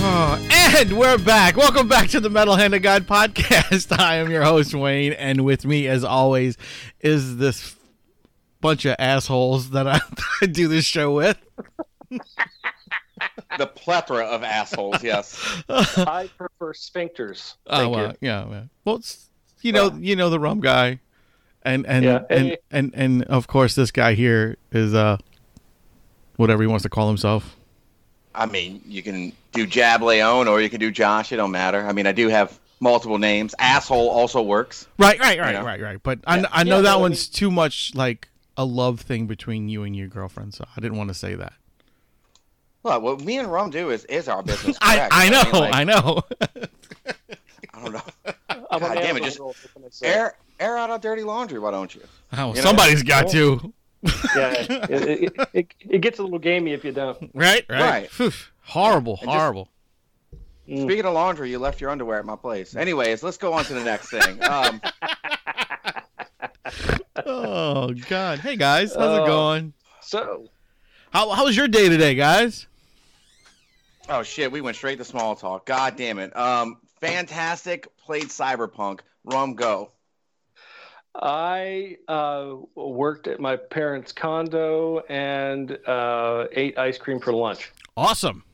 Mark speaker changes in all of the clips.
Speaker 1: Oh, And we're back. Welcome back to the Metal Hand of God podcast. I am your host, Wayne, and with me, as always, is this bunch of assholes that I, I do this show with.
Speaker 2: The plethora of assholes, yes.
Speaker 3: I prefer sphincters.
Speaker 1: Oh,
Speaker 3: Thank
Speaker 1: well,
Speaker 3: you.
Speaker 1: yeah, well, well, it's, you know, you know the rum guy, and and,
Speaker 3: Yeah.
Speaker 1: and and and of course, this guy here is uh, whatever he wants to call himself.
Speaker 2: I mean, you can do Jab Leon or you can do Josh. It don't matter. I mean, I do have multiple names. Asshole also works.
Speaker 1: Right, right, right,
Speaker 2: Yeah.
Speaker 1: right, right. But I,
Speaker 2: Yeah.
Speaker 1: I know
Speaker 3: Yeah,
Speaker 1: that
Speaker 3: but I
Speaker 1: one's too much like a love thing between you and your girlfriend, so I didn't want to say that.
Speaker 2: Well, what me and Rome do is is our business.
Speaker 1: I,
Speaker 2: correct?
Speaker 1: I know,
Speaker 2: mean, like,
Speaker 1: I know.
Speaker 2: I don't know.
Speaker 3: I'm
Speaker 2: God
Speaker 3: a
Speaker 2: damn it,
Speaker 3: man
Speaker 2: just
Speaker 3: of the world, what can I say?
Speaker 2: Air air out our dirty laundry. Why don't you?
Speaker 1: Oh,
Speaker 2: You know? oh.
Speaker 1: somebody's got to.
Speaker 3: Yeah, it, it, it, it gets a little gamey if you don't.
Speaker 1: Right, right.
Speaker 2: Right.
Speaker 1: Phew. Horrible,
Speaker 2: And just-
Speaker 1: horrible.
Speaker 2: Speaking of laundry, you left your underwear at my place. Anyways, let's go on to the next thing. Um,
Speaker 1: oh God. Hey guys, how's it
Speaker 3: Oh.
Speaker 1: going?
Speaker 3: So,
Speaker 1: How how was your day today, guys?
Speaker 2: oh shit, we went straight to small talk. God damn it. Um, fantastic. Played Cyberpunk. Rome, go.
Speaker 3: I uh, worked at my parents' condo and uh, ate ice cream for lunch.
Speaker 1: Awesome.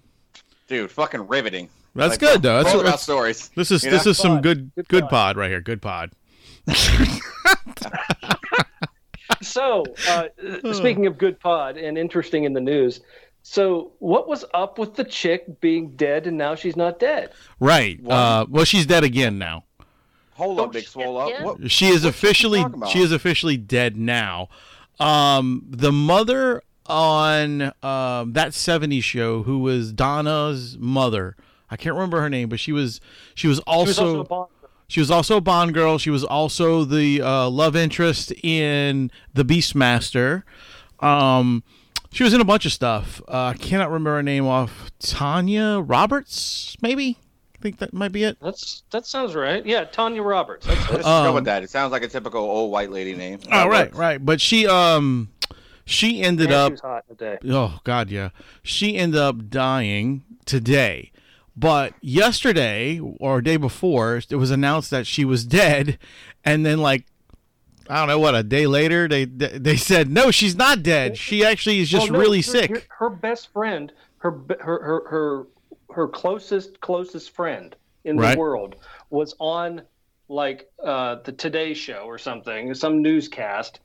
Speaker 2: Dude, fucking riveting.
Speaker 1: That's
Speaker 2: Like,
Speaker 1: good though. That's,
Speaker 2: Roll about
Speaker 1: that's-
Speaker 2: stories.
Speaker 1: this is
Speaker 2: you
Speaker 1: this
Speaker 2: know?
Speaker 1: is some
Speaker 3: Pod.
Speaker 1: good
Speaker 3: Good
Speaker 1: good
Speaker 3: pod.
Speaker 1: pod right here. Good pod.
Speaker 3: So, uh, speaking of good pod and interesting in the news, so what was up with the chick being dead and now she's not dead?
Speaker 1: Right. Uh, well, she's dead again now.
Speaker 2: Hold
Speaker 3: Don't
Speaker 2: up, Big
Speaker 3: shit,
Speaker 2: Swole. Up.
Speaker 3: yeah.
Speaker 2: What,
Speaker 1: She is officially
Speaker 2: talking about?
Speaker 1: she is officially dead now. Um, the mother on um, that '70s show, who was Donna's mother, I can't remember her name, but she was she was also,
Speaker 3: She was also a bond.
Speaker 1: She was also a Bond girl. She was also the uh, love interest in The Beastmaster. Um, she was in a bunch of stuff. Uh, I cannot remember her name off. Tanya Roberts, maybe? I think that might be it.
Speaker 3: That's that sounds right. Yeah, Tanya Roberts. That's
Speaker 2: Let's go with that. It sounds like a typical old white lady name.
Speaker 1: Um, Oh, right, right. But she um she ended
Speaker 3: Man,
Speaker 1: up
Speaker 3: she was hot in the day.
Speaker 1: oh god yeah she ended up dying today but yesterday or day before it was announced that she was dead and then like i don't know what a day later they they they said no she's not dead she actually is just
Speaker 3: Well, Oh, no,
Speaker 1: really
Speaker 3: her-
Speaker 1: sick
Speaker 3: Her, her best friend, her be- her her her, her closest closest friend in
Speaker 1: Right.
Speaker 3: the world was on like uh, the Today Show or something, some newscast,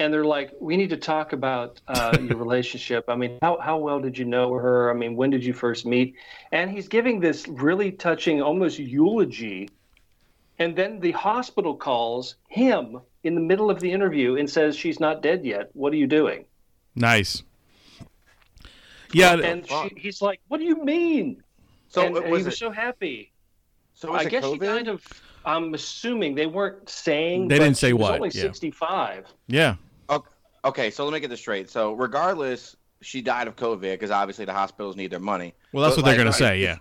Speaker 3: and they're like, "We need to talk about uh, your relationship. I mean, how how well did you know her? I mean, when did you first meet?" And he's giving this really touching, almost eulogy. And then the hospital calls him in the middle of the interview and says, She's not dead yet. What are you doing?
Speaker 1: nice yeah
Speaker 3: and
Speaker 2: fuck?
Speaker 3: she, he's like, "What do you mean?"
Speaker 2: So
Speaker 3: and,
Speaker 2: it
Speaker 3: and
Speaker 2: was,
Speaker 3: he was
Speaker 2: it,
Speaker 3: so happy.
Speaker 2: so was
Speaker 3: I
Speaker 2: it
Speaker 3: guess she
Speaker 2: COVID?
Speaker 3: kind of. I'm assuming they weren't saying.
Speaker 1: They
Speaker 3: but
Speaker 1: didn't say
Speaker 3: she was
Speaker 1: what,
Speaker 3: Only
Speaker 1: yeah.
Speaker 3: 65.
Speaker 1: yeah
Speaker 2: Ok- Okay, so let me get this straight. So regardless, she died of COVID because obviously the hospitals need their money.
Speaker 1: well that's
Speaker 2: But,
Speaker 1: what they're
Speaker 2: like,
Speaker 1: gonna
Speaker 2: right,
Speaker 1: say yeah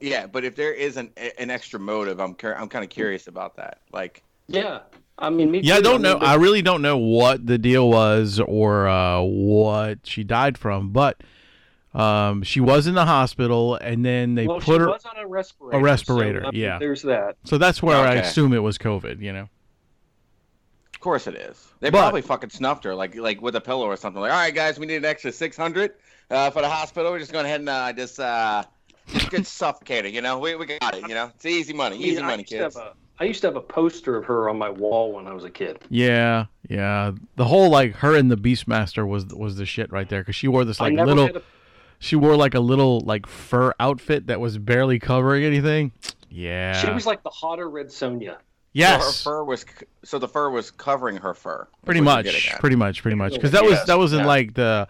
Speaker 2: Yeah, but if there is an an extra motive, I'm cur- I'm kind of curious about that. Like,
Speaker 3: Yeah, I mean, me.
Speaker 1: yeah i
Speaker 3: too.
Speaker 1: don't
Speaker 3: mean,
Speaker 1: know
Speaker 3: but-
Speaker 1: i really don't know what the deal was or uh, what she died from but um, she was in the hospital and then they
Speaker 3: well,
Speaker 1: put
Speaker 3: she
Speaker 1: her
Speaker 3: was on a respirator.
Speaker 1: respirator,
Speaker 3: so, I mean,
Speaker 1: yeah.
Speaker 3: There's that.
Speaker 1: So that's where I
Speaker 2: Okay.
Speaker 1: assume it was COVID, you know.
Speaker 2: of course it is. They
Speaker 1: But-
Speaker 2: probably fucking snuffed her like like with a pillow or something. Like, all right, guys, we need an extra six hundred uh, for the hospital. We're just going ahead and uh, just uh, just get suffocated. You know, we, we got it. You know, it's easy money, easy
Speaker 3: I
Speaker 2: money,
Speaker 3: used to have
Speaker 2: kids.
Speaker 3: a- I used to have a poster of her on my wall when I was a kid.
Speaker 1: Yeah, yeah. The whole like her and the Beastmaster was was the shit right there because she wore this like
Speaker 3: I never
Speaker 1: little
Speaker 3: had a,
Speaker 1: she wore like a little like fur outfit that was barely covering anything. Yeah.
Speaker 3: She was like the hotter Red Sonia.
Speaker 1: yes,
Speaker 2: So her fur was c- so the fur was covering her fur. is
Speaker 1: pretty
Speaker 2: what you're
Speaker 1: much,
Speaker 2: getting at.
Speaker 1: pretty much, pretty much. Because that was
Speaker 3: Yes,
Speaker 1: that was in
Speaker 3: yeah.
Speaker 1: like the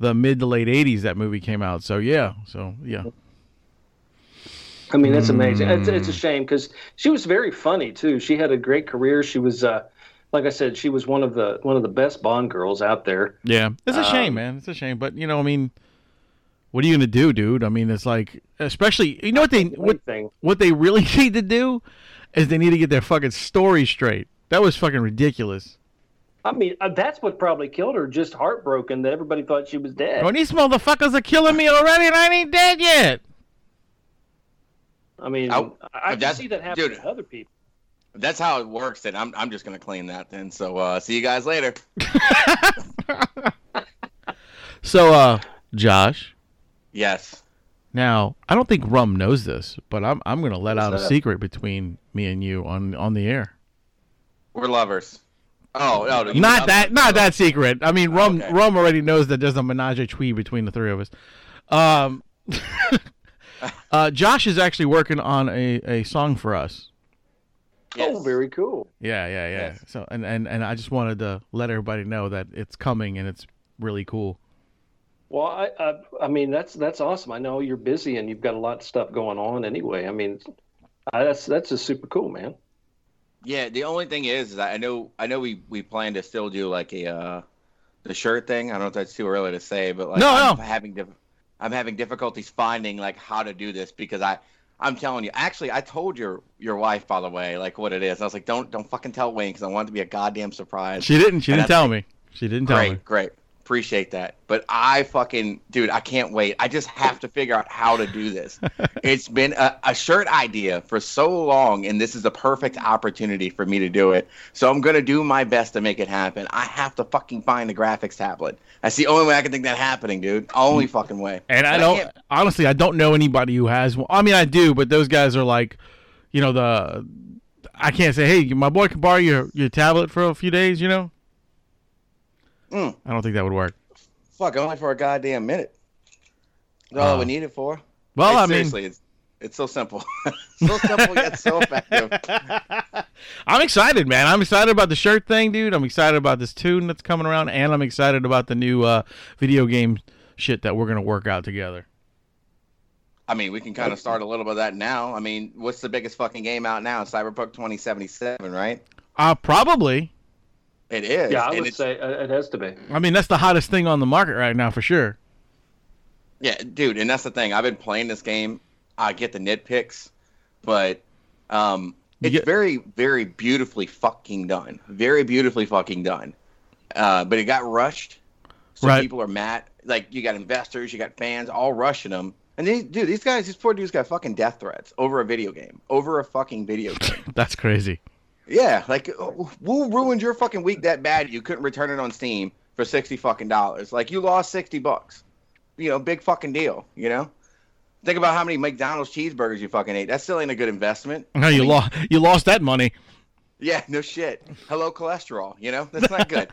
Speaker 1: the mid to late '80s that movie came out. So yeah, so yeah.
Speaker 3: I mean, it's amazing. It's, it's a
Speaker 1: Mm.
Speaker 3: shame because she was very funny too. She had a great career. She was, uh, like I said, she was one of the one of the best Bond girls out there.
Speaker 1: Yeah, it's a
Speaker 3: Um,
Speaker 1: shame, man. It's a shame, but you know, I mean, what are you gonna do, dude? I mean, it's like, especially you know what they what
Speaker 3: One thing.
Speaker 1: what they really need to do is they need to get their fucking story straight. That was fucking ridiculous.
Speaker 3: I mean, uh, that's what probably killed her. Just heartbroken that everybody thought she was dead.
Speaker 1: Oh, these motherfuckers are killing me already, and I ain't dead yet.
Speaker 3: I mean, I,
Speaker 2: Oh,
Speaker 3: I can
Speaker 2: that's-
Speaker 3: see that happen
Speaker 2: dude.
Speaker 3: to other people.
Speaker 2: That's how it works, and I'm I'm just gonna claim that then. So uh, see you guys later.
Speaker 1: So, uh, Josh,
Speaker 2: Yes.
Speaker 1: now I don't think Rum knows this, but I'm I'm gonna let out a
Speaker 3: that?
Speaker 1: secret between me and you on on the air.
Speaker 2: We're lovers. Oh, no, no, you-
Speaker 1: Not that, not that secret. I mean, Rum
Speaker 2: okay.
Speaker 1: Rum already knows that there's a menage a trois between the three of us. Um, uh, Josh is actually working on a, a song for us.
Speaker 2: Yes.
Speaker 3: Oh, very cool.
Speaker 1: Yeah, yeah, yeah.
Speaker 2: Yes.
Speaker 1: So and, and and I just wanted to let everybody know that it's coming and it's really cool.
Speaker 3: Well, I, I, I mean, that's that's awesome. I know you're busy and you've got a lot of stuff going on anyway. I mean, I, that's that's just super cool, man.
Speaker 2: Yeah, the only thing is, is I know I know we we plan to still do like a uh the shirt thing. I don't know if that's too early to say, but like
Speaker 1: No,
Speaker 2: I'm
Speaker 1: no.
Speaker 2: having diff- I'm having difficulties finding like how to do this because I I'm telling you, actually, I told your your wife by the way, like what it is. I was like, don't don't fucking tell Wayne because I want it to be a goddamn surprise.
Speaker 1: She didn't. She
Speaker 2: And
Speaker 1: didn't
Speaker 2: that's-
Speaker 1: tell me. She didn't tell
Speaker 2: great,
Speaker 1: me.
Speaker 2: great, appreciate that. But I fucking dude, I can't wait. I just have to figure out how to do this. it's been a, a shirt idea for so long, and this is the perfect opportunity for me to do it. So I'm gonna do my best to make it happen. I have to fucking find the graphics tablet. That's the only way I can think that happening, dude.
Speaker 1: Mm.
Speaker 2: Only fucking way.
Speaker 1: And I
Speaker 2: And I
Speaker 1: don't.
Speaker 2: can't-
Speaker 1: honestly, I don't know anybody who has one. I mean, I do, but those guys are like, you know, the. I can't say, hey, my boy can borrow your your tablet for a few days. You know.
Speaker 2: Mm.
Speaker 1: I don't think that would work.
Speaker 2: Fuck, only for a goddamn minute. That's all we need it for.
Speaker 1: Uh, Well,
Speaker 2: Like,
Speaker 1: I mean,
Speaker 2: seriously, it's it's so simple, so simple yet so effective.
Speaker 1: I'm excited, man. I'm excited about the shirt thing, dude. I'm excited about this tune that's coming around, and I'm excited about the new uh, video game shit that we're gonna work out together.
Speaker 2: I mean, we can kind of start a little bit of that now. I mean, what's the biggest fucking game out now? Cyberpunk 2077, right?
Speaker 1: Uh, probably.
Speaker 2: It is.
Speaker 3: Yeah, I
Speaker 2: and
Speaker 3: would
Speaker 2: it's-
Speaker 3: say uh, it has to be.
Speaker 1: I mean, that's the hottest thing on the market right now for sure.
Speaker 2: Yeah, dude, and that's the thing. I've been playing this game. I get the nitpicks, but um,
Speaker 1: You
Speaker 2: it's
Speaker 1: get-
Speaker 2: very, very beautifully fucking done. Very beautifully fucking done. Uh, but it got rushed, so
Speaker 1: Right.
Speaker 2: people are mad. Like you got investors, you got fans, all rushing them. And these, dude, these guys, these poor dudes got fucking death threats over a video game, over a fucking video game.
Speaker 1: That's crazy.
Speaker 2: Yeah, like oh, who ruined your fucking week that bad you couldn't return it on Steam for sixty fucking dollars? Like you lost sixty bucks. You know, big fucking deal. You know, think about how many McDonald's cheeseburgers you fucking ate. That still ain't a good investment.
Speaker 1: No, you lost. You lost that money.
Speaker 2: Yeah, no shit. Hello cholesterol. You know, that's not good.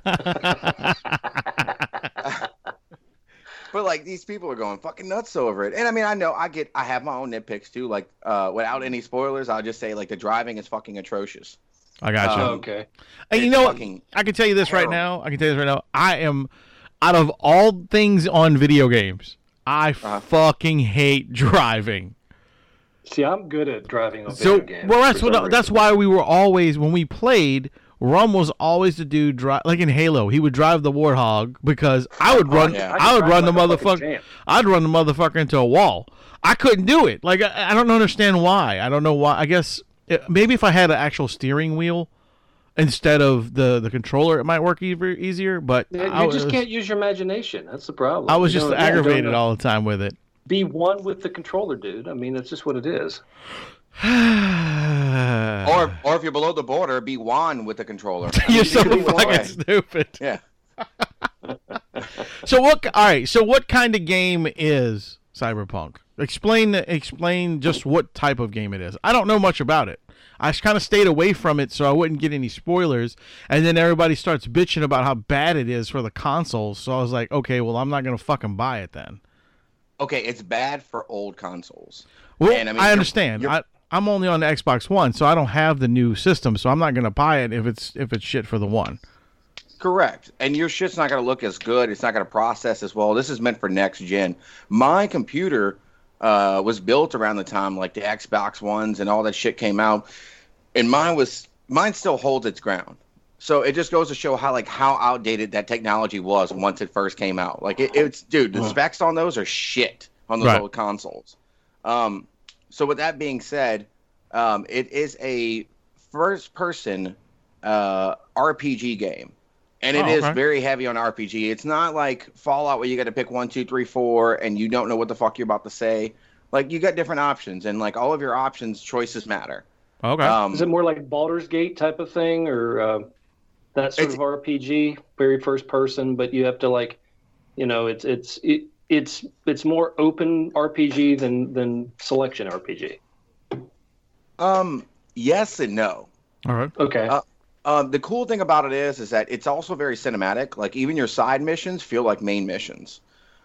Speaker 2: But like these people are going fucking nuts over it. And I mean, I know I get I have my own nitpicks too. Like uh, without any spoilers, I'll just say like the driving is fucking atrocious.
Speaker 1: I got you.
Speaker 2: Um,
Speaker 3: Okay.
Speaker 1: and you
Speaker 2: it's
Speaker 1: know, what?
Speaker 2: fucking
Speaker 1: I can tell you this right
Speaker 2: terrible.
Speaker 1: now. I can tell you this right now. I am out of all things on video games. I
Speaker 2: Uh-huh.
Speaker 1: fucking hate driving.
Speaker 3: See, I'm good at driving on
Speaker 1: So
Speaker 3: video games.
Speaker 1: well, that's
Speaker 3: for
Speaker 1: what
Speaker 3: some
Speaker 1: that's
Speaker 3: reason.
Speaker 1: why we were always when we played. Rum was always the dude drive like in Halo. He would drive the Warthog because I would run.
Speaker 2: yeah.
Speaker 1: I,
Speaker 3: I could
Speaker 1: would
Speaker 3: Oh, drive
Speaker 1: run the
Speaker 3: like a fucking
Speaker 1: motherfucker.
Speaker 3: champ.
Speaker 1: I'd run the motherfucker into a wall. I couldn't do it. Like I, I don't understand why. I don't know why. I guess eh, maybe if I had an actual steering wheel instead of the the controller, it might work easier. easier but
Speaker 3: You
Speaker 1: I
Speaker 3: just
Speaker 1: was,
Speaker 3: can't use your imagination. That's the problem.
Speaker 1: I was
Speaker 3: You
Speaker 1: just
Speaker 3: don't- you don't
Speaker 1: aggravated
Speaker 3: know-
Speaker 1: all the time with it.
Speaker 3: Be one with the controller, dude. I mean, that's just what it is.
Speaker 1: or
Speaker 2: or or if you're below the border, be one with the controller.
Speaker 1: you're so
Speaker 2: Either way.
Speaker 1: fucking stupid.
Speaker 2: Yeah.
Speaker 1: So what? All right. So what kind of game is Cyberpunk? Explain. Explain just what type of game it is. I don't know much about it. I kind of stayed away from it so I wouldn't get any spoilers. And then everybody starts bitching about how bad it is for the consoles. So I was like, okay, well, I'm not gonna fucking buy it then.
Speaker 2: Okay, it's bad for old consoles.
Speaker 1: Well,
Speaker 2: And,
Speaker 1: I,
Speaker 2: I mean, you're-
Speaker 1: understand.
Speaker 2: you're-
Speaker 1: I, I'm only on the Xbox One, so I don't have the new system. So I'm not gonna buy it if it's if it's shit for the one.
Speaker 2: Correct. And your shit's not going to look as good. It's not going to process as well. This is meant for next gen. My computer uh, was built around the time like the Xbox ones and all that shit came out, and mine was mine still holds its ground. So it just goes to show how like how outdated that technology was once it first came out. Like it, it's dude, the specs on those are shit on those
Speaker 1: Right.
Speaker 2: old consoles. Um, so with that being said, um, it is a first-person uh, RPG game, and it
Speaker 1: Oh,
Speaker 2: is
Speaker 1: okay.
Speaker 2: very heavy on RPG. It's not like Fallout where you got to pick one, two, three, four, and you don't know what the fuck you're about to say. Like you got different options, and like all of your options choices matter.
Speaker 1: Okay.
Speaker 2: Um,
Speaker 3: Is it more like Baldur's Gate type of thing, or uh, that sort
Speaker 2: It's-
Speaker 3: of RPG, very first person? But you have to like, you know, it's it's it, it's it's more open RPG than than selection RPG.
Speaker 2: um, yes and no.
Speaker 1: All right.
Speaker 3: Okay,
Speaker 2: Uh, Um, the cool thing about it is, is that it's also very cinematic. Like even your side missions feel like main missions.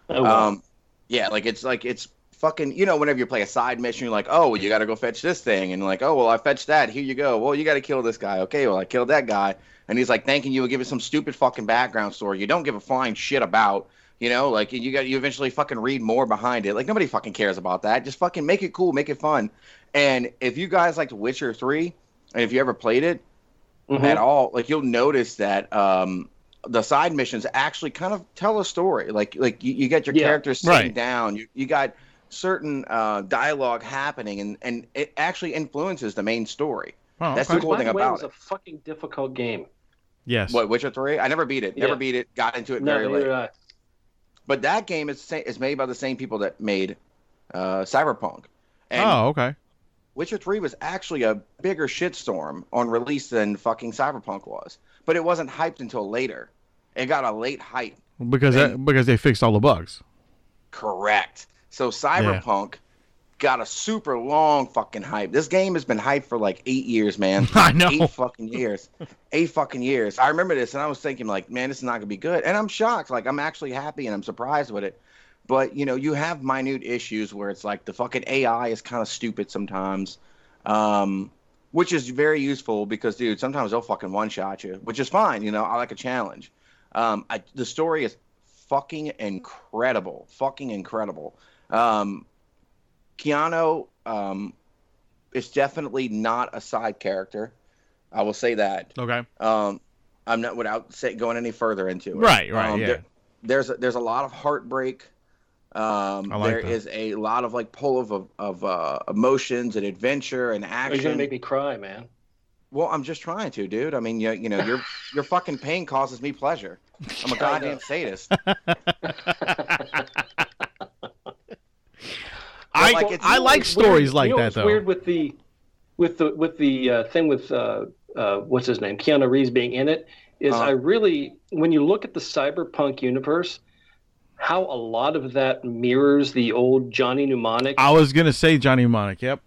Speaker 3: oh, wow.
Speaker 2: Um, yeah, like it's like it's fucking. You know, whenever you play a side mission, you're like, oh, well, you got to go fetch this thing, and like, oh, well, I fetched that. Here you go. Well, you got to kill this guy. Okay, well, I killed that guy, and he's like thanking you and giving some stupid fucking background story you don't give a flying shit about. You know, like you got you eventually fucking read more behind it. Like nobody fucking cares about that. Just fucking make it cool, make it fun. And if you guys liked Witcher three, and if you ever played it
Speaker 3: Mhm.
Speaker 2: at all like you'll notice that um the side missions actually kind of tell a story like like you, you get your
Speaker 3: Yeah.
Speaker 2: characters sitting
Speaker 1: Right.
Speaker 2: down you, you got certain uh dialogue happening and and it actually influences the main story
Speaker 1: Oh,
Speaker 2: That's
Speaker 1: okay.
Speaker 2: the cool
Speaker 3: By
Speaker 2: thing
Speaker 3: the way,
Speaker 2: about
Speaker 3: it was
Speaker 2: it.
Speaker 3: a fucking difficult game.
Speaker 1: Yes.
Speaker 2: what witcher 3 i never beat it never
Speaker 3: Yeah.
Speaker 2: beat it got into it
Speaker 3: No,
Speaker 2: very
Speaker 3: neither
Speaker 2: late
Speaker 3: did I.
Speaker 2: but that game is sa- is made by the same people that made uh cyberpunk and
Speaker 1: oh, okay.
Speaker 2: Witcher 3 was actually a bigger shitstorm on release than fucking Cyberpunk was. But it wasn't hyped until later. It got a late hype.
Speaker 1: Because that, because they fixed all the bugs.
Speaker 2: Correct. So Cyberpunk got a super long fucking hype. This game has been hyped for like eight years, man.
Speaker 1: I know.
Speaker 2: Eight fucking years. Eight fucking years. I remember this and I was thinking, like, man, this is not gonna be good. And I'm shocked. Like, I'm actually happy and I'm surprised with it. But you know, you have minute issues where it's like the fucking AI is kind of stupid sometimes. Um which is very useful because dude, sometimes they'll fucking one shot you, which is fine, you know. I like a challenge. Um, I, the story is fucking incredible, fucking incredible. Um, Keanu um, is definitely not a side character. I will say that.
Speaker 1: Okay.
Speaker 2: Um, I'm not without say, going any further into it.
Speaker 1: Right, right,
Speaker 2: Um,
Speaker 1: yeah.
Speaker 2: there- there's a, there's a lot of heartbreak. Um,
Speaker 1: I like
Speaker 2: there
Speaker 1: that.
Speaker 2: is a lot of like pull of of uh, emotions and adventure and
Speaker 3: Oh, You're
Speaker 2: action.
Speaker 3: gonna make me cry, man.
Speaker 2: Well, I'm just trying to, dude. I mean, you, you know, your your fucking pain causes me pleasure. I'm a goddamn sadist.
Speaker 1: I
Speaker 2: like, it's-
Speaker 1: I like
Speaker 3: It's weird-
Speaker 1: stories like
Speaker 3: you know
Speaker 1: that
Speaker 3: what's
Speaker 1: though.
Speaker 3: Weird with the with the with the uh, thing with uh, uh, what's his name Keanu Reeves being in it is
Speaker 2: Uh-huh.
Speaker 3: I really when you look at the cyberpunk universe, how a lot of that mirrors the old Johnny Mnemonic,
Speaker 1: I was gonna say Johnny Mnemonic. Yep.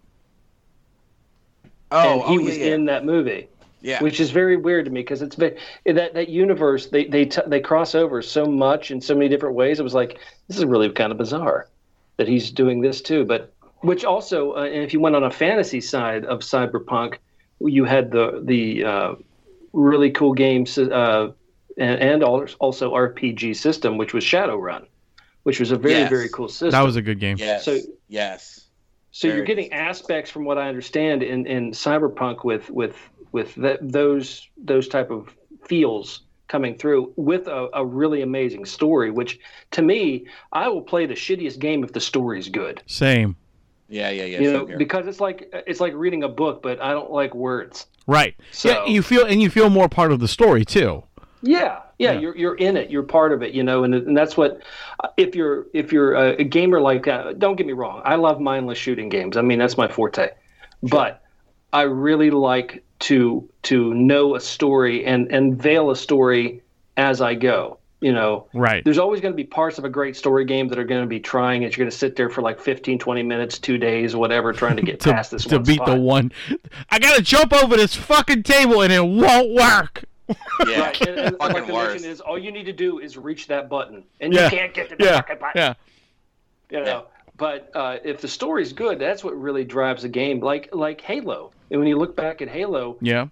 Speaker 2: Oh,
Speaker 3: and he
Speaker 2: oh, yeah,
Speaker 3: was
Speaker 2: yeah.
Speaker 3: in that movie.
Speaker 2: yeah.
Speaker 3: which is very weird to me because it's ve- that that universe they they t- they cross over so much in so many different ways. It was like this is really kind of bizarre that he's doing this too. But which also, uh, and if you went on a fantasy side of cyberpunk, you had the the uh, really cool games uh, and, and al- also RPG system, which was Shadowrun, which was a very
Speaker 2: Yes.
Speaker 3: very cool system.
Speaker 1: That was a good game.
Speaker 2: Yes.
Speaker 3: So-
Speaker 2: yes.
Speaker 3: So
Speaker 2: Very
Speaker 3: you're getting aspects from what I understand in, in cyberpunk with with with th those those type of feels coming through with a, a really amazing story. Which to me, I will play the shittiest game if the story's good.
Speaker 1: Same.
Speaker 2: Yeah, yeah, yeah.
Speaker 3: you
Speaker 2: same
Speaker 3: know,
Speaker 2: here.
Speaker 3: because it's like it's like reading a book, but I don't like words.
Speaker 1: Right. yeah.
Speaker 3: So-
Speaker 1: You feel and you feel more part of the story too.
Speaker 3: Yeah, yeah,
Speaker 1: Yeah.
Speaker 3: you're you're in it, you're part of it, you know, and and that's what uh, if you're if you're a, a gamer like that. Don't get me wrong, I love mindless shooting games. I mean, that's my forte, but I really like to to know a story and and veil a story as I go. You know,
Speaker 1: Right.
Speaker 3: there's always going to be parts of a great story game that are going to be trying, and you're going to sit there for like 15, 20 minutes, two days, whatever, trying to get
Speaker 1: to,
Speaker 3: past this
Speaker 1: to
Speaker 3: one
Speaker 1: beat
Speaker 3: spot.
Speaker 1: the one. I gotta jump over this fucking table and it won't work.
Speaker 2: yeah.
Speaker 3: Right, and, and
Speaker 2: Fucking
Speaker 3: like the
Speaker 2: worse.
Speaker 3: mission is all you need to do is reach that button, and
Speaker 1: Yeah.
Speaker 3: you can't get to the
Speaker 1: Yeah.
Speaker 3: fucking button.
Speaker 1: Yeah.
Speaker 3: you know.
Speaker 2: Yeah.
Speaker 3: But uh, if the story's good, that's what really drives the game. Like like Halo, and when you look back at Halo,
Speaker 1: Yeah.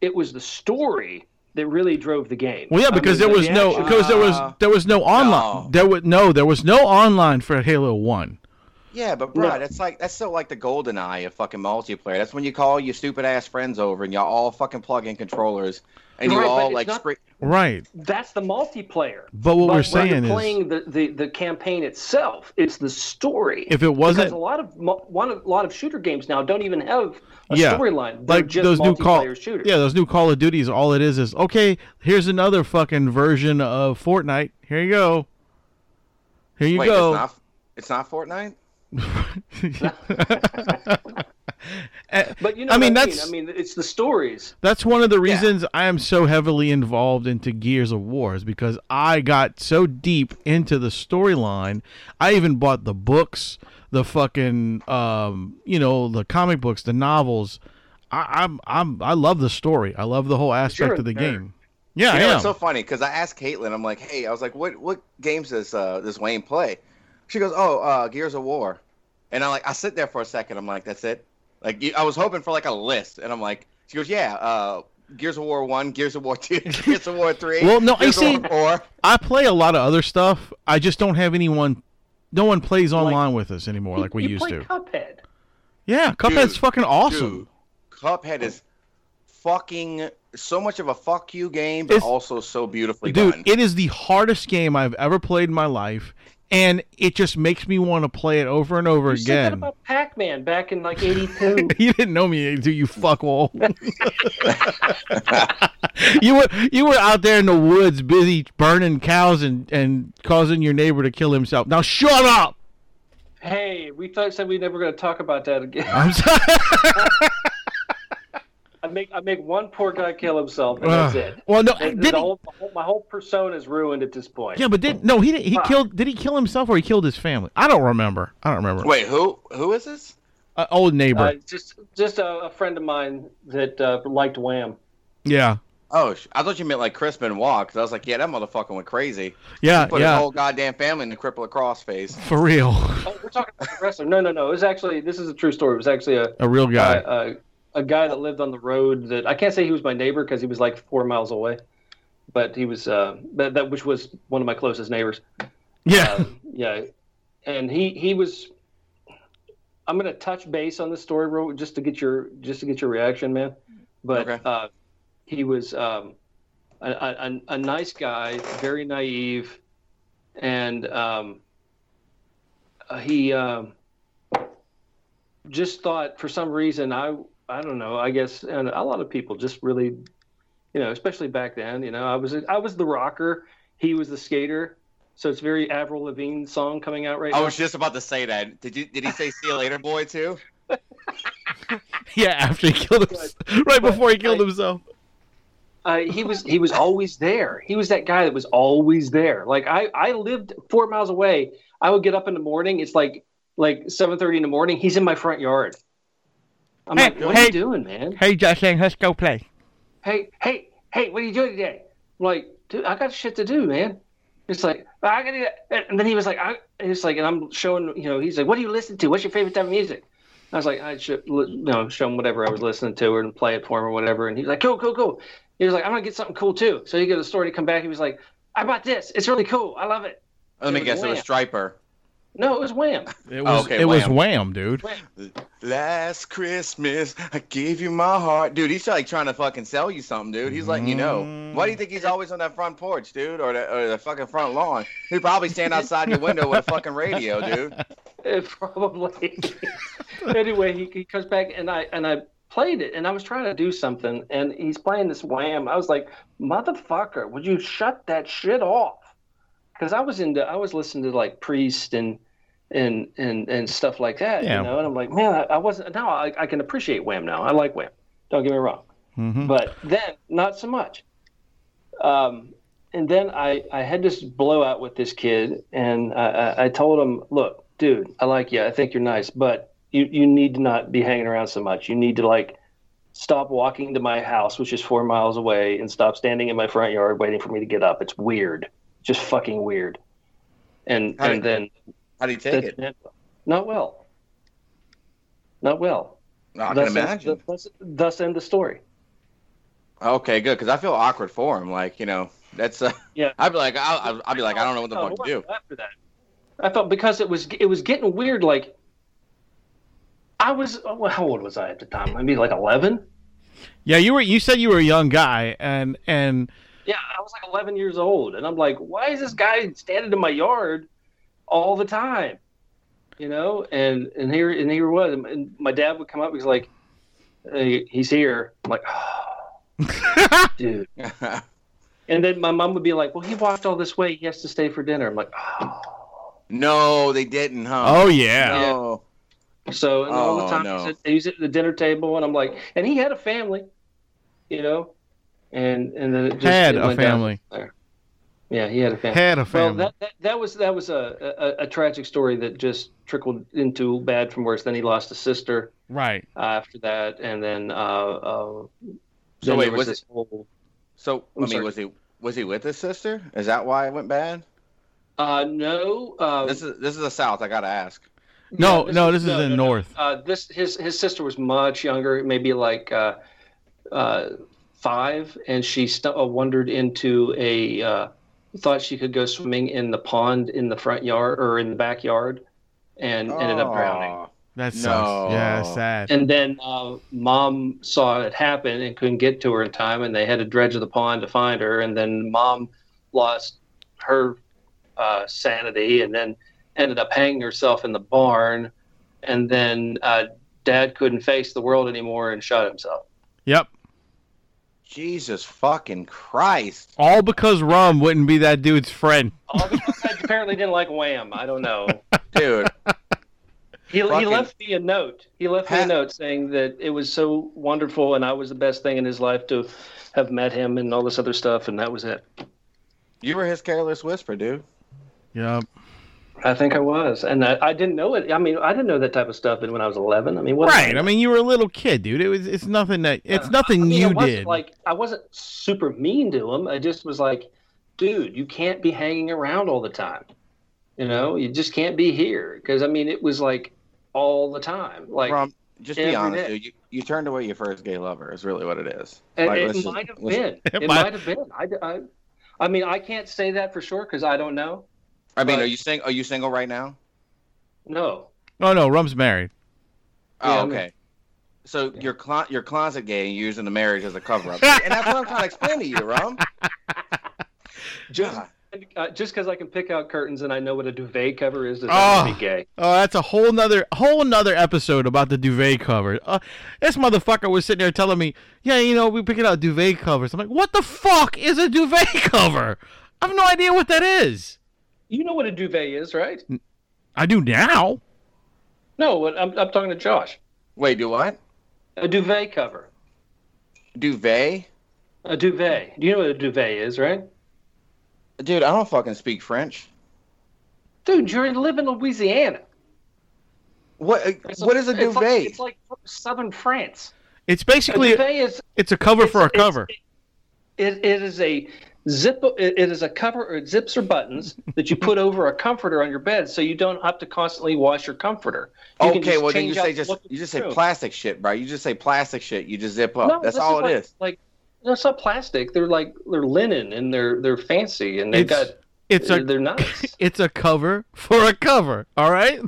Speaker 3: it was the story that really drove the game.
Speaker 1: Well, yeah,
Speaker 3: I
Speaker 1: because
Speaker 3: mean,
Speaker 1: there was
Speaker 3: the
Speaker 1: no
Speaker 3: action-
Speaker 1: because there was
Speaker 2: Uh,
Speaker 1: there was no online.
Speaker 2: no.
Speaker 1: There was no there was no online for Halo One.
Speaker 2: Yeah, but bro,
Speaker 3: No.
Speaker 2: that's like that's still like the golden eye of fucking multiplayer. That's when you call your stupid ass friends over and y'all all fucking plug in controllers and you
Speaker 3: Right, but
Speaker 2: all
Speaker 3: it's
Speaker 2: like
Speaker 3: not-
Speaker 2: spring.
Speaker 1: Right.
Speaker 3: That's the multiplayer.
Speaker 1: But what
Speaker 3: But
Speaker 1: we're
Speaker 3: when
Speaker 1: saying
Speaker 3: you're
Speaker 1: is,
Speaker 3: playing the, the, the campaign itself. It's the story.
Speaker 1: if it
Speaker 3: because a
Speaker 1: wasn't,
Speaker 3: lot of mo- one of- a lot of shooter games now don't even have a
Speaker 1: Yeah.
Speaker 3: storyline. They're
Speaker 1: like
Speaker 3: just
Speaker 1: those new call,
Speaker 3: multiplayer shooters.
Speaker 1: yeah, those new Call of Duties, all it is is okay. Here's another fucking version of Fortnite. Here you go. Here you
Speaker 2: Wait,
Speaker 1: go.
Speaker 2: it's not it's not Fortnite.
Speaker 3: But you
Speaker 1: I mean,
Speaker 3: know, what I mean,
Speaker 1: that's-
Speaker 3: I mean, it's the stories.
Speaker 1: That's one of the reasons I am so heavily involved into Gears of War is because I got so deep into the storyline. I even bought the books, the fucking um, you know, the comic books, the novels. I, I'm I'm I love the story. I love the whole aspect
Speaker 3: a
Speaker 1: of the
Speaker 3: nerd.
Speaker 1: game. Yeah, I
Speaker 2: You know,
Speaker 1: am.
Speaker 2: it's so funny because I asked Caitlin, I'm like, hey, I was like, what what games does uh, does Wayne play? She goes, oh, uh, Gears of War, and I like I sit there for a second. I'm like, that's it. Like you- I was hoping for like a list, and I'm like, she goes, yeah, uh, Gears of War one, Gears of War two, Gears of War three.
Speaker 1: Well, no, I
Speaker 2: Gears of
Speaker 1: see-
Speaker 2: War four.
Speaker 1: I play a lot of other stuff. I just don't have anyone. No one plays online with us anymore like we
Speaker 3: you
Speaker 1: used
Speaker 3: play
Speaker 1: to.
Speaker 3: Cuphead.
Speaker 1: yeah, Cuphead's
Speaker 2: Dude,
Speaker 1: fucking awesome.
Speaker 2: Dude, Cuphead is fucking so much of a fuck you game, but
Speaker 1: It's-
Speaker 2: also so beautifully
Speaker 1: Dude,
Speaker 2: done.
Speaker 1: it is the hardest game I've ever played in my life, and it just makes me want to play it over and over
Speaker 3: You said that
Speaker 1: again.
Speaker 3: about Pac-Man back in like '82.
Speaker 1: you didn't know me, do you fuckhole? you were you were out there in the woods, busy burning cows and and causing your neighbor to kill himself. Now shut up!
Speaker 3: hey, we thought said we never going to talk about that again.
Speaker 1: I'm sorry.
Speaker 3: I make I make one poor guy kill himself, and that's it.
Speaker 1: Well, no,
Speaker 3: And
Speaker 1: did
Speaker 3: the
Speaker 1: he,
Speaker 3: whole, the whole- my whole persona is ruined at this point.
Speaker 1: yeah, but did no? He didn't- he
Speaker 3: Fuck.
Speaker 1: killed. Did he kill himself or he killed his family? I don't remember. I don't remember.
Speaker 2: Wait, who who is this?
Speaker 1: Uh, old neighbor.
Speaker 3: Uh, just just a, a friend of mine that uh, liked Wham.
Speaker 1: yeah,
Speaker 2: Oh, sh- I thought you meant like Chris Benoit because I was like, yeah, that motherfucker went crazy.
Speaker 1: yeah,
Speaker 2: Put his
Speaker 1: Uh, yeah.
Speaker 2: whole goddamn family in the cripple across face.
Speaker 1: For real,
Speaker 3: Oh, we're talking about the wrestler. No, no, no. It was actually this is a true story. It was actually a
Speaker 1: a real guy.
Speaker 3: a, a, a guy that lived on the road that I can't say he was my neighbor because he was like four miles away, but he was uh, that, that which was one of my closest neighbors.
Speaker 1: yeah.
Speaker 3: Um, yeah, and he he was. I'm gonna touch base on the story real just to get your just to get your reaction, man. But
Speaker 2: Okay.
Speaker 3: uh, he was um, a, a, a- a nice guy, very naive, and um, uh, he um, just thought for some reason I I don't know I guess and a lot of people just really you know especially back then you know I was I was the rocker he was the skater so it's very Avril Lavigne song coming out right
Speaker 2: I
Speaker 3: now
Speaker 2: was just about to say that. Did you? Did he say "see you later, boy"? Too?
Speaker 1: Yeah, after he killed himself, right
Speaker 3: but
Speaker 1: before he killed
Speaker 3: I-
Speaker 1: himself.
Speaker 3: uh, he was he was always there he was that guy that was always there like I I lived four miles away I would get up in the morning it's like like seven thirty in the morning he's in my front yard I'm
Speaker 1: Hey,
Speaker 3: like what are
Speaker 1: hey.
Speaker 3: you doing man
Speaker 1: Hey, Justin, let's go play.
Speaker 3: hey, hey, hey, what are you doing today? I'm like, dude, I got shit to do, man. It's like, I gotta do that. And then he was like, I, and it's like, and I'm showing, you know, he's like, what do you listen to? What's your favorite type of music? I was like, I should, li- you know, show him whatever I was listening to and play it for him or whatever. And he's like, cool, cool, cool. He was like, I'm gonna get something cool too. So he go to the store and he come back. He was like, I bought this. It's really cool. I love it.
Speaker 2: Let me guess. It was Striper.
Speaker 3: No, it was Wham.
Speaker 1: It was
Speaker 2: okay,
Speaker 1: it was
Speaker 2: Wham.
Speaker 1: Wham, dude.
Speaker 2: Last Christmas, I gave you my heart, dude. He's like trying to fucking sell you something, dude. He's letting you know. Why do you think he's always on that front porch, dude, or the, or the fucking front lawn? He'd probably stand outside your window with a fucking radio, dude.
Speaker 3: Uh, probably. anyway, he, he comes back and I and I played it and I was trying to do something and he's playing this wham. I was like, motherfucker, would you shut that shit off? Because I was into I was listening to like Priest and and and and stuff like that,
Speaker 1: Yeah.
Speaker 3: you know. And I'm like, man, I, I wasn't. Now I, I can appreciate Wham. Now I like Wham. Don't get me wrong
Speaker 1: Mhm.
Speaker 3: but then not so much. Um, and then I, I had this blowout with this kid, and I, I, I told him, look, dude, I like you. I think you're nice, but you, you need to not be hanging around so much. You need to like stop walking to my house, which is four miles away, and stop standing in my front yard waiting for me to get up. It's weird, just fucking weird. And
Speaker 2: How did-
Speaker 3: and then
Speaker 2: How do you take it?
Speaker 3: not well, not well.
Speaker 2: No, I can
Speaker 3: Thus ends-
Speaker 2: imagine.
Speaker 3: Thus, thus end the story.
Speaker 2: Okay, good, because I feel awkward for him. Like you know, that's. Uh,
Speaker 3: Yeah.
Speaker 2: I'd be
Speaker 3: Oh,
Speaker 2: like, I'll, I'll- I'd be like, I don't know what the
Speaker 3: No,
Speaker 2: fuck
Speaker 3: what
Speaker 2: to do.
Speaker 3: After that, I felt because it was it was getting weird. Like I was well, how old was I at the time? Maybe like eleven.
Speaker 1: Yeah, you were. You said you were a young guy, and and
Speaker 3: Yeah, I was like eleven years old, and I'm like, why is this guy standing in my yard all the time? You know, and and here and here it was, and my dad would come up. He's like, hey, he's here. I'm like, dude. And then my mom would be like, well, he walked all this way. He has to stay for dinner. I'm like, oh.
Speaker 2: no, they didn't, huh?
Speaker 1: oh yeah,
Speaker 2: no.
Speaker 3: So and all the
Speaker 2: Oh,
Speaker 3: time
Speaker 2: no.
Speaker 3: he's, at, he's at the dinner table, and I'm like, and he had a family, you know, and and then it just,
Speaker 1: had
Speaker 3: it
Speaker 1: a
Speaker 3: went down
Speaker 1: family.
Speaker 3: there. Yeah, he had a family.
Speaker 1: Had a
Speaker 3: well,
Speaker 1: family.
Speaker 3: that, that that was that was a, a a tragic story that just trickled into bad from worse. Then he lost a sister
Speaker 1: right.
Speaker 3: uh, after that, and then uh, uh
Speaker 2: So
Speaker 3: then
Speaker 2: wait,
Speaker 3: there
Speaker 2: was
Speaker 3: this whole
Speaker 2: So I
Speaker 3: I'm
Speaker 2: mean,
Speaker 3: sorry.
Speaker 2: was he was he with his sister? Is that why it went bad?
Speaker 3: uh no uh
Speaker 2: This is this is the South. I gotta ask.
Speaker 1: No,
Speaker 3: yeah,
Speaker 1: no, this is
Speaker 3: no,
Speaker 1: in
Speaker 3: no, no.
Speaker 1: North.
Speaker 3: uh, this his his sister was much younger, maybe like uh, uh, five, and she st- uh, wandered into a uh, thought she could go swimming in the pond in the front yard or in the backyard, and ended
Speaker 2: Oh.
Speaker 3: up drowning.
Speaker 2: Aw.
Speaker 1: That sucks.
Speaker 2: No.
Speaker 1: Yeah, sad.
Speaker 3: And then uh, mom saw it happen and couldn't get to her in time, and they had to dredge the pond to find her. And then mom lost her uh, sanity and then ended up hanging herself in the barn. And then uh, dad couldn't face the world anymore and shot himself.
Speaker 1: yep.
Speaker 2: Jesus fucking Christ.
Speaker 1: All because Rum wouldn't be that dude's friend.
Speaker 3: All because I apparently didn't like Wham. I don't know.
Speaker 2: Dude.
Speaker 3: He, he
Speaker 2: Fucking-
Speaker 3: left me a note. He left me a
Speaker 2: Ha-
Speaker 3: note saying that it was so wonderful and I was the best thing in his life to have met him and all this other stuff. And that was it.
Speaker 2: you were his careless whisper, dude.
Speaker 1: Yep.
Speaker 3: I think I was, and I, I didn't know it. I mean, I didn't know that type of stuff when I was eleven. I mean, what
Speaker 1: Right. I mean, you were a little kid, dude. It was. It's nothing that. It's nothing
Speaker 3: I mean, it
Speaker 1: you
Speaker 3: wasn't
Speaker 1: did.
Speaker 3: Like, I wasn't super mean to him. I just was like, dude, you can't be hanging around all the time. You know, you just can't be here because I mean, it was like all the time. Like,
Speaker 2: Rum, just be
Speaker 3: every
Speaker 2: honest,
Speaker 3: day.
Speaker 2: dude. You, you turned away your first gay lover, is really what it is.
Speaker 3: it,
Speaker 2: Like,
Speaker 3: it
Speaker 2: let's just-
Speaker 3: might have
Speaker 2: let's-
Speaker 3: been.
Speaker 1: might-
Speaker 3: It might have been. I, I, I mean, I can't say that for sure because I don't know.
Speaker 2: I mean,
Speaker 3: but-
Speaker 2: are you sing are you single right now?
Speaker 3: No,
Speaker 1: oh no, Rum's married.
Speaker 3: Yeah,
Speaker 2: Oh,
Speaker 3: I'm-
Speaker 2: okay. So your your clo- your closet gay and you're using the marriage as a cover up. and that's what I'm trying to explain to you, Rum.
Speaker 3: just
Speaker 2: God.
Speaker 3: uh, just because I can pick out curtains and I know what a duvet cover is, doesn't
Speaker 1: Oh.
Speaker 3: mean be gay.
Speaker 1: Oh, that's a whole nother whole nother episode about the duvet cover. Uh, this motherfucker was sitting there telling me, "Yeah, you know, we picking out duvet covers." I'm like, "What the fuck is a duvet cover? I have no idea what that is."
Speaker 3: You know what a duvet is, right?
Speaker 1: I do now.
Speaker 3: No, what- I'm, I'm talking to Josh.
Speaker 2: Wait, do what?
Speaker 3: A duvet cover.
Speaker 2: Duvet?
Speaker 3: A duvet. Do you know what a duvet is, right?
Speaker 2: Dude, I don't fucking speak French.
Speaker 3: Dude, you're in live in Louisiana.
Speaker 2: What uh,
Speaker 3: It's
Speaker 2: what is a
Speaker 3: it's
Speaker 2: duvet?
Speaker 3: like- It's like, southern France.
Speaker 1: It's
Speaker 3: A
Speaker 1: basically
Speaker 3: duvet is
Speaker 1: it's a cover for a
Speaker 3: it's-
Speaker 1: cover.
Speaker 3: It, it is a zip. It, it is a cover. Or it zips or buttons that you put over a comforter on your bed, so you don't have to constantly wash your comforter. You can
Speaker 2: okay,
Speaker 3: just
Speaker 2: well then
Speaker 3: change
Speaker 2: you
Speaker 3: out
Speaker 2: say
Speaker 3: the
Speaker 2: just
Speaker 3: look of
Speaker 2: you just
Speaker 3: your
Speaker 2: say
Speaker 3: room.
Speaker 2: plastic shit, bro. You just say plastic shit. You just zip up.
Speaker 3: No,
Speaker 2: That's
Speaker 3: this
Speaker 2: all
Speaker 3: like,
Speaker 2: it is.
Speaker 3: Like no, it's not plastic. They're like they're linen and they're they're fancy and they've
Speaker 1: It's-
Speaker 3: got
Speaker 1: It's
Speaker 3: they're,
Speaker 1: a
Speaker 3: they're nice.
Speaker 1: it's a cover for a cover. All right.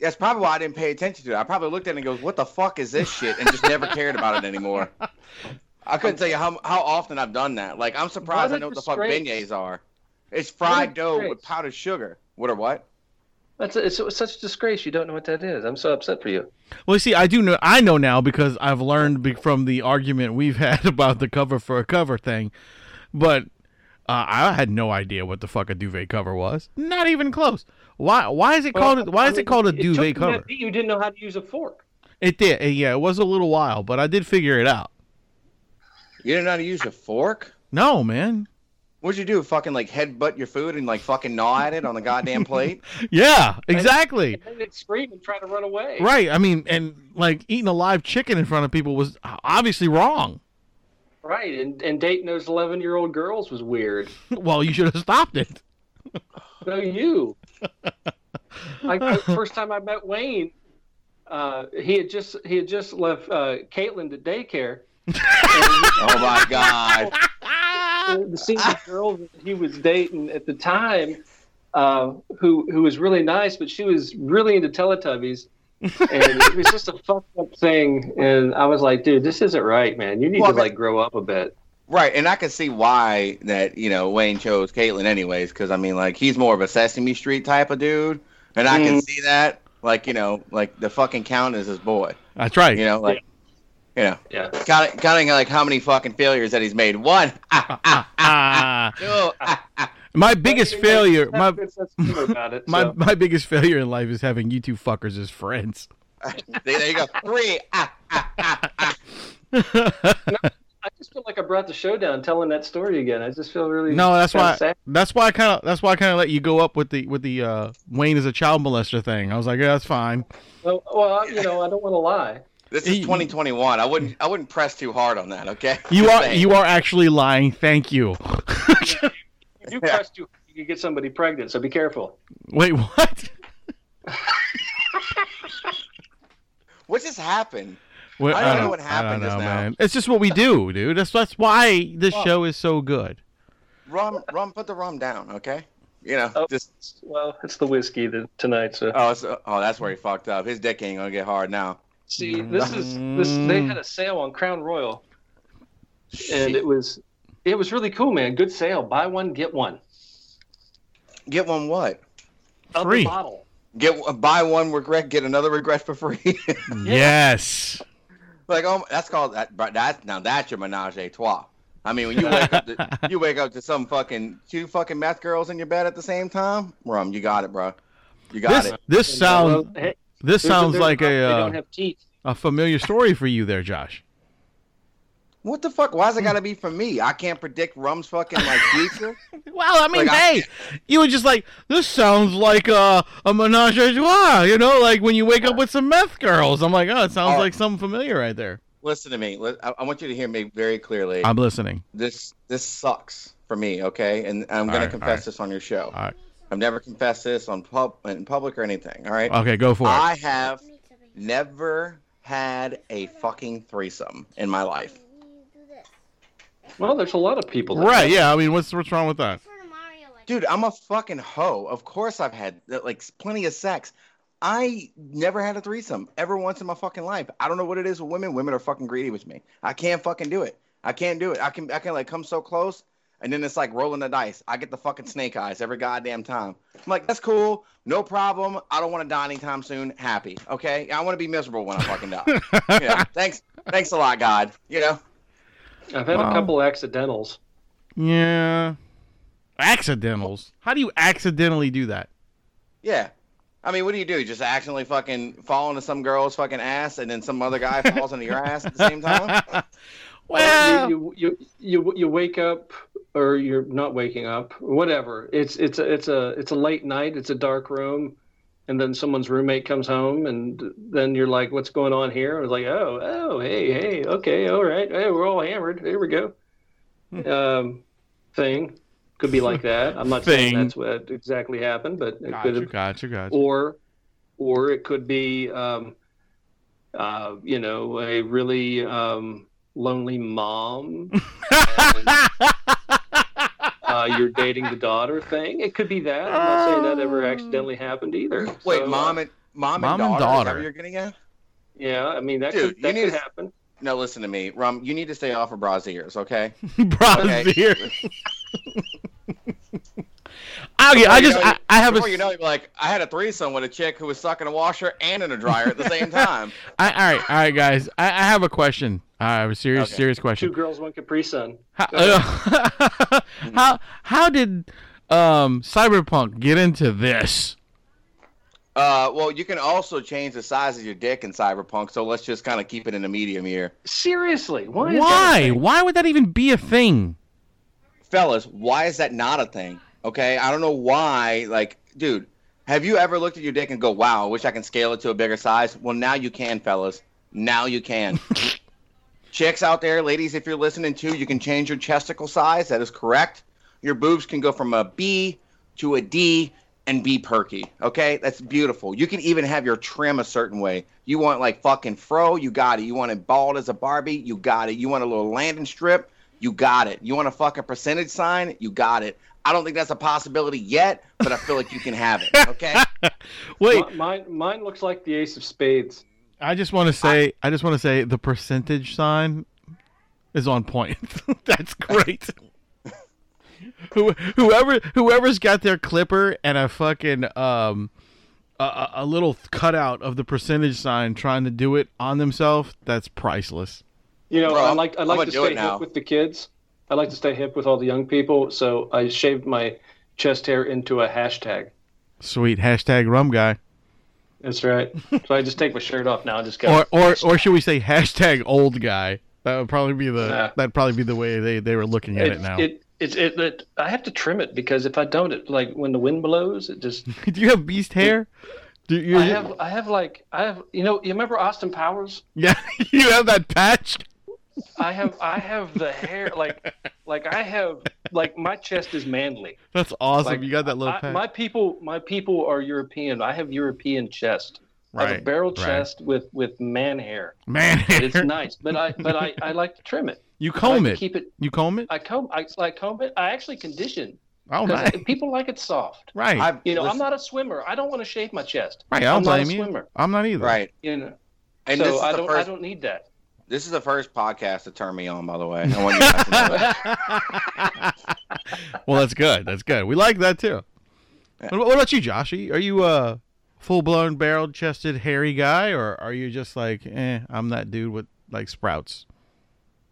Speaker 2: That's probably why I didn't pay attention to it. I probably looked at it and goes, "What the fuck is this shit?" and just never cared about it anymore. I couldn't tell you how how often I've done that. Like I'm surprised I
Speaker 3: What a
Speaker 2: know what the fuck
Speaker 3: disgrace.
Speaker 2: beignets are. It's
Speaker 3: What a
Speaker 2: fried dough with
Speaker 3: disgrace.
Speaker 2: powdered sugar. What or what?
Speaker 3: That's it's, it's such a disgrace. You don't know what that is. I'm so upset for you.
Speaker 1: Well, you see, I do know. I know now because I've learned be- from the argument we've had about the cover for a cover thing. But uh, I had no idea what the fuck a duvet cover was. Not even close. Why? Why is it called? Why is it called a duvet cover?
Speaker 3: You didn't know how to use a fork.
Speaker 1: It did. uh, Yeah, it was a little while, but I did figure it out.
Speaker 2: You didn't know how to use a fork?
Speaker 1: No, man.
Speaker 2: What'd you do? Fucking like headbutt your food and like fucking gnaw at it on the goddamn plate?
Speaker 1: Yeah, exactly.
Speaker 3: And then they'd scream and try to run away.
Speaker 1: Right. I mean, and like eating a live chicken in front of people was obviously wrong.
Speaker 3: Right. And and dating those eleven year old girls was weird.
Speaker 1: Well, you should have stopped it.
Speaker 3: No, you. like the first time I met Wayne, uh, he had just he had just left uh, Caitlin to daycare.
Speaker 2: oh my god!
Speaker 1: Uh,
Speaker 3: the the single girl that he was dating at the time, uh, who who was really nice, but she was really into Teletubbies, and it was just a fucked up thing. And I was like, dude, this isn't right, man. You need
Speaker 2: Well,
Speaker 3: to
Speaker 2: but-
Speaker 3: like grow up a bit.
Speaker 2: Right, and I can see why that you know Wayne chose Caitlyn, anyways, because I mean, like he's more of a Sesame Street type of dude, and I
Speaker 1: Mm.
Speaker 2: can see that. Like you know, like the fucking count is his boy.
Speaker 1: That's right.
Speaker 2: You know, like you know,
Speaker 3: Yeah.
Speaker 2: counting, counting like how many fucking failures that he's made. One, ah, ah,
Speaker 1: Ah,
Speaker 2: two, ah, ah.
Speaker 1: my biggest
Speaker 3: Like,
Speaker 1: failure.
Speaker 3: that's
Speaker 1: My
Speaker 3: good sense of humor about it.
Speaker 1: my
Speaker 3: so.
Speaker 1: my biggest failure in life is having you two fuckers as friends.
Speaker 2: there, there you go. Three, ah, ah, ah, ah.
Speaker 3: I just feel like I brought the show down telling that story again. I just feel really
Speaker 1: No, that's
Speaker 3: kinda
Speaker 1: why.
Speaker 3: sad.
Speaker 1: That's why I kind of. That's why I kind of let you go up with the with the uh, Wayne is a child molester thing. I was like, yeah, that's fine.
Speaker 3: Well, well, I- you know, I don't want to lie.
Speaker 2: This is
Speaker 1: He-
Speaker 2: 2021. I wouldn't, I wouldn't press too hard on that. Okay.
Speaker 1: You
Speaker 2: Just
Speaker 1: are
Speaker 2: saying.
Speaker 1: you are actually lying. Thank you.
Speaker 3: If you press too, you could get somebody pregnant. So be careful.
Speaker 1: Wait, what?
Speaker 2: What just happened?
Speaker 1: What-
Speaker 2: I don't know what happened
Speaker 1: uh, I don't
Speaker 2: just
Speaker 1: know,
Speaker 2: now.
Speaker 1: man. It's just what we do, dude. That's that's why this show is so good.
Speaker 2: Rum, rum, put the rum down. Okay. You know,
Speaker 3: Oh.
Speaker 2: just
Speaker 3: Well, it's the whiskey that, tonight. So
Speaker 2: Oh, so, oh, that's where he fucked up. His dick ain't gonna get hard now.
Speaker 3: see, this is this. They had a sale on Crown Royal, and it was it was really cool, man. Good sale. Buy one get one.
Speaker 2: Get one what?
Speaker 3: Of the
Speaker 1: Free.
Speaker 3: bottle.
Speaker 2: Get buy one regret, get another regret for free.
Speaker 1: Yes.
Speaker 2: like oh, that's called that. bro, That's now that's your menage a trois. I mean, when you wake up, to, you wake up to some fucking two fucking meth girls in your bed at the same time. Rum, you got it, bro. You got
Speaker 1: This
Speaker 2: it.
Speaker 1: this
Speaker 3: Well,
Speaker 1: sounds
Speaker 3: hey,
Speaker 1: this
Speaker 3: there's
Speaker 1: sounds
Speaker 3: there's
Speaker 1: like
Speaker 3: problem.
Speaker 1: a
Speaker 3: They
Speaker 1: uh,
Speaker 3: don't have teeth.
Speaker 1: a familiar story for you there, Josh.
Speaker 2: What the fuck? Why's it gotta be for me? I can't predict Rum's fucking like future.
Speaker 1: Well, I mean,
Speaker 2: Like, I-
Speaker 1: hey, you were just like, this sounds like a, a menage a trois, you know, like when you wake up with some meth girls. I'm like, oh, it sounds
Speaker 2: Oh.
Speaker 1: like something familiar right there.
Speaker 2: Listen to me. Li- I, I want you to hear me very clearly.
Speaker 1: I'm listening.
Speaker 2: this this sucks for me, okay? And I'm
Speaker 1: All
Speaker 2: gonna
Speaker 1: right, all
Speaker 2: confess
Speaker 1: right.
Speaker 2: this on your show.
Speaker 1: All right.
Speaker 2: I've never confessed this on pub in public or anything. All right.
Speaker 1: Okay, go for it.
Speaker 2: I have never had a fucking threesome in my life.
Speaker 3: Well, there's a lot of people. that-
Speaker 1: Right, yeah. I mean, what's what's wrong with that?
Speaker 2: Dude, I'm a fucking hoe. Of course I've had like plenty of sex. I never had a threesome ever once in my fucking life. I don't know what it is with women. Women are fucking greedy with me. I can't fucking do it. I can't do it. I can I can like come so close and then it's like rolling the dice. I get the fucking snake eyes every goddamn time. I'm like, that's cool, no problem. I don't want to die anytime soon. Happy, okay? I want to be miserable when I fucking die. you know? Thanks, thanks a lot, God. You know,
Speaker 3: I've had
Speaker 1: Wow.
Speaker 3: a couple accidentals.
Speaker 1: Yeah. Accidentals. How do you accidentally do that?
Speaker 2: yeah. I mean, what do you do? Just accidentally fucking fall into some girl's fucking ass, and then some other guy falls into your ass at the same time?
Speaker 1: well,
Speaker 3: you, you you you wake up or you're not waking up whatever it's it's a it's a it's a late night it's a dark room and then someone's roommate comes home and then you're like what's going on here and it's like oh oh hey hey okay all right hey we're all hammered here we go
Speaker 1: Hmm.
Speaker 3: um thing could be like that i'm not saying
Speaker 1: Thing.
Speaker 3: that's what exactly happened but it could
Speaker 1: gotcha,
Speaker 3: have
Speaker 1: gotcha, gotcha.
Speaker 3: or or it could be um, uh, you know a really um, lonely mom uh, you're dating the daughter thing it could be that i'm not saying that ever
Speaker 1: Um,
Speaker 3: accidentally happened either
Speaker 2: Wait,
Speaker 3: So,
Speaker 2: mom and mom,
Speaker 1: uh, Mom and
Speaker 2: and daughter. Is that
Speaker 1: daughter.
Speaker 2: what you're getting at?
Speaker 3: yeah i mean that
Speaker 2: Dude,
Speaker 3: could,
Speaker 2: you
Speaker 3: that
Speaker 2: need
Speaker 3: could
Speaker 2: to-
Speaker 3: happen
Speaker 2: No, listen to me, Rum. You need to stay off of brasiers, okay?
Speaker 1: Bronze
Speaker 2: Okay.
Speaker 1: beer. I, get- I
Speaker 2: you
Speaker 1: just,
Speaker 2: know,
Speaker 1: I, I have a.
Speaker 2: Before you know, it, you're like, I had a threesome with a chick who was sucking a washer and in a dryer at the same time.
Speaker 1: I, all right, all right, guys. I, I have a question. I have a serious,
Speaker 2: Okay.
Speaker 1: serious
Speaker 3: two
Speaker 1: question.
Speaker 3: girls one capri sun
Speaker 1: How, uh, how, how did um, Cyberpunk get into this?
Speaker 2: Uh, well, you can also change the size of your dick in Cyberpunk, so let's just kind of keep it in a medium here,
Speaker 3: seriously why is that a
Speaker 1: Why?
Speaker 3: thing?
Speaker 1: Why would that even be a thing?
Speaker 2: fellas. Why is that not a thing? Okay, I don't know why. Like, dude, have you ever looked at your dick and go, "Wow, I wish I can scale it to a bigger size"? Well, now you can, fellas. Now you can. Chicks out there, ladies, if you're listening too, you can change your chesticle size. That is correct. Your boobs can go from a B to a D and be perky. Okay, that's beautiful. You can even have your trim a certain way. You want like fucking fro, you got it. You want it bald as a Barbie, you got it. You want a little landing strip, you got it. You want a fucking percentage sign, you got it. I don't think that's a possibility yet, but I feel like you can have it. Okay.
Speaker 1: Wait,
Speaker 3: Mi- mine, mine looks like the ace of spades.
Speaker 1: I just want to say, I, just want to say, the percentage sign is on point. That's great. Who, whoever, whoever's got their clipper and a fucking um, a- a, a little cutout of the percentage sign trying to do it on themselves, that's priceless.
Speaker 3: You know,
Speaker 2: Bro,
Speaker 3: I like I
Speaker 2: I'm
Speaker 3: like
Speaker 2: gonna
Speaker 3: to
Speaker 2: do it
Speaker 3: stay
Speaker 2: now.
Speaker 3: hip with the kids. I like to stay hip with all the young people, so I shaved my chest hair into a hashtag.
Speaker 1: Sweet hashtag rum guy,
Speaker 3: That's right. so I just take my shirt off now and just go.
Speaker 1: or or or should we say hashtag old guy? That would probably be the
Speaker 3: Yeah.
Speaker 1: that'd probably be the way they, they were looking at it,
Speaker 3: it,
Speaker 1: now.
Speaker 3: it, it, it, it- I have to trim it because if I don't, it like when the wind blows, it just.
Speaker 1: do you have beast hair? Do you,
Speaker 3: I have, I have like, I have, you know, you remember Austin Powers?
Speaker 1: yeah, you have that patch.
Speaker 3: I have, I have the hair, like, like I have, like my chest is manly.
Speaker 1: That's awesome.
Speaker 3: Like,
Speaker 1: you got that little
Speaker 3: I,
Speaker 1: pack.
Speaker 3: my people, my people are European. I have European chest. I have a
Speaker 1: Right,
Speaker 3: barrel
Speaker 1: right.
Speaker 3: chest with with man hair.
Speaker 1: Man,
Speaker 3: It's nice, but I, but I, I like to trim it.
Speaker 1: you
Speaker 3: I like
Speaker 1: comb
Speaker 3: to
Speaker 1: it.
Speaker 3: Keep it.
Speaker 1: You comb it.
Speaker 3: I comb. I, I comb it. I actually condition.
Speaker 1: Oh,
Speaker 3: 'cause
Speaker 1: nice.
Speaker 3: I- people like it soft.
Speaker 1: Right,
Speaker 2: I've,
Speaker 3: You know, I'm
Speaker 2: listen-
Speaker 3: not a swimmer. I don't want to shave my chest.
Speaker 1: right. I don't
Speaker 3: I'm not a
Speaker 1: blame you.
Speaker 3: swimmer.
Speaker 1: I'm not either.
Speaker 2: right.
Speaker 3: You know,
Speaker 2: And this
Speaker 3: so
Speaker 2: is
Speaker 3: I
Speaker 2: the
Speaker 3: don't. I
Speaker 2: first-
Speaker 3: don't need that.
Speaker 2: This is the first podcast to turn me on, by the way. I want you guys to know that.
Speaker 1: well, that's good. That's good. We like that too. What, what about you, Josh? Are you, are you a full blown barrel chested hairy guy, or are you just like, eh, I'm that dude with like sprouts?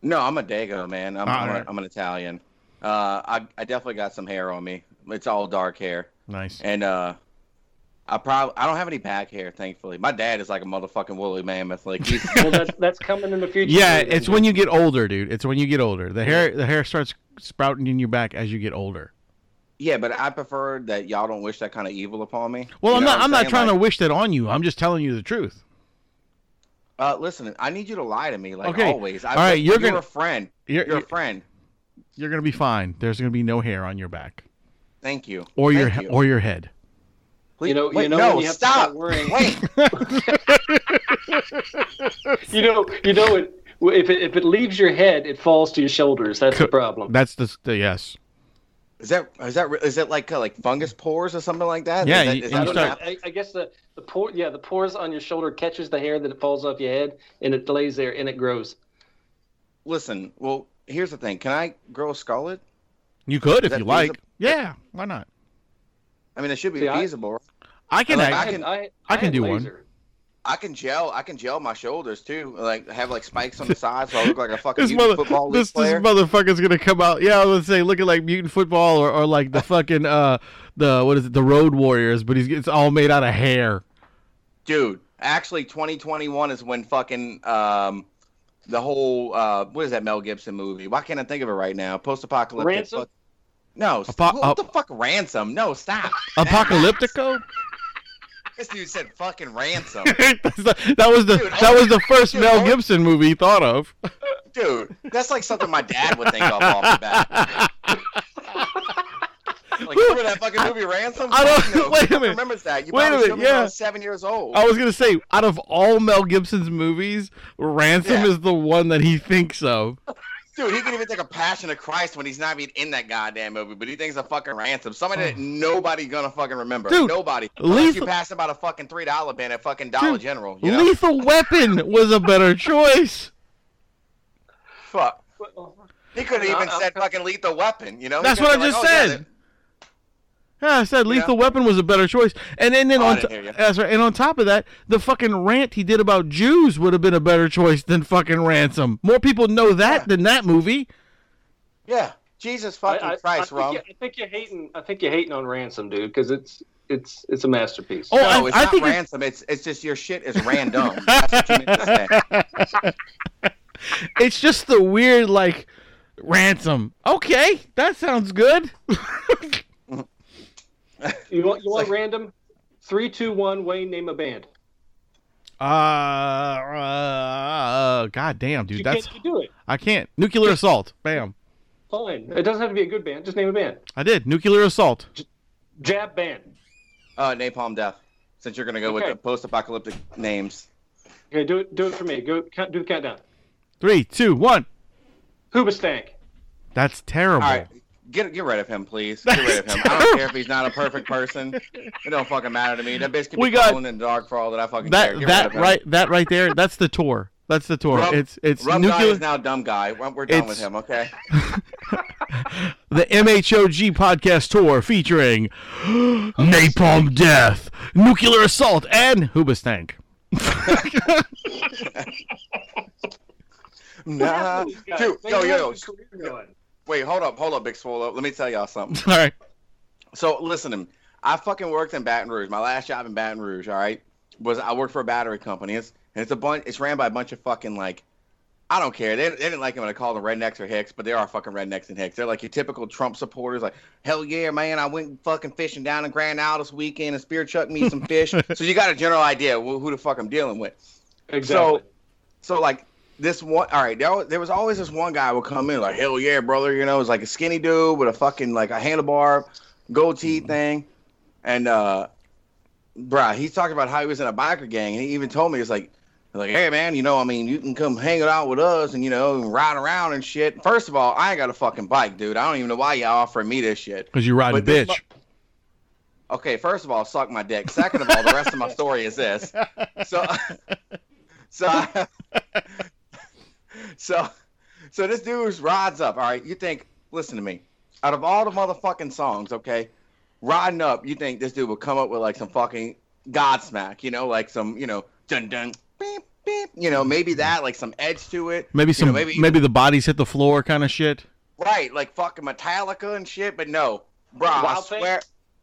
Speaker 2: No, I'm a Dago, man. I'm,
Speaker 1: All
Speaker 2: I'm,
Speaker 1: right.
Speaker 2: a, I'm an Italian. Uh, I, I definitely got some hair on me. It's all dark hair.
Speaker 1: Nice.
Speaker 2: And uh, I probably I don't have any back hair, thankfully. My dad is like a motherfucking woolly mammoth. Like he's
Speaker 3: Well, that's that's coming in the future.
Speaker 1: Yeah,
Speaker 3: too,
Speaker 1: it's
Speaker 3: then.
Speaker 1: when you get older, dude. It's when you get older. The hair, the hair starts sprouting in your back as you get older.
Speaker 2: yeah, but I prefer that y'all don't wish that kind of evil upon me.
Speaker 1: Well,
Speaker 2: You
Speaker 1: I'm
Speaker 2: know
Speaker 1: not.
Speaker 2: what
Speaker 1: I'm not
Speaker 2: saying?
Speaker 1: trying
Speaker 2: Like,
Speaker 1: to wish that on you. I'm just telling you the truth.
Speaker 2: Uh, listen, I need you to lie to me like
Speaker 1: Okay.
Speaker 2: always. I,
Speaker 1: All right, you're gonna-
Speaker 2: a friend.
Speaker 1: You're-
Speaker 2: You're a friend.
Speaker 1: you're gonna be fine. There's gonna be no hair on your back
Speaker 2: Thank you.
Speaker 1: or your
Speaker 2: Thank
Speaker 1: he- or your head.
Speaker 2: Please-
Speaker 3: You know- you
Speaker 2: wait,
Speaker 3: know
Speaker 2: no,
Speaker 3: when you have to
Speaker 2: stop.
Speaker 3: start worrying.
Speaker 2: Wait,
Speaker 3: you know, you know it. If it, if it leaves your head, it falls to your shoulders. That's the problem.
Speaker 1: That's the, the yes.
Speaker 2: is that is that re- is it like uh, like fungus pores or something like that?
Speaker 1: Yeah,
Speaker 2: Is that-
Speaker 1: you-
Speaker 2: is
Speaker 1: and
Speaker 2: that
Speaker 1: you
Speaker 2: what
Speaker 1: start-
Speaker 2: happened?
Speaker 3: I, I guess the the pore, yeah, the pores on your shoulder catches the hair that it falls off your head, and it lays there and it grows.
Speaker 2: Listen, well, here's the thing. Can I grow a scarlet?
Speaker 1: You could if
Speaker 2: That
Speaker 1: you
Speaker 2: means
Speaker 1: like.
Speaker 2: a-
Speaker 1: yeah, why not?
Speaker 2: I mean, it should be
Speaker 3: See, I-
Speaker 2: feasible. right?
Speaker 1: I can.
Speaker 2: like-
Speaker 1: act-
Speaker 2: I can-
Speaker 1: I can
Speaker 3: had
Speaker 1: do one.
Speaker 2: I can gel. I can gel my shoulders too. Like have like spikes on the side, so I look like a fucking
Speaker 1: this
Speaker 2: youth
Speaker 1: mother,
Speaker 2: football league
Speaker 1: this, this
Speaker 2: player.
Speaker 1: motherfucker's gonna come out. Yeah, I was gonna say looking like mutant football or, or like the fucking uh the what is it the Road Warriors, but he's it's all made out of hair.
Speaker 2: Dude, actually, 2021 is when fucking um, the whole uh, what is that Mel Gibson movie? Why can't I think of it right now? Post apocalyptic.
Speaker 3: Ransom?
Speaker 2: No,
Speaker 1: Apo- uh,
Speaker 2: stop. what the fuck, ransom? No, stop.
Speaker 1: Apocalyptico.
Speaker 2: This dude said fucking ransom.
Speaker 1: That's the- that was the
Speaker 2: Dude,
Speaker 1: that was the first
Speaker 2: dude,
Speaker 1: Mel
Speaker 2: I-
Speaker 1: Gibson movie he thought of.
Speaker 2: Dude, that's like something my dad would think of off the bat. Like, remember that fucking movie Ransom?
Speaker 1: I don't-
Speaker 2: No,
Speaker 1: wait a
Speaker 2: who
Speaker 1: minute.
Speaker 2: Remembers that? You
Speaker 1: Wait a minute,
Speaker 2: probably showed me when I
Speaker 1: yeah. Oh,
Speaker 2: was seven years old.
Speaker 1: I was gonna say, out of all Mel Gibson's movies, Ransom
Speaker 2: Yeah.
Speaker 1: is the one that he thinks of.
Speaker 2: Dude, he can even take a Passion of Christ when he's not even in that goddamn movie, but he thinks a fucking ransom. Somebody that nobody gonna fucking remember.
Speaker 1: Hmm. Dude,
Speaker 2: nobody. Unless
Speaker 1: lethal-
Speaker 2: you pass about a fucking three dollar bin at fucking Dollar
Speaker 1: Dude,
Speaker 2: General. You know?
Speaker 1: Lethal Weapon was a better choice.
Speaker 2: Fuck. He could have
Speaker 3: Uh,
Speaker 2: even
Speaker 3: uh,
Speaker 2: said fucking lethal weapon. You know? He
Speaker 1: That's what
Speaker 2: could've
Speaker 1: I
Speaker 2: been
Speaker 1: just
Speaker 2: "Oh, yeah,
Speaker 1: said." Yeah, I said
Speaker 2: Yeah.
Speaker 1: Lethal Weapon was a better choice, and and then
Speaker 2: Oh, I
Speaker 1: on
Speaker 2: didn't
Speaker 1: to-
Speaker 2: hear you.
Speaker 1: that's right. And on top of that, the fucking rant he did about Jews would have been a better choice than fucking Ransom. More people know that
Speaker 2: Yeah.
Speaker 1: than that movie.
Speaker 2: that- yeah. Jesus fucking
Speaker 3: I, I,
Speaker 2: Christ,
Speaker 3: I
Speaker 2: Rum.
Speaker 3: think you- I think you're hating. I think you're hating on ransom, dude, because it's it's it's a masterpiece.
Speaker 1: Oh,
Speaker 2: No,
Speaker 1: I,
Speaker 2: it's
Speaker 1: I
Speaker 2: not
Speaker 1: think it's,
Speaker 2: ransom. It's it's just your shit is random. That's what you meant to say.
Speaker 1: it's just the weird like Ransom. Okay, that sounds good.
Speaker 3: you want you
Speaker 2: like-
Speaker 3: want random? Three, two, one. Wayne, name a band.
Speaker 1: Uh, uh God damn, dude,
Speaker 3: You
Speaker 1: that's
Speaker 3: can't you do it.
Speaker 1: I can't. Nuclear assault. Bam.
Speaker 3: Fine. It doesn't have to be a good band. Just name a band.
Speaker 1: I did. Nuclear assault.
Speaker 3: Jab band.
Speaker 2: Uh, Napalm Death. Since you're gonna go
Speaker 3: Okay.
Speaker 2: with the post-apocalyptic names.
Speaker 3: Okay, do it. Do it for me. Go count, do the countdown.
Speaker 1: Three, two, one.
Speaker 3: Hoobastank.
Speaker 1: That's terrible.
Speaker 2: All right. Get get rid of him, please. Get rid of him. I don't care if he's not a perfect person. It don't fucking matter to me. That bitch can
Speaker 1: We
Speaker 2: be
Speaker 1: got-
Speaker 2: alone in the dark for all that I fucking
Speaker 1: That
Speaker 2: care. Get rid
Speaker 1: that
Speaker 2: of him.
Speaker 1: right that right there. That's the tour. That's the tour.
Speaker 2: Rub-
Speaker 1: it's it's
Speaker 2: Rum guy
Speaker 1: nuclear.
Speaker 2: is now dumb guy. We're, we're done with
Speaker 1: It's-
Speaker 2: him. Okay.
Speaker 1: the MHOG podcast tour featuring Napalm Death, Nuclear Assault, and Hoobastank.
Speaker 2: Nah,
Speaker 3: These guys,
Speaker 2: dude.
Speaker 3: they
Speaker 2: Yo,
Speaker 3: know
Speaker 2: yo, yo.
Speaker 3: what the career going.
Speaker 2: Wait, hold up, hold up, Big Swole. Let me tell y'all something.
Speaker 1: All right.
Speaker 2: So listen, to me. I fucking worked in Baton Rouge. My last job in Baton Rouge, all right, was I worked for a battery company. It's, and it's a bunch. It's ran by a bunch of fucking like, I don't care. They, they didn't like him when I called them rednecks or hicks, but they are fucking rednecks and hicks. They're like your typical Trump supporters. Like hell yeah, man, I went fucking fishing down in Grand Isle this weekend and spear chucked me some fish. so you got a general idea of who the fuck I'm dealing with.
Speaker 3: Exactly.
Speaker 2: So, so like this one. All right, there was, there was always this one guy would come in like, hell yeah, brother. You know, it was like a skinny dude with a fucking like a handlebar, gold teeth thing, and uh, bruh, he talked about how he was in a biker gang, and he even told me it's like. Like, hey man, you know, I mean, you can come hang it out with us and you know, and ride around and shit. First of all, I ain't got a fucking bike, dude. I don't even know why y'all offering me this shit.
Speaker 1: Because you ride a
Speaker 2: But this
Speaker 1: bitch.
Speaker 2: Okay, first of all, suck my dick. Second of all, the rest of my story is this. So, so, I- so, so this dude's rides up. All right, you think? Listen to me. Out of all the motherfucking songs, okay, riding up, you think this dude would come up with like some fucking Godsmack, you know, like some, you know, dun dun, beep beep, you know, maybe that, like some edge to it.
Speaker 1: maybe
Speaker 2: you
Speaker 1: some
Speaker 2: know,
Speaker 1: maybe, the bodies hit the floor kind of shit.
Speaker 2: Right, like fucking Metallica and shit, but no. Bro, I
Speaker 3: Wild Thing?
Speaker 2: swear.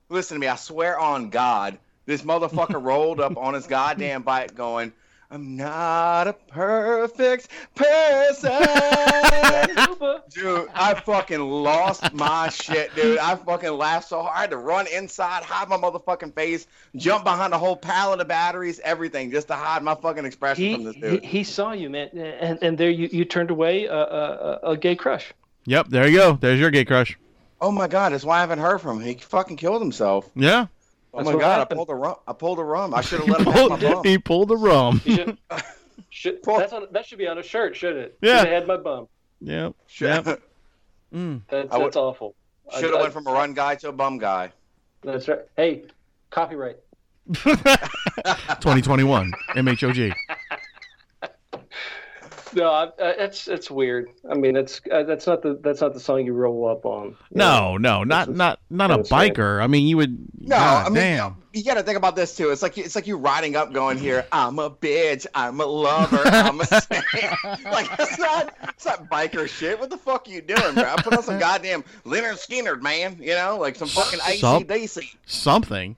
Speaker 2: Listen to me, I swear on God. This motherfucker rolled up on his goddamn bike going, I'm not a perfect person.
Speaker 3: Cuba.
Speaker 2: dude, I fucking lost my shit, dude. I fucking laughed so hard. I had to run inside, hide my motherfucking face, jump behind a whole pallet of batteries, everything, just to hide my fucking expression
Speaker 3: He,
Speaker 2: from this
Speaker 3: he
Speaker 2: dude.
Speaker 3: he saw you, man, and and there you, you turned away a, a, a- a gay crush.
Speaker 1: Yep, there you go. There's your gay crush.
Speaker 2: oh my God, that's why I haven't heard from him. He fucking killed himself.
Speaker 1: Yeah.
Speaker 2: Oh
Speaker 3: That's
Speaker 2: my
Speaker 3: what
Speaker 2: god! I
Speaker 3: happened.
Speaker 2: pulled a rum. I pulled a rum. I should have
Speaker 1: He
Speaker 2: let him have my
Speaker 1: pulled,
Speaker 2: bum.
Speaker 1: he pulled the rum.
Speaker 3: You should- should-
Speaker 2: Paul-
Speaker 3: that's on, that should be on a shirt, shouldn't it?
Speaker 1: Yeah.
Speaker 3: Should have had my bum.
Speaker 1: Yep.
Speaker 2: Should
Speaker 1: Yep.
Speaker 2: have
Speaker 1: Mm.
Speaker 3: That's,
Speaker 2: I would-
Speaker 3: that's awful. I- I-
Speaker 2: went from a run guy to a bum guy.
Speaker 3: That's right. Hey, copyright.
Speaker 1: 2021 MHOG.
Speaker 3: No, I, I, it's it's weird. I mean, it's uh, that's not the that's not the song you roll up on.
Speaker 1: No, no, not not not a
Speaker 3: That's right.
Speaker 1: biker. I mean, you would.
Speaker 2: No,
Speaker 1: God
Speaker 2: I mean,
Speaker 1: damn.
Speaker 2: you got to think about this too. It's like it's like you riding up, going here. I'm a bitch. I'm a lover. I'm a stan." like that's not it's not biker shit. What the fuck are you doing, bro? I put on some goddamn Leonard Skinner, man. You know, like some fucking
Speaker 1: Some-
Speaker 2: ACDC.
Speaker 1: Something.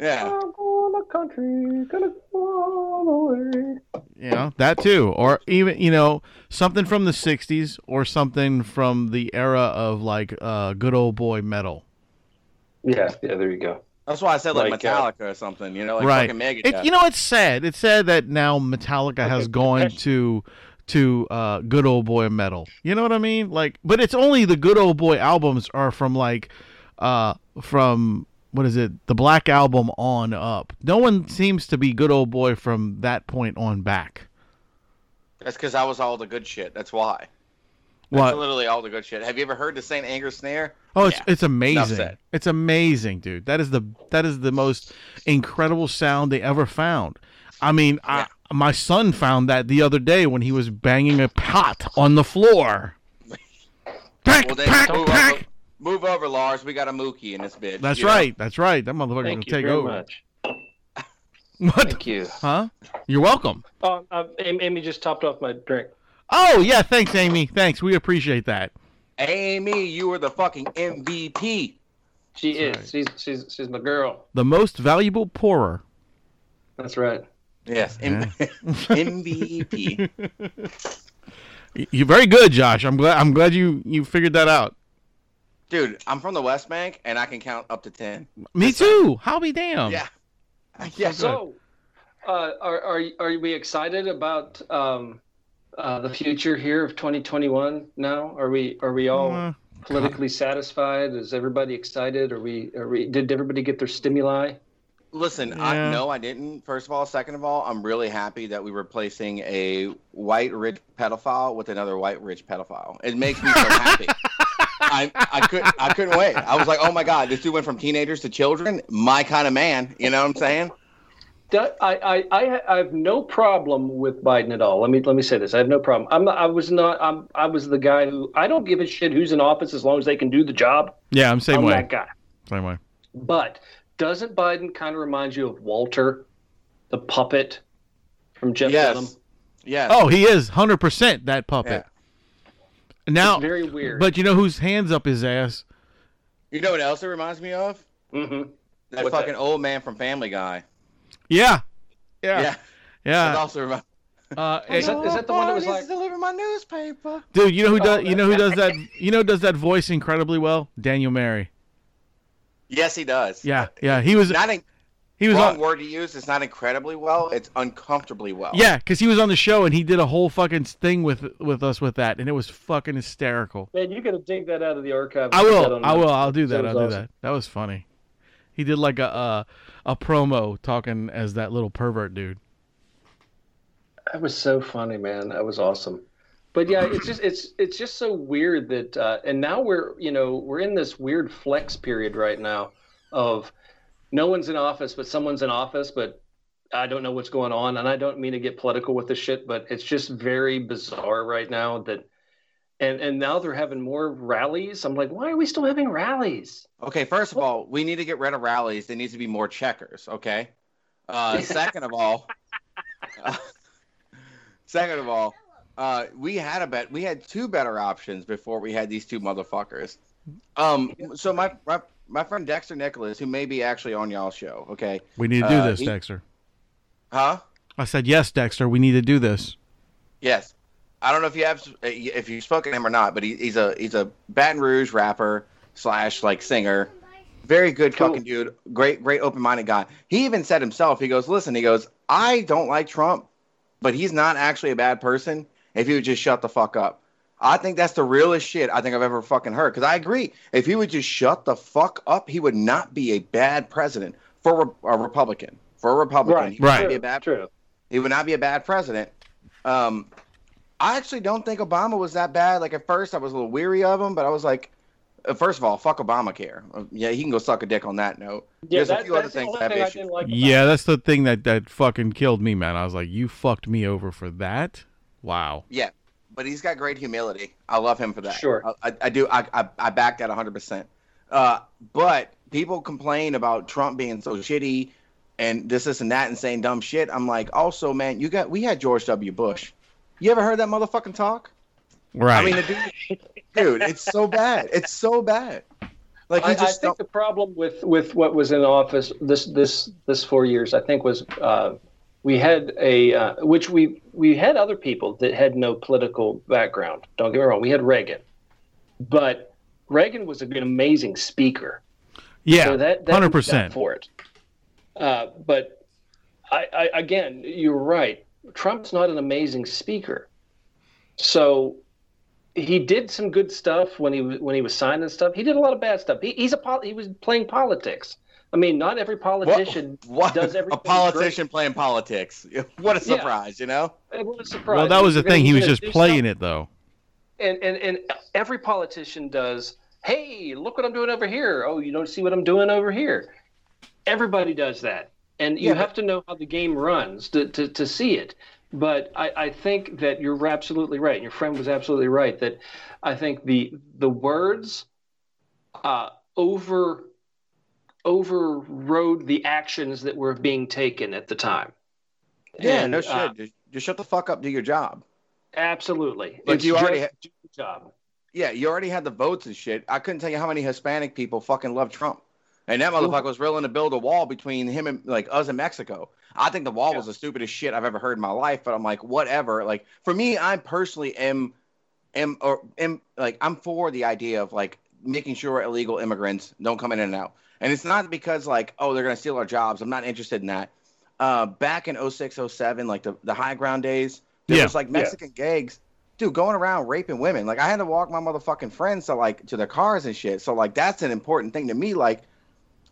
Speaker 2: Yeah.
Speaker 3: I'm going to country, gonna go all the way.
Speaker 1: you know that too or even you know something from the 60s or something from the era of like uh good old boy metal
Speaker 3: Yeah, yeah. There you go.
Speaker 2: That's why I said like,
Speaker 3: Like, uh,
Speaker 2: Metallica or something. You know, like
Speaker 1: right
Speaker 2: fucking Megadeth.
Speaker 1: it, you know it's sad it's sad that now metallica has gone to to uh good old boy metal you know what i mean like but it's only the good old boy albums are from like uh from what is it the black album on up no one seems to be good old boy from that point on back
Speaker 2: That's because I was all the good shit. That's why. That's
Speaker 1: what
Speaker 2: literally all the good shit. Have you ever heard the Saint Anger Snare?
Speaker 1: Oh, it's
Speaker 2: Yeah.
Speaker 1: it's amazing.
Speaker 2: said.
Speaker 1: It's amazing, dude. That is the that is the most incredible sound they ever found. I mean, I, my son found that the other day when he was banging a pot on the floor. Pack,
Speaker 2: Well, then
Speaker 1: pack,
Speaker 2: move,
Speaker 1: pack.
Speaker 2: Over, move over, Lars. We got a Mookie in this bitch.
Speaker 1: That's
Speaker 2: you know?
Speaker 1: right. That's right. That motherfucker's
Speaker 3: Thank you
Speaker 1: gonna take
Speaker 3: very
Speaker 1: over.
Speaker 3: much.
Speaker 1: What?
Speaker 3: Thank you.
Speaker 1: Huh? You're welcome.
Speaker 3: Oh, um, Amy Amy just topped off my drink.
Speaker 1: Oh yeah, thanks, Amy. Thanks. We appreciate that.
Speaker 2: Amy, you were the fucking MVP.
Speaker 3: She
Speaker 1: That's
Speaker 3: is. She's she's she's my girl.
Speaker 1: The most valuable pourer.
Speaker 3: That's right.
Speaker 2: Yes, M- MVP.
Speaker 1: Y- You're very good, Josh. I'm glad. I'm glad you you figured that out.
Speaker 2: Dude, I'm from the West Bank, and I can count up to ten.
Speaker 1: Me too. How be damned.
Speaker 2: Yeah. Yeah.
Speaker 3: So, uh, are are are we excited about um, uh, the future here of 2021? Now, are we are we all
Speaker 1: Uh,
Speaker 3: politically satisfied? Is everybody excited? Are we are we? Did everybody get their stimuli?
Speaker 2: Listen,
Speaker 1: Yeah.
Speaker 2: I no, I didn't. First of all, second of all, I'm really happy that we were placing a white rich pedophile with another white rich pedophile. It makes me so happy. I, I could I couldn't wait. I was like, oh my god, this dude went from teenagers to children. My kind of man. You know what I'm saying?
Speaker 3: That- I, I, I, I have no problem with Biden at all. Let me let me say this. I have no problem. I'm not, I was not. I'm, I was the guy who I don't give a shit who's in office as long as they can do the job.
Speaker 1: Yeah, I'm same
Speaker 3: I'm
Speaker 1: way.
Speaker 3: that guy.
Speaker 1: Same way.
Speaker 3: But doesn't Biden kind of remind you of Walter, the puppet from Jeff Dunham?
Speaker 2: Yes. Yes.
Speaker 1: Oh, he is 100% that puppet. Now,
Speaker 3: It's very weird.
Speaker 1: but you know whose hands up his ass?
Speaker 2: You know what else it reminds me of?
Speaker 3: Mhm.
Speaker 2: That
Speaker 3: What's
Speaker 2: fucking
Speaker 3: that?
Speaker 2: old man from Family Guy.
Speaker 1: Yeah. Yeah.
Speaker 2: Yeah. That
Speaker 1: Yeah.
Speaker 2: also reminds.
Speaker 1: Uh,
Speaker 3: Is that- is that the one that
Speaker 2: Someone
Speaker 3: was like-
Speaker 2: needs to deliver my newspaper?
Speaker 1: dude, you know who
Speaker 3: Oh,
Speaker 1: does you know who does that you know who does that voice incredibly well? Daniel Mary.
Speaker 2: Yes, he does.
Speaker 1: Yeah. Yeah, he was
Speaker 2: Not in,
Speaker 1: he was
Speaker 2: wrong
Speaker 1: on
Speaker 2: word to use. It's not incredibly well. It's uncomfortably well.
Speaker 1: Yeah, cuz he was on the show and he did a whole fucking thing with with us with that and it was fucking hysterical.
Speaker 3: Man, you gotta dig that out of the archive. and
Speaker 1: I
Speaker 3: put that on
Speaker 1: will. I
Speaker 3: the-
Speaker 1: will. I'll do that.
Speaker 3: That was
Speaker 1: I'll do
Speaker 3: awesome.
Speaker 1: that. That was funny. He did like a uh, a promo talking as that little pervert dude.
Speaker 3: That was so funny, man. That was awesome. But yeah, it's just it's it's just so weird that uh, and now we're you know we're in this weird flex period right now of no one's in office but someone's in office but I don't know what's going on and I don't mean to get political with this shit but it's just very bizarre right now that and and now they're having more rallies. I'm like, why are we still having rallies?
Speaker 2: Okay, first of all, we need to get rid of rallies. There needs to be more checkers, okay? Uh, second of all, second of all, uh, we had a bet. We had two better options before we had these two motherfuckers. Um, so my my, my friend Dexter Nicholas, who may be actually on y'all show, okay?
Speaker 1: We need to do
Speaker 2: Uh,
Speaker 1: this,
Speaker 2: he-
Speaker 1: Dexter.
Speaker 2: Huh?
Speaker 1: I said yes, Dexter. We need to do this.
Speaker 2: Yes. I don't know if you have if you've spoken to him or not, but he, he's a he's a Baton Rouge rapper slash like singer. Very good
Speaker 3: Cool.
Speaker 2: fucking dude. Great great open minded guy. He even said himself. He goes, listen. He goes, I don't like Trump, but he's not actually a bad person if he would just shut the fuck up. I think that's the realest shit I think I've ever fucking heard. Because I agree. If he would just shut the fuck up, he would not be a bad president for re- a Republican. For a Republican,
Speaker 3: Right,
Speaker 2: he would not
Speaker 1: right.
Speaker 2: be a bad
Speaker 3: True.
Speaker 2: he would not be a bad president. Um, I actually don't think Obama was that bad. Like at first, I was a little weary of him, but I was like, uh, first of all, fuck Obamacare. Uh, Yeah, he can go suck a dick on that note.
Speaker 3: Yeah,
Speaker 2: There's a
Speaker 3: that-
Speaker 2: few other
Speaker 3: that's the
Speaker 2: things
Speaker 3: only
Speaker 2: I have
Speaker 3: thing I
Speaker 2: issues
Speaker 3: didn't like. about it.
Speaker 1: Yeah, that's the thing that that fucking killed me, man. I was like, you fucked me over for that. Wow.
Speaker 2: Yeah, but he's got great humility. I love him for that.
Speaker 3: Sure.
Speaker 2: I, I- I do. I, I, I back that 100%. Uh, but people complain about Trump being so shitty and this, this, and that and saying dumb shit. I'm like, also, man, you got we had George W. Bush. You ever heard that motherfucking talk?
Speaker 1: Right.
Speaker 2: I mean, the dude, dude, it's so bad. It's so bad. Like
Speaker 3: I,
Speaker 2: you
Speaker 3: I
Speaker 2: just
Speaker 3: think
Speaker 2: don't.
Speaker 3: the problem with, with what was in office this this this four years, I think, was uh, we had a uh, which we we had other people that had no political background. Don't get me wrong, we had Reagan, but Reagan was an amazing speaker. So
Speaker 1: yeah.
Speaker 3: that that
Speaker 1: Hundred
Speaker 3: was down
Speaker 1: percent.
Speaker 3: for it. Uh, but I, I again, you're right. Trump's not an amazing speaker, so he did some good stuff when he was- when he was signing stuff. He did a lot of bad stuff. He, he's a pol- he was playing politics. I mean, not every politician
Speaker 2: what,
Speaker 3: does
Speaker 2: a
Speaker 3: everything.
Speaker 2: politician playing politics? What a
Speaker 3: Yeah.
Speaker 2: surprise, you know?
Speaker 3: great. It was a surprise.
Speaker 1: Well, that was the
Speaker 3: You're gonna-
Speaker 1: thing. He
Speaker 3: you're
Speaker 1: was
Speaker 3: gonna
Speaker 1: just
Speaker 3: do
Speaker 1: playing it though.
Speaker 3: and and and every politician does hey look what i'm doing over here oh you don't see what i'm doing over here everybody does that and you
Speaker 2: Yeah, but-
Speaker 3: have to know how the game runs to, to, to see it but I, I think that you're absolutely right your friend was absolutely right that i think the the words uh, over overrode the actions that were being taken at the time
Speaker 2: Yeah,
Speaker 3: And,
Speaker 2: no
Speaker 3: uh,
Speaker 2: shit. just, just shut the fuck up. Do your job.
Speaker 3: absolutely
Speaker 2: Like
Speaker 3: It's
Speaker 2: you already.
Speaker 3: just
Speaker 2: ha-
Speaker 3: a job
Speaker 2: yeah, you already had the votes and shit. I couldn't tell you how many Hispanic people fucking love Trump. And that motherfucker was willing to build a wall between him and like us and Mexico. I think the wall was the stupidest shit I've ever heard in my life. But I'm like, whatever. Like for me, I personally am, am or am like I'm for the idea of like making sure illegal immigrants don't come in and out. And it's not because like oh they're gonna steal our jobs. I'm not interested in that. Uh, back in 06, 07, like the, the high ground days, there
Speaker 1: Yeah.
Speaker 2: was like Mexican gangs dude going around raping women like i had to walk my motherfucking friends to like to their cars and shit so like that's an important thing to me like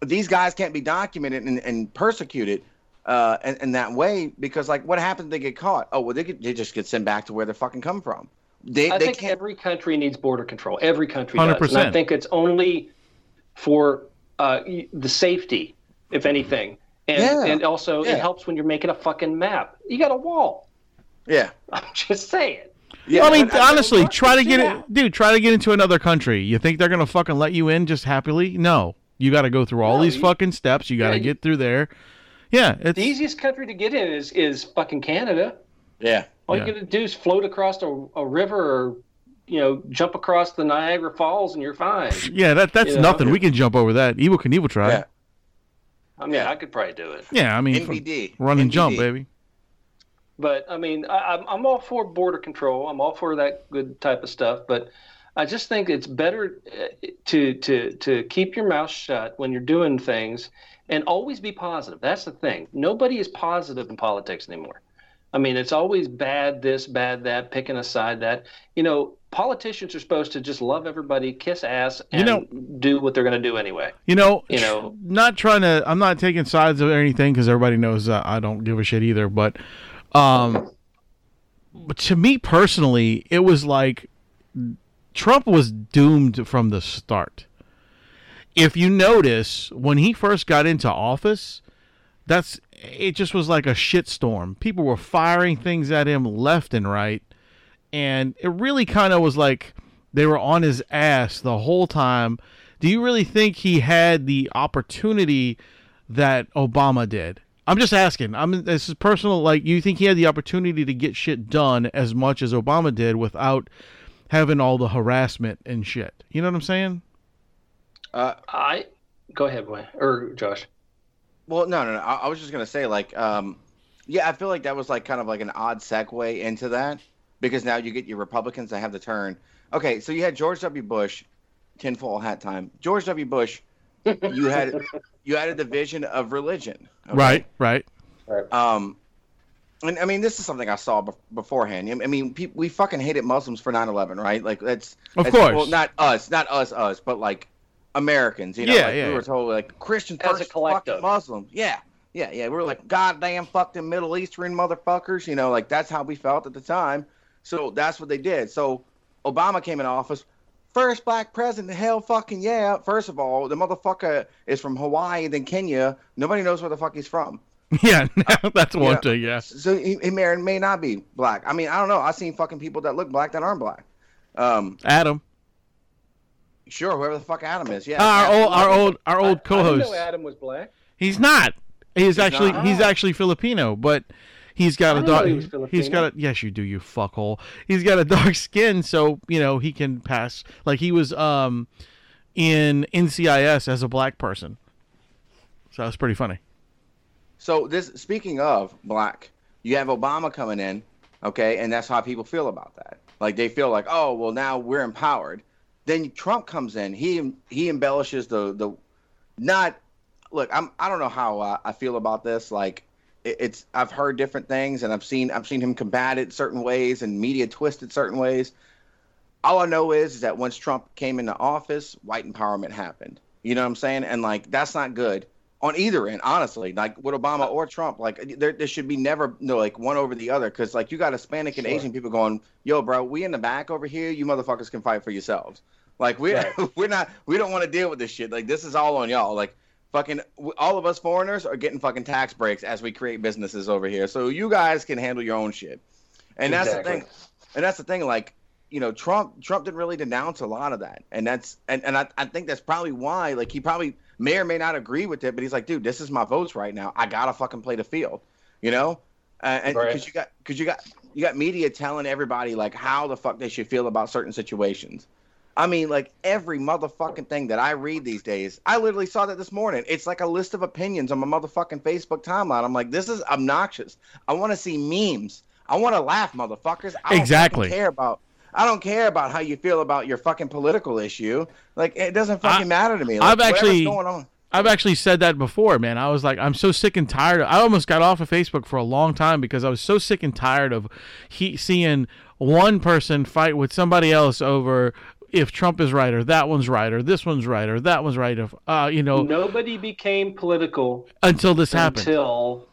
Speaker 2: these guys can't be documented and, and persecuted uh in, in that way because like what happens if they get caught oh well they, get, they just get sent back to where they fucking come from They,
Speaker 3: I
Speaker 2: they
Speaker 3: think
Speaker 2: can't.
Speaker 3: every country needs border control. Every country does. And I
Speaker 1: 100%.
Speaker 3: think it's only for uh, y- the safety, if anything. And,
Speaker 2: Yeah.
Speaker 3: and also,
Speaker 2: Yeah.
Speaker 3: it helps when you're making a fucking map. You got a wall.
Speaker 2: Yeah.
Speaker 3: I'm just saying.
Speaker 2: yeah.
Speaker 1: I mean,
Speaker 2: but
Speaker 1: honestly,
Speaker 3: why
Speaker 1: try to
Speaker 3: would you
Speaker 1: get it,
Speaker 3: do
Speaker 1: dude. Try to get into another country. You think they're gonna fucking let you in just happily? No, you got to go through all
Speaker 3: No,
Speaker 1: these
Speaker 3: you-
Speaker 1: fucking steps. You got to
Speaker 3: Yeah, you-
Speaker 1: get through there. Yeah, it's
Speaker 3: The easiest country to get in is is fucking Canada.
Speaker 2: yeah.
Speaker 3: All
Speaker 1: Yeah.
Speaker 3: you got to do is float across a, a river or, you know, jump across the Niagara Falls and you're fine.
Speaker 1: yeah. That that's
Speaker 3: Yeah.
Speaker 1: nothing. We can jump over that. Evil Knievel try.
Speaker 2: Yeah.
Speaker 1: Yeah,
Speaker 3: I mean, I could probably do it.
Speaker 1: I mean, from-
Speaker 2: NBD.
Speaker 1: run and jump,
Speaker 2: NBD.
Speaker 1: baby.
Speaker 3: But I mean, I, I'm I'm all for border control. I'm all for that good type of stuff. But I just think it's better uh, to to to keep your mouth shut when you're doing things, and always be positive. That's the thing. Nobody is positive in politics anymore. I mean, it's always bad this, bad that, picking a side that. You know, politicians are supposed to just love everybody, kiss ass, and
Speaker 1: You know-
Speaker 3: do what they're going to do anyway.
Speaker 1: You know,
Speaker 3: You
Speaker 1: tr-
Speaker 3: know.
Speaker 1: not trying to. I'm not taking sides or anything because everybody knows uh, I don't give a shit either. But, um, but to me personally, it was like Trump was doomed from the start. If you notice, when he first got into office, that's it. Just was like a shitstorm. People were firing things at him left and right, and it really kind of was like they were on his ass the whole time. Do you really think he had the opportunity that Obama did? I'm just asking. I'm this is personal. Like, you think he had the opportunity to get shit done as much as Obama did without having all the harassment and shit? You know what I'm saying?
Speaker 2: Uh,
Speaker 3: I go ahead, Wayne or Josh.
Speaker 2: Well, no, no, no. I, I was just gonna say, like, um, yeah, I feel like that was like kind of like an odd segue into that because now you get your Republicans that have the turn. Okay, so you had George W. Bush, tinfoil hat time. George W. Bush, you had you had a division of religion, okay?
Speaker 1: Right, right.
Speaker 2: Um, and I mean, this is something I saw bef beforehand. I mean, peop we fucking hated Muslims for 9/11, right? Like, that's
Speaker 1: Of
Speaker 2: that's-
Speaker 1: course.
Speaker 2: well, not us, not us, us, but like Americans. You know,
Speaker 1: Yeah,
Speaker 2: like,
Speaker 1: yeah,
Speaker 2: we
Speaker 1: yeah.
Speaker 2: were told like Christian
Speaker 3: As a
Speaker 2: first,
Speaker 3: collective.
Speaker 2: fucking Muslims. Yeah, yeah, yeah. We were like, goddamn, fuck them Middle Eastern motherfuckers. You know, like that's how we felt at the time. So that's what they did. So Obama came in office. First black president, hell fucking yeah. First of all, the motherfucker is from Hawaii, then Kenya. Nobody knows where the fuck he's from.
Speaker 1: Yeah, that's one
Speaker 2: yeah.
Speaker 1: thing. Yeah,
Speaker 2: So he, he may or may not be black. I mean, I don't know. I've seen fucking people that look black that aren't black. Um,
Speaker 1: Adam,
Speaker 2: sure, whoever the fuck Adam is. Yeah.
Speaker 1: our old, our
Speaker 2: absolutely.
Speaker 1: old, our old
Speaker 3: I- I didn't
Speaker 1: co-host.
Speaker 3: know Adam was black.
Speaker 1: He's not. He's, actually
Speaker 2: not.
Speaker 1: he's actually Filipino, but he's got
Speaker 3: I
Speaker 1: a
Speaker 3: didn't know
Speaker 1: dark.
Speaker 3: he was
Speaker 1: he's got a yes, you do, you fuckhole. He's got a dark skin, so you know he can pass. Like he was um in NCIS as a black person, so that's pretty funny.
Speaker 2: So this, speaking of black, you have Obama coming in, okay, and that's how people feel about that. Like they feel like, oh, well, now we're empowered. Then Trump comes in. He he embellishes the the not look. I'm I don't know how I, I feel about this. Like it, it's I've heard different things and I've seen I've seen him combat it certain ways and media twisted certain ways. all I know is, is that once Trump came into office, white empowerment happened. You know what I'm saying? And like that's not good on either end, honestly. Like with Obama or Trump, like there, there should be never no like one over the other because like you got Hispanic and
Speaker 3: Sure.
Speaker 2: Asian people going, "Yo, bro, we in the back over here. You motherfuckers can fight for yourselves. Like we are we're not we don't want to deal with this shit. Like this is all on y'all. Like." Fucking w- all of us foreigners are getting fucking tax breaks as we create businesses over here. So you guys can handle your own shit. And that's
Speaker 3: Exactly.
Speaker 2: the thing. And that's the thing. Like, you know, Trump Trump didn't really denounce a lot of that. And that's and, and I, I think that's probably why, like he probably may or may not agree with it, but he's like, dude, this is my votes right now. I gotta fucking play the field. You know? Uh, and
Speaker 3: Right.
Speaker 2: because you got because you got you got media telling everybody like how the fuck they should feel about certain situations. I mean, like every motherfucking thing that I read these days, I literally saw that this morning. It's like a list of opinions on my motherfucking Facebook timeline. I'm like, this is obnoxious. I want to see memes. I want to laugh, motherfuckers. I don't
Speaker 1: Exactly.
Speaker 2: fucking care about. I don't care about how you feel about your fucking political issue. Like it doesn't fucking
Speaker 1: I-
Speaker 2: matter to me. Like,
Speaker 1: I've
Speaker 2: whatever's
Speaker 1: actually-
Speaker 2: going on.
Speaker 1: I've actually said that before, man. I was like, I'm so sick and tired. Of, I almost got off of Facebook for a long time because I was so sick and tired of he, seeing one person fight with somebody else over if Trump is right or that one's right or this one's right or that one's right. If uh, you know,
Speaker 3: Nobody became political
Speaker 1: until this happened.
Speaker 3: until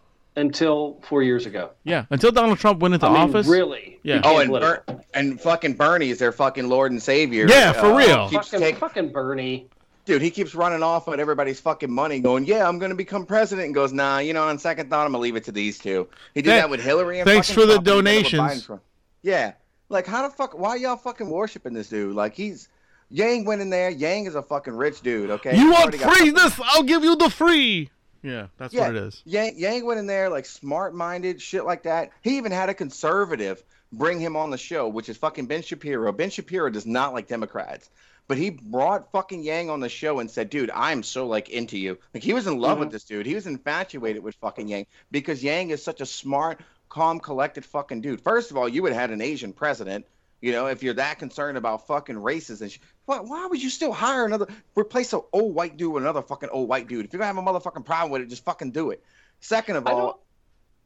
Speaker 3: until four years ago.
Speaker 1: Yeah, until Donald Trump went into
Speaker 3: I mean,
Speaker 1: office.
Speaker 3: really?
Speaker 1: Yeah.
Speaker 3: He
Speaker 2: Oh,
Speaker 3: can't
Speaker 2: and
Speaker 3: let
Speaker 2: Ber-
Speaker 3: it.
Speaker 2: and fucking Bernie's their fucking Lord and Savior. Uh,
Speaker 1: Yeah, for real.
Speaker 2: Keeps
Speaker 3: fucking,
Speaker 2: take-
Speaker 3: fucking Bernie.
Speaker 2: dude, he keeps running off on everybody's fucking money, going, "Yeah, I'm gonna become president," and goes, "Nah, you know, on second thought, I'm gonna leave it to these two. He did
Speaker 1: Thank-
Speaker 2: that with Hillary. And
Speaker 1: thanks
Speaker 2: fucking
Speaker 1: for the
Speaker 2: Trump, and he did it with
Speaker 1: donations.
Speaker 2: Biden, Trump. Yeah, like how the fuck? Why y'all fucking worshiping this dude? Like he's Yang went in there. Yang is a fucking rich dude. Okay,
Speaker 1: you
Speaker 2: He's
Speaker 1: want
Speaker 2: already got
Speaker 1: free? This I'll give you the free. Yeah, that's what it is.
Speaker 2: Yang, Yang went in there like smart minded, shit like that. He even had a conservative bring him on the show, which is fucking Ben Shapiro. Ben Shapiro does not like Democrats. But he brought fucking Yang on the show and said, dude, I'm so like into you. Like he was in love with this dude. He was infatuated with fucking Yang because Yang is such a smart, calm, collected fucking dude. First of all, you would have had an Asian president. You know, if you're that concerned about fucking races and shit, why, why would you still hire another, replace an old white dude with another fucking old white dude? If you're gonna have a motherfucking problem with it, just fucking do it. Second of
Speaker 3: I don't-
Speaker 2: all,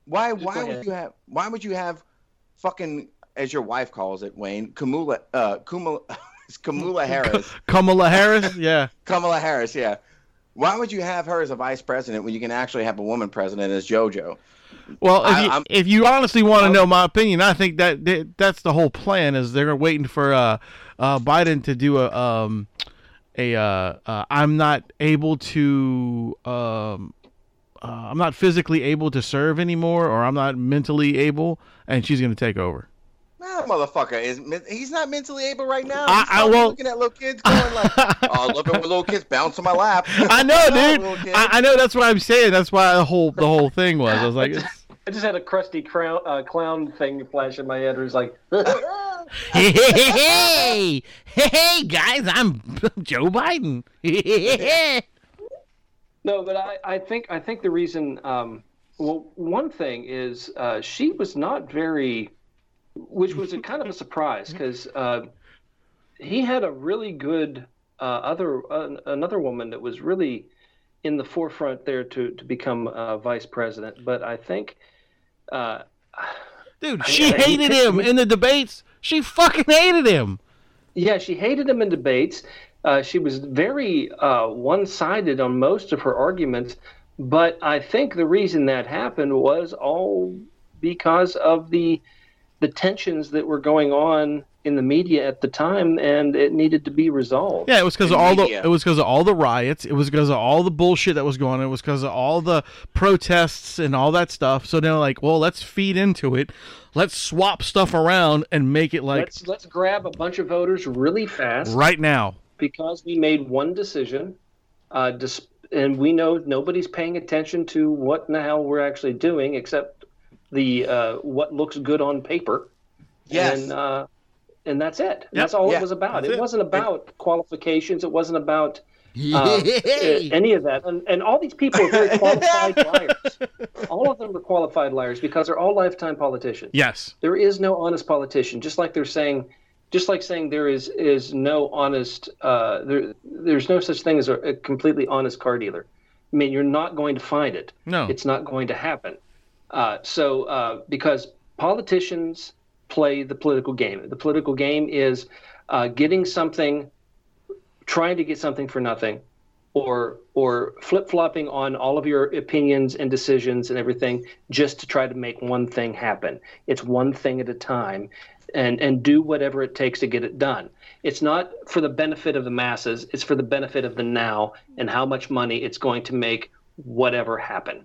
Speaker 2: why why
Speaker 3: go
Speaker 2: would
Speaker 3: ahead.
Speaker 2: you have why would you have fucking as your wife calls it, Wayne, Kamala uh Kamala it's Kamala Harris.
Speaker 1: Kamala Harris. Yeah,
Speaker 2: Kamala Harris, yeah. Why would you have her as a vice president when you can actually have a woman president as JoJo?
Speaker 1: Well, if
Speaker 2: I-
Speaker 1: you,
Speaker 2: I'm-
Speaker 1: if you honestly want to know my opinion, I think that that- that's the whole plan is they're waiting for uh, uh, Biden to do a um, a uh, uh, I'm not able to um, uh, I'm not physically able to serve anymore, or I'm not mentally able, and she's going to take over.
Speaker 2: That motherfucker is men- he's not mentally able right now.
Speaker 1: I-
Speaker 2: He's
Speaker 1: I
Speaker 2: fucking
Speaker 1: won't-
Speaker 2: looking at little kids going like, Oh, I love it when little kids bounce on my lap.
Speaker 1: I know,
Speaker 2: little
Speaker 1: dude.
Speaker 2: kid.
Speaker 1: I, I know that's what I'm saying. That's why the whole the whole thing was. I was like, it's,
Speaker 3: I just had a crusty crown, uh, clown thing flash in my head. It was like,
Speaker 1: hey, hey, hey, hey, hey, guys, I'm Joe Biden.
Speaker 3: No, but I, I think I think the reason um, well one thing is uh, she was not very, which was a kind of a surprise because uh, he had a really good uh, other uh, another woman that was really in the forefront there to to become uh, vice president. But I think uh,
Speaker 1: Dude, she hated him in the debates. She fucking hated him.
Speaker 3: Yeah, she hated him in debates. Uh, she was very uh, one sided on most of her arguments. But I think the reason that happened was all because of the the tensions that were going on in the media at the time, and it needed to be resolved.
Speaker 1: Yeah, it was because of
Speaker 2: In
Speaker 1: all
Speaker 2: media.
Speaker 1: the it was because of all the riots. It was because of all the bullshit that was going on. It was because of all the protests and all that stuff. So they're like, well, let's feed into it. Let's swap stuff around and make it like
Speaker 3: let's let's grab a bunch of voters really fast
Speaker 1: right now.
Speaker 3: because we made one decision, uh, dis- and we know nobody's paying attention to what in the hell we're actually doing, except the uh, what looks good on paper.
Speaker 2: Yes.
Speaker 3: And, uh, and that's it. that's all
Speaker 2: yeah,
Speaker 3: it was about.
Speaker 1: that's
Speaker 3: It,
Speaker 1: it.
Speaker 3: wasn't about qualifications. It wasn't about
Speaker 2: Um,
Speaker 3: uh, any of that. And, and all these people are very qualified liars. All of them are qualified liars because they're all lifetime politicians
Speaker 1: Yes.
Speaker 3: there is no honest politician just like they're saying just like saying there is is no honest uh, there there's no such thing as a, a completely honest car dealer i mean you're not going to find it
Speaker 1: No.
Speaker 3: it's not going to happen uh, so uh, because politicians play the political game the political game is uh, getting something trying to get something for nothing or or flip-flopping on all of your opinions and decisions and everything just to try to make one thing happen it's one thing at a time and and do whatever it takes to get it done it's not for the benefit of the masses it's for the benefit of the now and how much money it's going to make whatever happen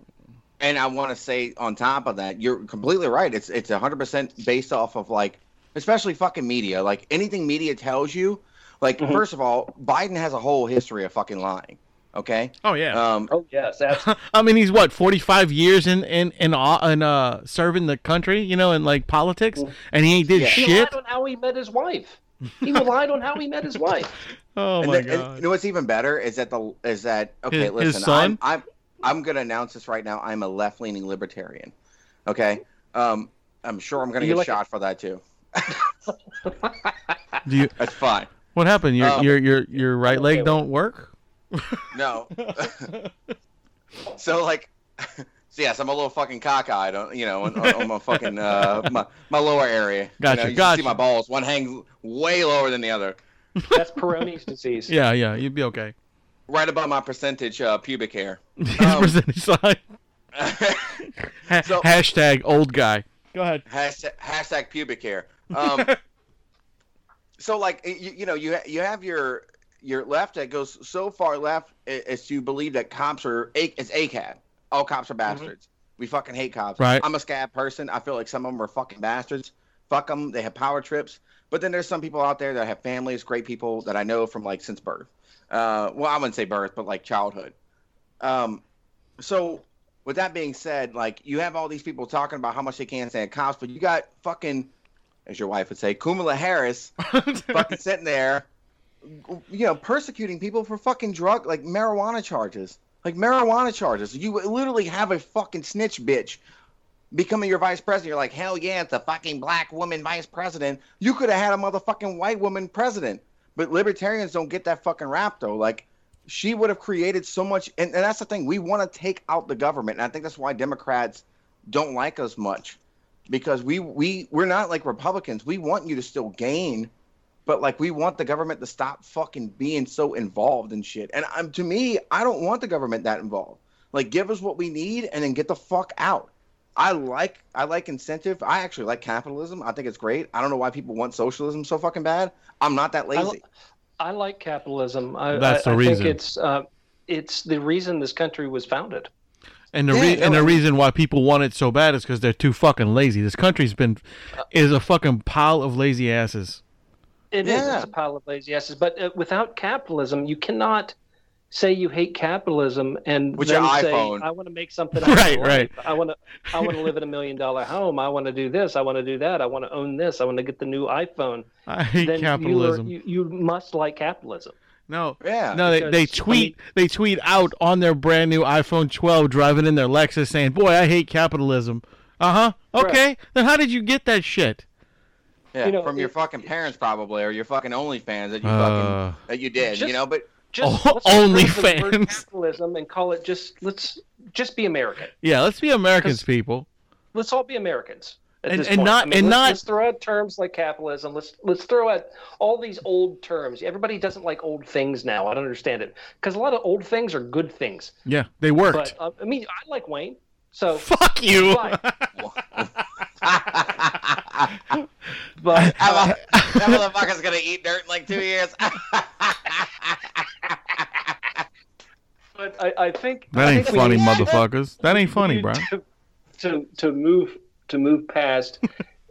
Speaker 2: And I want to say on top of that, you're completely right. It's it's 100% based off of like especially fucking media. Like anything media tells you, like first of all, Biden has a whole history of fucking lying, okay?
Speaker 1: Oh yeah.
Speaker 2: Um
Speaker 3: oh yes absolutely
Speaker 1: I mean, he's what forty five years in in in, awe- in uh, serving the country, you know, in like politics, and he ain't did
Speaker 2: Yeah.
Speaker 3: he
Speaker 1: shit.
Speaker 3: relied on how he met his wife he relied on how he met his wife
Speaker 1: Oh
Speaker 2: and
Speaker 1: my
Speaker 2: the- and
Speaker 1: god.
Speaker 2: you know what's even better is that the is that okay,
Speaker 1: His- his
Speaker 2: listen,
Speaker 1: son?
Speaker 2: I'm I'm I'm going to announce this right now. I'm a left-leaning libertarian. Okay? Um I'm sure I'm going to
Speaker 3: You
Speaker 2: get
Speaker 3: like-
Speaker 2: shot for that too.
Speaker 1: Do you?
Speaker 2: That's fine.
Speaker 1: What happened? Your
Speaker 2: Um,
Speaker 1: your your your right leg don't work?
Speaker 2: No. so like, so yes, I'm a little fucking cockeyed, uh, you know, on, on, on my fucking uh, my, my lower area.
Speaker 1: Gotcha,
Speaker 2: You, know, you
Speaker 1: gotcha.
Speaker 2: can see my balls. One hangs way lower than the other,
Speaker 3: that's Peroni's disease
Speaker 1: Yeah, yeah, you'd be okay.
Speaker 2: right above my percentage uh, pubic hair.
Speaker 1: His
Speaker 2: Um,
Speaker 1: percentage sign. Ha-
Speaker 2: So-
Speaker 1: hashtag old guy. Go ahead.
Speaker 2: hashtag, hashtag pubic hair. Um, so like you, you know you ha- you have your your left that goes so far left a- as to believe that cops are a- it's ACAB. All cops are bastards. We fucking hate cops.
Speaker 1: Right.
Speaker 2: I'm a scab person. I feel like some of them are fucking bastards. Fuck them. They have power trips. But then there's some people out there that have families, great people that I know from like since birth. Uh, well, I wouldn't say birth, but like childhood. Um, so with that being said, like you have all these people talking about how much they can't stand cops, but you got fucking, as your wife would say, Kumala Harris fucking sitting there, you know, persecuting people for fucking drug, like marijuana charges. Like marijuana charges. You literally have a fucking snitch bitch becoming your vice president. You're like, hell yeah, it's a fucking black woman vice president. You could have had a motherfucking white woman president. But libertarians don't get that fucking rap though. Like, she would have created so much. And, and that's the thing. We want to take out the government. And I think that's why Democrats don't like us much because we, we, we're not like Republicans. We want you to still gain but like we want the government to stop fucking being so involved in shit. And um, to me, I don't want the government that involved. Like, give us what we need and then get the fuck out. I like I like incentive. I actually like capitalism. I think it's great. I don't know why people want socialism so fucking bad. I'm not that
Speaker 3: I,
Speaker 2: lazy.
Speaker 3: li- I like capitalism. I,
Speaker 1: That's
Speaker 3: I,
Speaker 1: the
Speaker 3: I
Speaker 1: reason.
Speaker 3: think it's uh, it's the reason this country was founded.
Speaker 1: And the re-
Speaker 2: Yeah,
Speaker 1: and the
Speaker 2: no.
Speaker 1: reason why people want it so bad is because they're too fucking lazy. This country's been
Speaker 2: Uh,
Speaker 1: is a fucking pile of lazy asses.
Speaker 3: It is.
Speaker 2: Yeah.
Speaker 3: It's a pile of lazy asses. But uh, without capitalism, you cannot say you hate capitalism and
Speaker 2: With
Speaker 3: then
Speaker 2: your
Speaker 3: say
Speaker 2: iPhone.
Speaker 3: I want to make something. out of
Speaker 1: Right,
Speaker 3: my
Speaker 1: right.
Speaker 3: life. I want to. I want to live in a million dollar home. I want to do this. I want to do that. I want to own this. I want to get the new iPhone.
Speaker 1: I hate
Speaker 3: then you are-
Speaker 1: capitalism.
Speaker 3: You, you must like capitalism.
Speaker 1: no,
Speaker 2: yeah.
Speaker 1: no, they, they
Speaker 3: because, I
Speaker 1: tweet they tweet out on their brand new iPhone 12 driving in their Lexus saying, "Boy, I hate capitalism." Uh huh. Okay, then how did you get that shit?
Speaker 2: yeah.
Speaker 3: you know,
Speaker 2: From your
Speaker 3: it-
Speaker 2: fucking parents probably or your fucking OnlyFans that you
Speaker 1: Uh.
Speaker 2: fucking that you did,
Speaker 3: Just-
Speaker 2: you know, but
Speaker 3: Just
Speaker 1: Oh,
Speaker 3: let's get rid of the word
Speaker 1: OnlyFans.
Speaker 3: capitalism and call it just let's just be American.
Speaker 1: Yeah, let's be Americans, people.
Speaker 3: let's all be Americans. At
Speaker 1: And-
Speaker 3: this
Speaker 1: and
Speaker 3: point.
Speaker 1: not-
Speaker 3: I mean,
Speaker 1: and
Speaker 3: let's,
Speaker 1: not-
Speaker 3: let's throw out terms like capitalism. Let's let's throw out all these old terms. Everybody doesn't like old things now. I don't understand it because a lot of old things are good things.
Speaker 1: Yeah, they worked.
Speaker 3: But uh, I mean, I like Wayne.
Speaker 2: Oh.
Speaker 3: So,
Speaker 1: Fuck you.
Speaker 3: fine.
Speaker 2: that
Speaker 3: but uh,
Speaker 2: motherfucker's gonna eat dirt in like two years.
Speaker 3: but I, I think
Speaker 1: That
Speaker 3: I
Speaker 1: ain't
Speaker 3: think we
Speaker 1: funny,
Speaker 3: need
Speaker 1: motherfuckers. That ain't funny,
Speaker 3: to-
Speaker 1: bro.
Speaker 3: To, to to move to move past.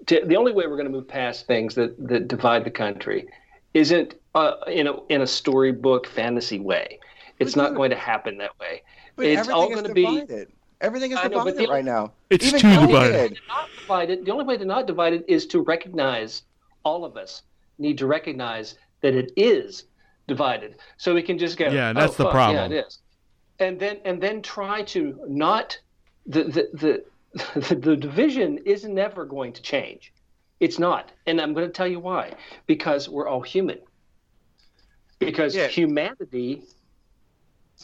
Speaker 3: to, the only way we're going to move past things that that divide the country isn't uh, in a in a storybook fantasy way. It's
Speaker 2: But
Speaker 3: not
Speaker 2: dude-
Speaker 3: going to happen that way.
Speaker 2: But
Speaker 3: it's all
Speaker 2: everything
Speaker 3: going
Speaker 2: is
Speaker 3: to be
Speaker 2: divided. Everything is
Speaker 3: I know, but
Speaker 2: divided
Speaker 3: the-
Speaker 2: right now.
Speaker 1: It's
Speaker 2: Even
Speaker 1: too
Speaker 2: Kanye
Speaker 1: divided.
Speaker 2: did.
Speaker 3: to not divide it. The only way to not divide it is to recognize all of us need to recognize that it is divided, so we can just go.
Speaker 1: Yeah, that's
Speaker 3: "Oh,
Speaker 1: the
Speaker 3: fuck,
Speaker 1: problem."
Speaker 3: Yeah, it is. And then and then try to not the the the, the, the division is never going to change. It's not, and I'm going to tell you why. Because we're all human. Because
Speaker 2: Yeah.
Speaker 3: humanity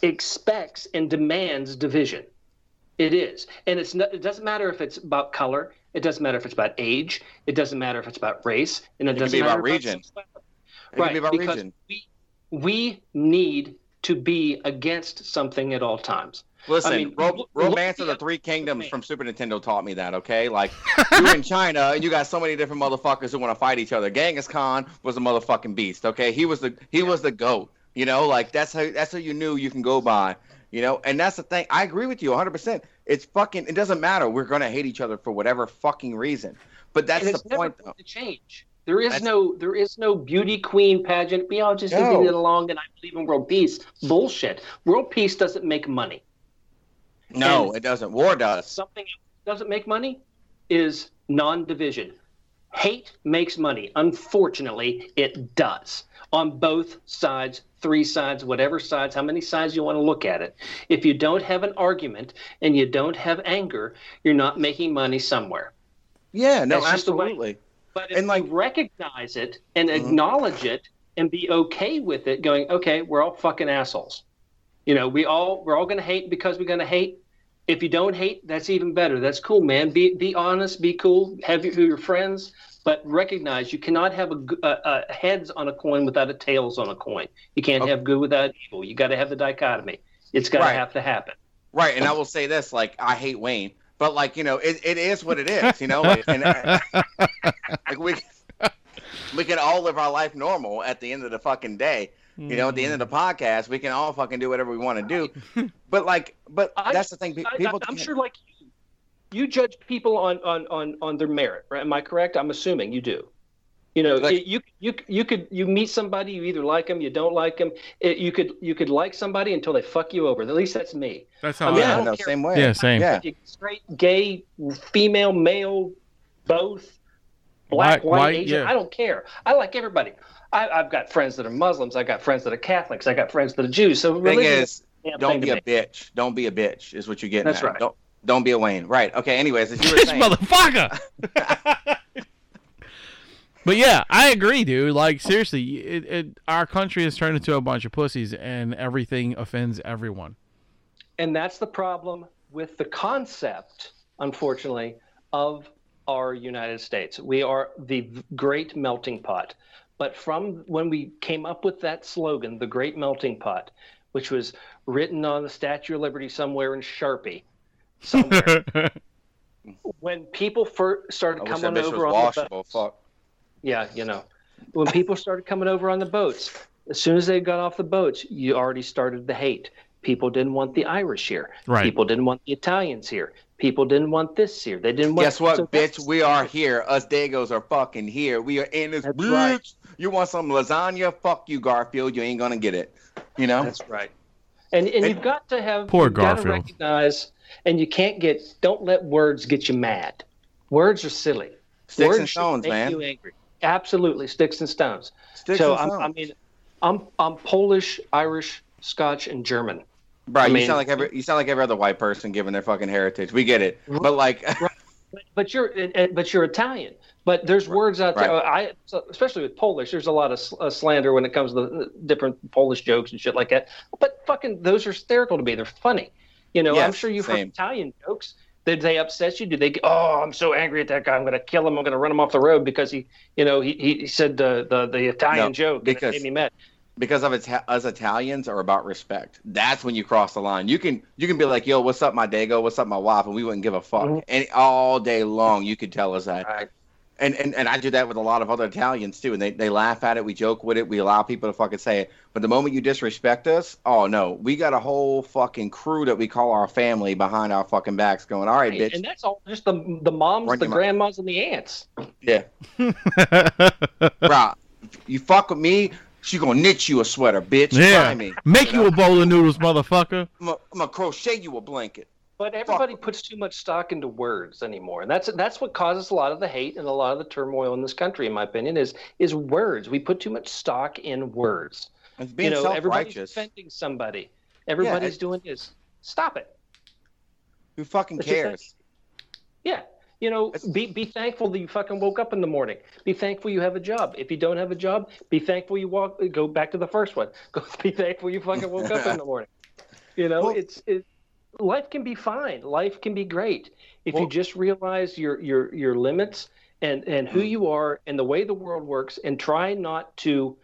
Speaker 3: expects and demands division. It is, and it's not, it doesn't matter if it's about color. It doesn't matter if it's about age. It doesn't matter if it's about race, and it,
Speaker 2: can
Speaker 3: doesn't
Speaker 2: be
Speaker 3: matter
Speaker 2: about
Speaker 3: if
Speaker 2: region.
Speaker 3: it's about-
Speaker 2: It could
Speaker 3: right?
Speaker 2: be about
Speaker 3: because
Speaker 2: region.
Speaker 3: we we need to be against something at all times.
Speaker 2: Listen,
Speaker 3: I mean,
Speaker 2: Ro-
Speaker 3: look-
Speaker 2: Romance
Speaker 3: look
Speaker 2: of the
Speaker 3: at-
Speaker 2: Three Kingdoms
Speaker 3: at-
Speaker 2: from Super Nintendo taught me that, okay? Like, you're in China and you got so many different motherfuckers who want to fight each other. Genghis Khan was a motherfucking beast, okay? He was the he was the goat, you know? Like, that's how that's how you knew you can go by, you know? And that's the thing. I agree with you 100%. It's fucking it doesn't matter. We're going to hate each other for whatever fucking reason. But that's
Speaker 3: and it's
Speaker 2: the
Speaker 3: never
Speaker 2: point
Speaker 3: going
Speaker 2: though.
Speaker 3: to change. There is
Speaker 2: That's-
Speaker 3: no there is no beauty queen pageant. We all just need
Speaker 2: No.
Speaker 3: to get along, and I believe in world peace. Bullshit. World peace doesn't make money.
Speaker 2: No,
Speaker 3: and-
Speaker 2: it doesn't. War does.
Speaker 3: something that doesn't make money is non-division. Hate makes money. Unfortunately, it does on both sides, three sides, whatever sides, how many sides you want to look at it. If you don't have an argument and you don't have anger, you're not making money somewhere.
Speaker 2: Yeah, no,
Speaker 3: That's just the way-
Speaker 2: absolutely.
Speaker 3: But if
Speaker 2: And,
Speaker 3: and
Speaker 2: like- Mm-hmm.
Speaker 3: like recognize it and acknowledge it and be okay with it, going, okay, we're all fucking assholes. You know, we all we're all gonna hate because we're gonna hate. If you don't hate, that's even better. That's cool, man. Be be honest, be cool, have your, your friends, but recognize you cannot have a, g- a- a heads on a coin without a tails on a coin. You can't
Speaker 2: Okay.
Speaker 3: have good without evil. You got to have the dichotomy. It's got to
Speaker 2: Oh. Right.
Speaker 3: have to happen.
Speaker 2: Right, and I will say this: like, I hate Wayne, but like, you know, it, it is what it is, you know. like, and, uh, like we we can all live our life normal at the end of the fucking day. You know, at the end of the podcast, we can all fucking do whatever we want to do. But like, but
Speaker 3: I-
Speaker 2: that's the thing. pe-
Speaker 3: I,
Speaker 2: People,
Speaker 3: am
Speaker 2: can't-
Speaker 3: sure, like you, you judge people on, on on on their merit, right? Am I correct? I'm assuming you do. You know,
Speaker 2: Like-
Speaker 3: it- you you you could you meet somebody, you either like them, you don't like them. you could you could like somebody until they fuck you over. At least that's me.
Speaker 1: That's how.
Speaker 3: I
Speaker 1: I
Speaker 3: mean,
Speaker 2: Yeah,
Speaker 3: don't
Speaker 2: no,
Speaker 3: care.
Speaker 2: same way.
Speaker 1: yeah, same.
Speaker 2: Yeah.
Speaker 3: You- Straight, gay, female, male, both, black,
Speaker 1: Black,
Speaker 3: white,
Speaker 1: white,
Speaker 3: Asian.
Speaker 1: yeah.
Speaker 3: I don't care. I like everybody. I, I've got friends that are Muslims. I got friends that are Catholics. I got friends that are Jews. So
Speaker 2: Thing
Speaker 3: religion
Speaker 2: is,
Speaker 3: a damn
Speaker 2: don't
Speaker 3: thing to
Speaker 2: be a
Speaker 3: me.
Speaker 2: bitch. Don't be a bitch is what you're getting. at.
Speaker 3: That's right.
Speaker 2: Don't don't be a Wayne. Right. Okay. Anyways, as you were
Speaker 1: this
Speaker 2: saying,
Speaker 1: motherfucker. but yeah, I agree, dude. Like seriously, it, it, our country has turned into a bunch of pussies, and everything offends everyone.
Speaker 3: And that's the problem with the concept, unfortunately, of our United States. We are the great melting pot. But from when we came up with that slogan, the great melting pot, which was written on the Statue of Liberty somewhere in Sharpie, somewhere, when people first started
Speaker 2: I wish that
Speaker 3: coming
Speaker 2: bitch
Speaker 3: over on
Speaker 2: was
Speaker 3: the
Speaker 2: washable.
Speaker 3: boats,
Speaker 2: Fuck.
Speaker 3: yeah, you know, when people started coming over on the boats, as soon as they got off the boats, you already started the hate. People didn't want the Irish here.
Speaker 1: Right.
Speaker 3: People didn't want the Italians here. People didn't want this here. They didn't want.
Speaker 2: Guess what,
Speaker 3: so that's-
Speaker 2: bitch? We are here. Us Dagos are fucking here. We are in this
Speaker 3: That's
Speaker 2: bitch.
Speaker 3: right.
Speaker 2: You want some lasagna? Fuck you, Garfield. You ain't gonna get it. You know.
Speaker 3: That's right. And and
Speaker 2: Hey.
Speaker 3: you've got to have
Speaker 1: Poor
Speaker 3: you've got to
Speaker 1: Garfield.
Speaker 3: recognize, and you can't get. Don't let words get you mad. Words are silly.
Speaker 2: Sticks
Speaker 3: words
Speaker 2: and
Speaker 3: should
Speaker 2: stones,
Speaker 3: make
Speaker 2: man.
Speaker 3: You angry. Absolutely, sticks and stones.
Speaker 2: Sticks
Speaker 3: so
Speaker 2: and
Speaker 3: I'm-
Speaker 2: stones.
Speaker 3: I mean, I'm I'm Polish, Irish, Scotch, and German.
Speaker 2: Bro,
Speaker 3: I
Speaker 2: you
Speaker 3: mean-
Speaker 2: sound like every you sound like every other white person given their fucking heritage. We get it, but like,
Speaker 3: But, but you're and- and- but you're Italian. But there's words out there. I so- especially with Polish. There's a lot of sl- uh, slander when it comes to the the different Polish jokes and shit like that. But fucking those are hysterical to me. They're funny. You know, I'm
Speaker 2: Yes,
Speaker 3: sure you've heard
Speaker 2: same.
Speaker 3: Italian jokes. Did they upset you? Did they? Oh, I'm so angry at that guy. I'm going to kill him. I'm going to run him off the road because he, you know, he he, he said the the, the Italian
Speaker 2: No,
Speaker 3: joke and it
Speaker 2: because-
Speaker 3: made me mad.
Speaker 2: because of Ita- us Italians are about respect. That's when you cross the line. You can you can be like, yo, what's up, my dago? What's up, my wife? And we wouldn't give a fuck.
Speaker 3: Mhm.
Speaker 2: And all day long, you could tell us that.
Speaker 3: Right.
Speaker 2: And, and and I do that with a lot of other Italians too. And they, they laugh at it. We joke with it. We allow people to fucking say it. But the moment you disrespect us, oh no, we got a whole fucking crew that we call our family behind our fucking backs, going, all right, bitch,
Speaker 3: And that's all just the the moms,
Speaker 2: Run
Speaker 3: the
Speaker 2: your mouth.
Speaker 3: grandmas, and the aunts.
Speaker 2: yeah, bro, you fuck with me, she gonna knit you a sweater, bitch.
Speaker 1: Yeah.
Speaker 2: Try me.
Speaker 1: Make you a bowl of noodles, motherfucker.
Speaker 2: I'm gonna- I'm gonna crochet you a blanket.
Speaker 3: But everybody puts too much stock into words anymore, and that's that's what causes a lot of the hate and a lot of the turmoil in this country, in my opinion, is is words. We put too much stock in words.
Speaker 2: It's being
Speaker 3: you know, everybody's
Speaker 2: self-righteous.
Speaker 3: defending somebody. Everybody's
Speaker 2: it-
Speaker 3: doing this. Stop it.
Speaker 2: Who fucking
Speaker 3: It's just like-
Speaker 2: cares?
Speaker 3: Yeah. You know,
Speaker 2: It's-
Speaker 3: be be thankful that you fucking woke up in the morning. Be thankful you have a job. If you don't have a job, be thankful you walk. Go back to the first one. Go be thankful you fucking woke up in the morning. You know,
Speaker 2: Well-
Speaker 3: it's it. Life can be fine. Life can be great if you
Speaker 2: Well-
Speaker 3: just realize your your your limits and and
Speaker 2: Mm.
Speaker 3: who you are and the way the world works and try not to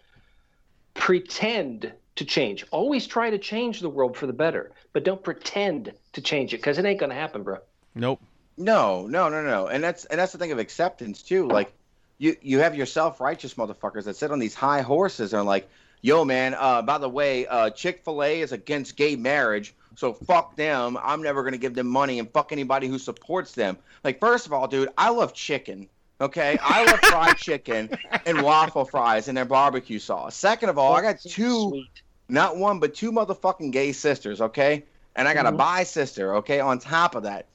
Speaker 3: pretend to change. Always try to change the world for the better, but don't pretend to change it because it ain't gonna happen, bro.
Speaker 1: Nope.
Speaker 2: No, no, no, no. And that's and that's the thing of acceptance too. Like you you have your self-righteous motherfuckers that sit on these high horses and are like, "Yo, man. Uh, by the way, uh, Chick-fil-A is against gay marriage." So fuck them. I'm never gonna give them money and fuck anybody who supports them. Like, first of all, dude, I love chicken. Okay, I love fried chicken and waffle fries and their barbecue sauce. Second of all, Oh, I got
Speaker 3: So
Speaker 2: two
Speaker 3: sweet.
Speaker 2: not one but two motherfucking gay sisters, okay? And I got
Speaker 3: Mhm.
Speaker 2: a bi sister, okay? On top of that,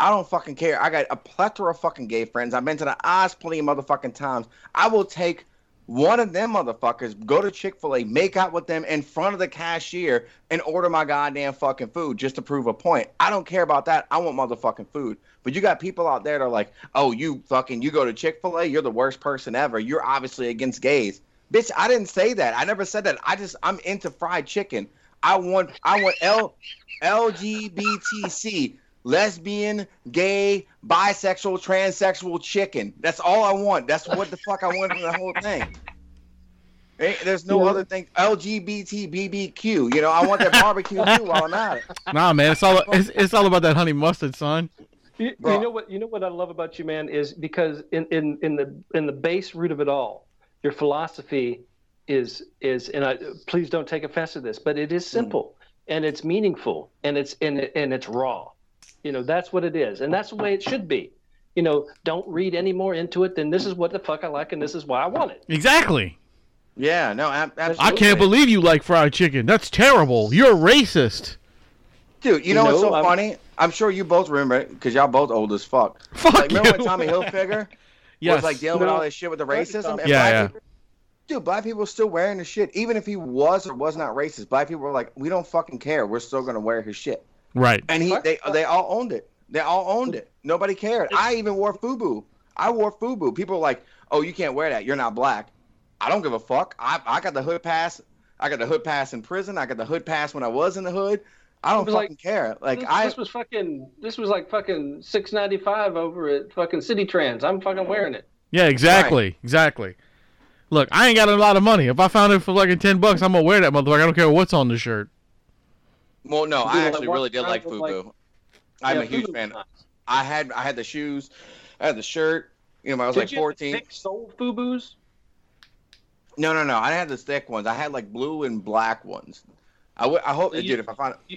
Speaker 2: I don't fucking care. I got a plethora of fucking gay friends. I've been to the Oz plenty of motherfucking times. I will take one of them motherfuckers, go to Chick fil A, make out with them in front of the cashier, and order my goddamn fucking food just to prove a point. I don't care about that. I want motherfucking food. But you got people out there that are like, oh, you fucking, you go to Chick fil A, you're the worst person ever. You're obviously against gays. Bitch, I didn't say that. I never said that. I just, I'm into fried chicken. I want, I want L, LGBTC, lesbian, gay, bisexual, transsexual chicken. That's all I want. That's what the fuck I want from the whole thing. Eh, There's no other thing. LGBT BBQ. You know, I want that barbecue too while I'm at it.
Speaker 1: Nah, man, it's all it's, it's all about that honey mustard, son.
Speaker 3: You,
Speaker 2: Bro.
Speaker 3: you know what? You know what I love about you, man, is because in, in, in the in the base root of it all, your philosophy is is and I please don't take offense to this, but it
Speaker 2: Mm.
Speaker 3: is simple and it's meaningful and it's and it, and it's raw. You know that's what it is, and that's the way it should be. You know, don't read any more into it than this is what the fuck I like and this is why I want it.
Speaker 1: Exactly.
Speaker 2: Yeah, no, ab- absolutely.
Speaker 1: I can't believe you like fried chicken. That's terrible. You're racist.
Speaker 2: Dude, you know
Speaker 3: You
Speaker 2: what's
Speaker 3: know,
Speaker 2: so
Speaker 3: I'm-
Speaker 2: funny? I'm sure you both remember it because y'all both old as fuck.
Speaker 1: Fuck
Speaker 2: like, remember
Speaker 1: you.
Speaker 2: when Tommy Hilfiger
Speaker 1: Yes.
Speaker 2: was like dealing with
Speaker 3: No.
Speaker 2: all this shit with the racism? And
Speaker 1: Yeah,
Speaker 2: black
Speaker 1: yeah.
Speaker 2: People, dude, black people were still wearing the shit. Even if he was or was not racist, black people were like, we don't fucking care. We're still going to wear his shit.
Speaker 1: right.
Speaker 2: And he, they, they all owned it. They all owned it. Nobody cared. I even wore FUBU. I wore FUBU. People were like, "Oh, you can't wear that. You're not black." I don't give a fuck. I, I got the hood pass. I got the hood pass in prison. I got the hood pass when I was in the hood. I don't
Speaker 3: It was
Speaker 2: fucking
Speaker 3: like-
Speaker 2: care. Like
Speaker 3: this,
Speaker 2: I,
Speaker 3: this was fucking. This was like fucking six ninety five over at fucking City Trans. I'm fucking wearing it.
Speaker 1: Yeah, exactly. Exactly. Look, I ain't got a lot of money. If I found it for fucking ten bucks, I'm gonna wear that motherfucker. I don't care what's on the shirt.
Speaker 2: well, no, I
Speaker 3: Dude, like,
Speaker 2: actually
Speaker 3: one
Speaker 2: really did
Speaker 3: time
Speaker 2: like
Speaker 3: was
Speaker 2: FUBU. I'm
Speaker 3: Yeah,
Speaker 2: a huge
Speaker 3: Fubu
Speaker 2: fan.
Speaker 3: was nice.
Speaker 2: I had I had the shoes. I had the shirt. You know, when I was
Speaker 3: Did
Speaker 2: like
Speaker 3: you have the
Speaker 2: 14.
Speaker 3: Thick soul Fubu's.
Speaker 2: No, no, no. I didn't have the thick ones. I had like blue and black ones. I, w- I hope,
Speaker 3: So you-
Speaker 2: dude. If I find
Speaker 3: You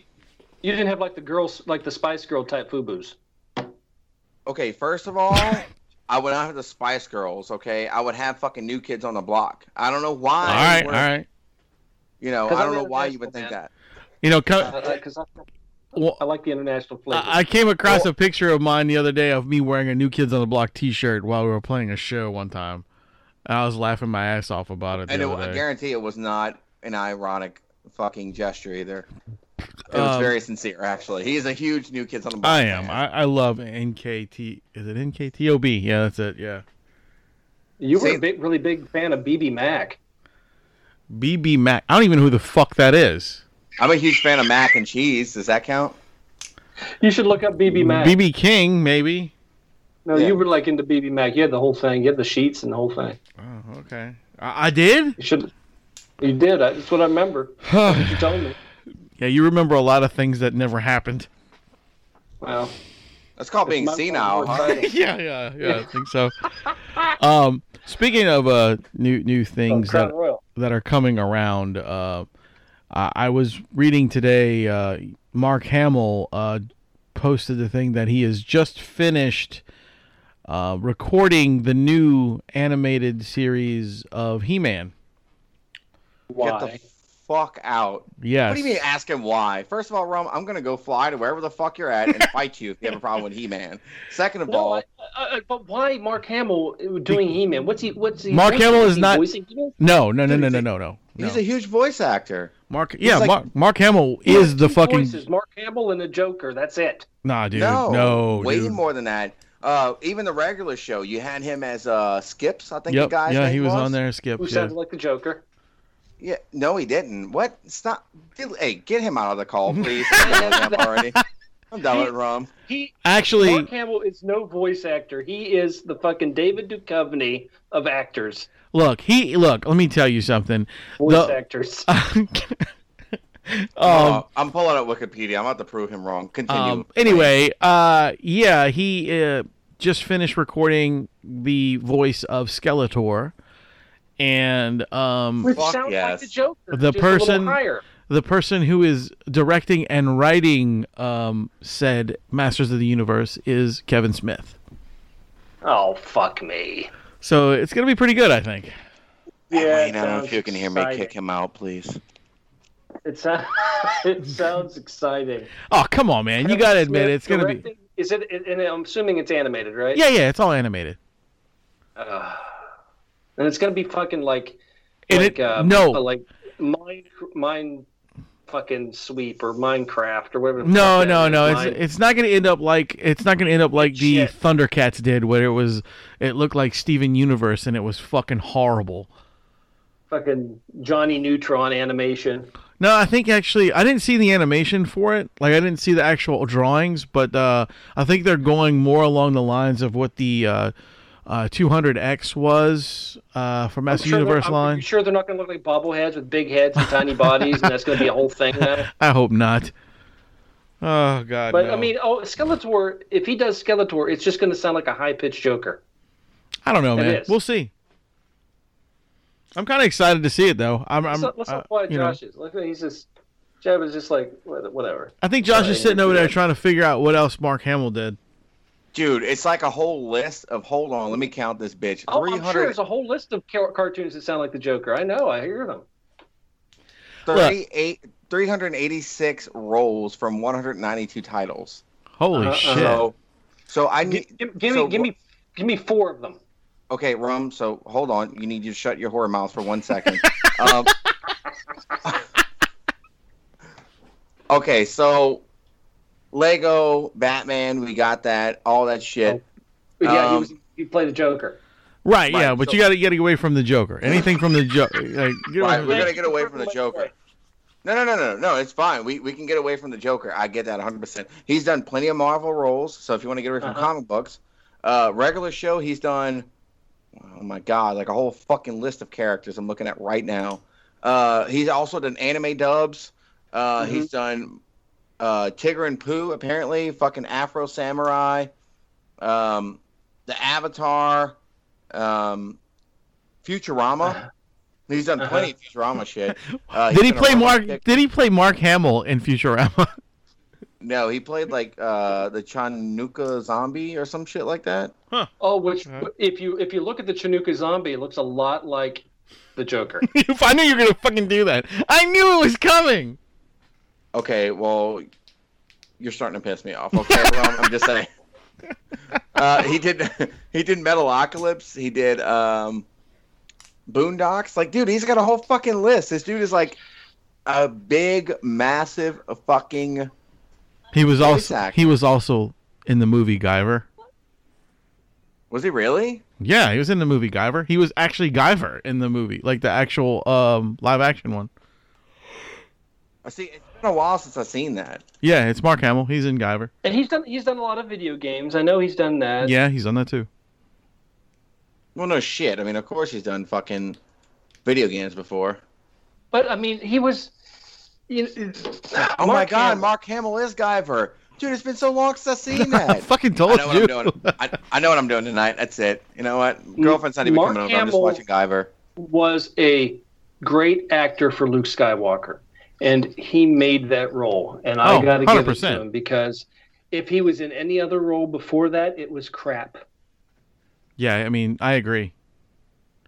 Speaker 3: didn't have like the girls, like the Spice Girl type Fubu's.
Speaker 2: Okay, first of all, I would not have the Spice Girls. Okay, I would have fucking new kids on the block. I don't know why.
Speaker 1: All right, all
Speaker 2: you would-
Speaker 1: right.
Speaker 2: You know,
Speaker 3: 'Cause
Speaker 2: I
Speaker 3: I'm
Speaker 2: don't know why you
Speaker 3: international,
Speaker 2: would think
Speaker 3: man.
Speaker 2: that.
Speaker 1: You know, co-
Speaker 3: Because I,
Speaker 1: well,
Speaker 3: I like the international flavor.
Speaker 1: I I came
Speaker 2: Oh.
Speaker 1: across a picture of mine the other day of me wearing a New Kids on the Block T-shirt while we were playing a show one time. And I was laughing my ass off about it. The
Speaker 2: And it,
Speaker 1: other
Speaker 2: I
Speaker 1: day.
Speaker 2: guarantee it was not an ironic fucking gesture either. It was
Speaker 1: Um,
Speaker 2: very sincere, actually. He's a huge new kids on the block.
Speaker 1: I am.
Speaker 2: fan.
Speaker 1: I, I love NKT. Is it NKTOB? Yeah, that's it. Yeah.
Speaker 3: you were
Speaker 2: See-
Speaker 3: a big, really big fan of BB Mac.
Speaker 1: BB Mac. I don't even know who the fuck that is.
Speaker 2: I'm a huge fan of mac and cheese. Does that count?
Speaker 3: You should look up BB Mac.
Speaker 1: BB King, maybe.
Speaker 3: no,
Speaker 2: Yeah.
Speaker 3: you were like into BB Mac. You had the whole thing. You had the sheets and the whole thing.
Speaker 1: Oh, okay. I, I did.
Speaker 3: You should. You did. I, that's what I remember. That's what you told me.
Speaker 1: Yeah, you remember a lot of things that never happened.
Speaker 3: Well,
Speaker 2: That's called being
Speaker 3: my-
Speaker 2: senile. huh?
Speaker 1: yeah, yeah, yeah. I think so. um, speaking of uh, new new
Speaker 3: from
Speaker 1: things
Speaker 2: Oh,
Speaker 3: Crown
Speaker 1: that
Speaker 3: Royal.
Speaker 1: that are coming around. Uh, I, I was reading today. Uh, Mark Hamill uh, posted the thing that he has just finished uh, recording the new animated series of He-Man.
Speaker 2: Get
Speaker 3: Why?
Speaker 2: the fuck out.
Speaker 1: Yes.
Speaker 2: What do you mean ask him why? First of all, Rum, I'm gonna go fly to wherever the fuck you're at and fight you if you have a problem with He-Man. Second of
Speaker 3: No,
Speaker 2: all,
Speaker 3: I, I, I- but why Mark Hamill doing He-Man? What's he? What's he?
Speaker 1: Mark
Speaker 3: voicing?
Speaker 1: Hamill
Speaker 3: Is
Speaker 1: is
Speaker 3: he
Speaker 1: not-
Speaker 3: voicing He-Man?
Speaker 1: No, no, no, no, no, no, no.
Speaker 2: He's
Speaker 1: no.
Speaker 2: a huge voice actor.
Speaker 1: Mark, yeah,
Speaker 2: like-
Speaker 1: Mark, Mark Hamill is the
Speaker 3: Two
Speaker 1: fucking
Speaker 3: voices, Mark Hamill and the Joker. That's it.
Speaker 1: nah, dude,
Speaker 2: no,
Speaker 1: no,
Speaker 2: way
Speaker 1: dude.
Speaker 2: more than that. Uh, even the regular show, you had him as uh, Skips, I think
Speaker 1: Yep,
Speaker 2: the guy's
Speaker 1: yeah,
Speaker 2: name
Speaker 1: he was, on there. Skip,
Speaker 3: Who
Speaker 1: yeah.
Speaker 3: sounds like the Joker?
Speaker 2: Yeah, no, he didn't. What? Stop! Dude, Hey, get him out of the call, please. I'm done with him already. I'm done with Rum.
Speaker 3: He
Speaker 1: Actually,
Speaker 3: Mark Hamill is no voice actor. He is the fucking David Duchovny of actors,
Speaker 1: look, he look. Let me tell you something.
Speaker 3: voice
Speaker 1: The-
Speaker 3: actors.
Speaker 1: um,
Speaker 2: Uh, I'm pulling up Wikipedia. I'm about to prove him wrong. Continue.
Speaker 1: Um, anyway, uh, yeah, he uh, just finished recording the voice of Skeletor, and um,
Speaker 3: Which
Speaker 2: fuck
Speaker 3: sounds like
Speaker 2: yes.
Speaker 3: the Joker.
Speaker 1: The
Speaker 3: just a little
Speaker 1: person-
Speaker 3: higher.
Speaker 1: the person who is directing and writing um, said Masters of the Universe is Kevin Smith.
Speaker 3: Oh fuck me.
Speaker 1: So it's gonna be pretty good, I think.
Speaker 2: Wayne,
Speaker 3: it
Speaker 2: I don't know
Speaker 3: sounds
Speaker 2: if you can hear me.
Speaker 3: exciting.
Speaker 2: Kick him out, please.
Speaker 3: It, sounds. it sounds exciting.
Speaker 1: Oh, come on, man! You gotta admit it. it's gonna be.
Speaker 3: Directing? Is it? And I'm assuming it's animated, right?
Speaker 1: Yeah, yeah, it's all animated.
Speaker 3: And it's gonna be fucking like,
Speaker 1: And
Speaker 3: like
Speaker 1: it-
Speaker 3: uh,
Speaker 1: no.
Speaker 3: like mine, mine, fucking sweep or Minecraft or whatever. the
Speaker 1: No,
Speaker 3: fuck that
Speaker 1: no,
Speaker 3: is.
Speaker 1: no. It's
Speaker 3: Mine-
Speaker 1: it's not going to end up like it's not going to end up like the
Speaker 3: Shit.
Speaker 1: Thundercats did, where it was it looked like Steven Universe and it was fucking horrible.
Speaker 3: fucking Johnny Neutron animation.
Speaker 1: No, I think actually I didn't see the animation for it. Like I didn't see the actual drawings, but uh, I think they're going more along the lines of what the uh, Uh, 200X was uh, from
Speaker 3: I'm
Speaker 1: Master
Speaker 3: sure they're-
Speaker 1: Universe
Speaker 3: I'm
Speaker 1: line.
Speaker 3: sure they're not going to look like bobbleheads with big heads and tiny bodies, and that's going to be a whole thing now.
Speaker 1: I hope not. Oh God.
Speaker 3: But
Speaker 1: no.
Speaker 3: I mean, oh, Skeletor. If he does Skeletor, it's just going to sound like a high pitched Joker.
Speaker 1: I don't know, man.
Speaker 3: is.
Speaker 1: We'll see. I'm kind of excited to see it though. I'm. I'm
Speaker 3: Let's not, let's
Speaker 1: uh,
Speaker 3: not apply
Speaker 1: you know.
Speaker 3: Josh is. Look, he's just Jeb is just like wha- whatever.
Speaker 1: I think Josh
Speaker 3: Sorry,
Speaker 1: is sitting
Speaker 3: we're
Speaker 1: over there
Speaker 3: good.
Speaker 1: trying to figure out what else Mark Hamill did.
Speaker 2: Dude, it's like a whole list of hold on, let me count this bitch.
Speaker 3: Oh, I'm sure
Speaker 2: 300
Speaker 3: there's a whole list of car- cartoons that sound like the Joker. I know. I hear them.
Speaker 2: 38 386 roles from 192 titles.
Speaker 1: Holy
Speaker 3: Uh-uh.
Speaker 1: shit!
Speaker 2: So so I need
Speaker 3: Give, give
Speaker 2: so
Speaker 3: me, give
Speaker 2: wha-
Speaker 3: me, give me four of them.
Speaker 2: Okay, Rum, so hold on. You need to shut your whore mouth for one second. um, okay, so Lego, Batman, we got that, all that shit.
Speaker 3: Yeah, he,
Speaker 2: Um,
Speaker 3: was, he played the Joker.
Speaker 1: right, yeah,
Speaker 2: Right,
Speaker 1: but
Speaker 2: so-
Speaker 1: you got to get away from the Joker. Anything from the Joker.
Speaker 2: Right, we're
Speaker 3: Thank
Speaker 2: gonna
Speaker 3: you
Speaker 2: get away
Speaker 3: for
Speaker 2: from the
Speaker 3: let's
Speaker 2: Joker.
Speaker 3: play.
Speaker 2: No, no, no, no, no. It's fine. We we can get away from the Joker. I get that 100%. He's done plenty of Marvel roles. So if you want to get away from
Speaker 3: Uh-huh.
Speaker 2: comic books, uh, regular show, he's done. Oh my god, like a whole fucking list of characters I'm looking at right now. Uh, he's also done anime dubs. Uh, He's done uh, Tigger and Pooh, apparently. Fucking Afro Samurai. Um, the Avatar. Um, Futurama. He's done plenty of Futurama shit. Uh, he's
Speaker 1: did he
Speaker 2: been a
Speaker 1: play
Speaker 2: robot
Speaker 1: Mark?
Speaker 2: chick-
Speaker 1: Did he play Mark Hamill in Futurama?
Speaker 2: no, he played like uh the Chanuka zombie or some shit like that.
Speaker 3: Oh, which
Speaker 1: Uh-huh.
Speaker 3: if you if you look at the Chinooka zombie, it looks a lot like the Joker.
Speaker 1: I knew you were gonna fucking do that. I knew it was coming.
Speaker 2: Okay, well, you're starting to piss me off. Okay, well, I'm- I'm just saying. Uh, he did he did Metalocalypse. He did um, Boondocks. Like, dude, he's got a whole fucking list. This dude is like a big, massive fucking.
Speaker 1: He was also
Speaker 2: Isaac.
Speaker 1: he was also in the movie Guyver.
Speaker 2: Was he really?
Speaker 1: Yeah, he was in the movie Guyver. He was actually Guyver in the movie, like the actual um, live action one.
Speaker 2: I see. It's been a while since I've seen that.
Speaker 1: Yeah, it's Mark Hamill. He's in Guyver.
Speaker 3: And he's done he's done a lot of video games. I know he's done that.
Speaker 1: Yeah, he's on that too.
Speaker 2: Well, no shit. I mean, of course he's done fucking video games before.
Speaker 3: But I mean, he was. You know,
Speaker 2: Oh my
Speaker 3: Mark
Speaker 2: God,
Speaker 3: Hamill.
Speaker 2: Mark Hamill is Guyver. Dude, it's been so long since I've seen that.
Speaker 1: fucking
Speaker 2: I
Speaker 1: told
Speaker 2: know what
Speaker 1: you.
Speaker 2: I'm doing. I, I know what I'm doing tonight. That's it. You know what? Girlfriend's not even
Speaker 3: Mark
Speaker 2: coming over. I'm just
Speaker 3: Hamill-
Speaker 2: watching Guyver.
Speaker 3: was a great actor for Luke Skywalker, and he made that role. And I
Speaker 1: Oh,
Speaker 3: got to give it
Speaker 1: 100%.
Speaker 3: to him because if he was in any other role before that, it was crap.
Speaker 1: Yeah, I mean, I agree.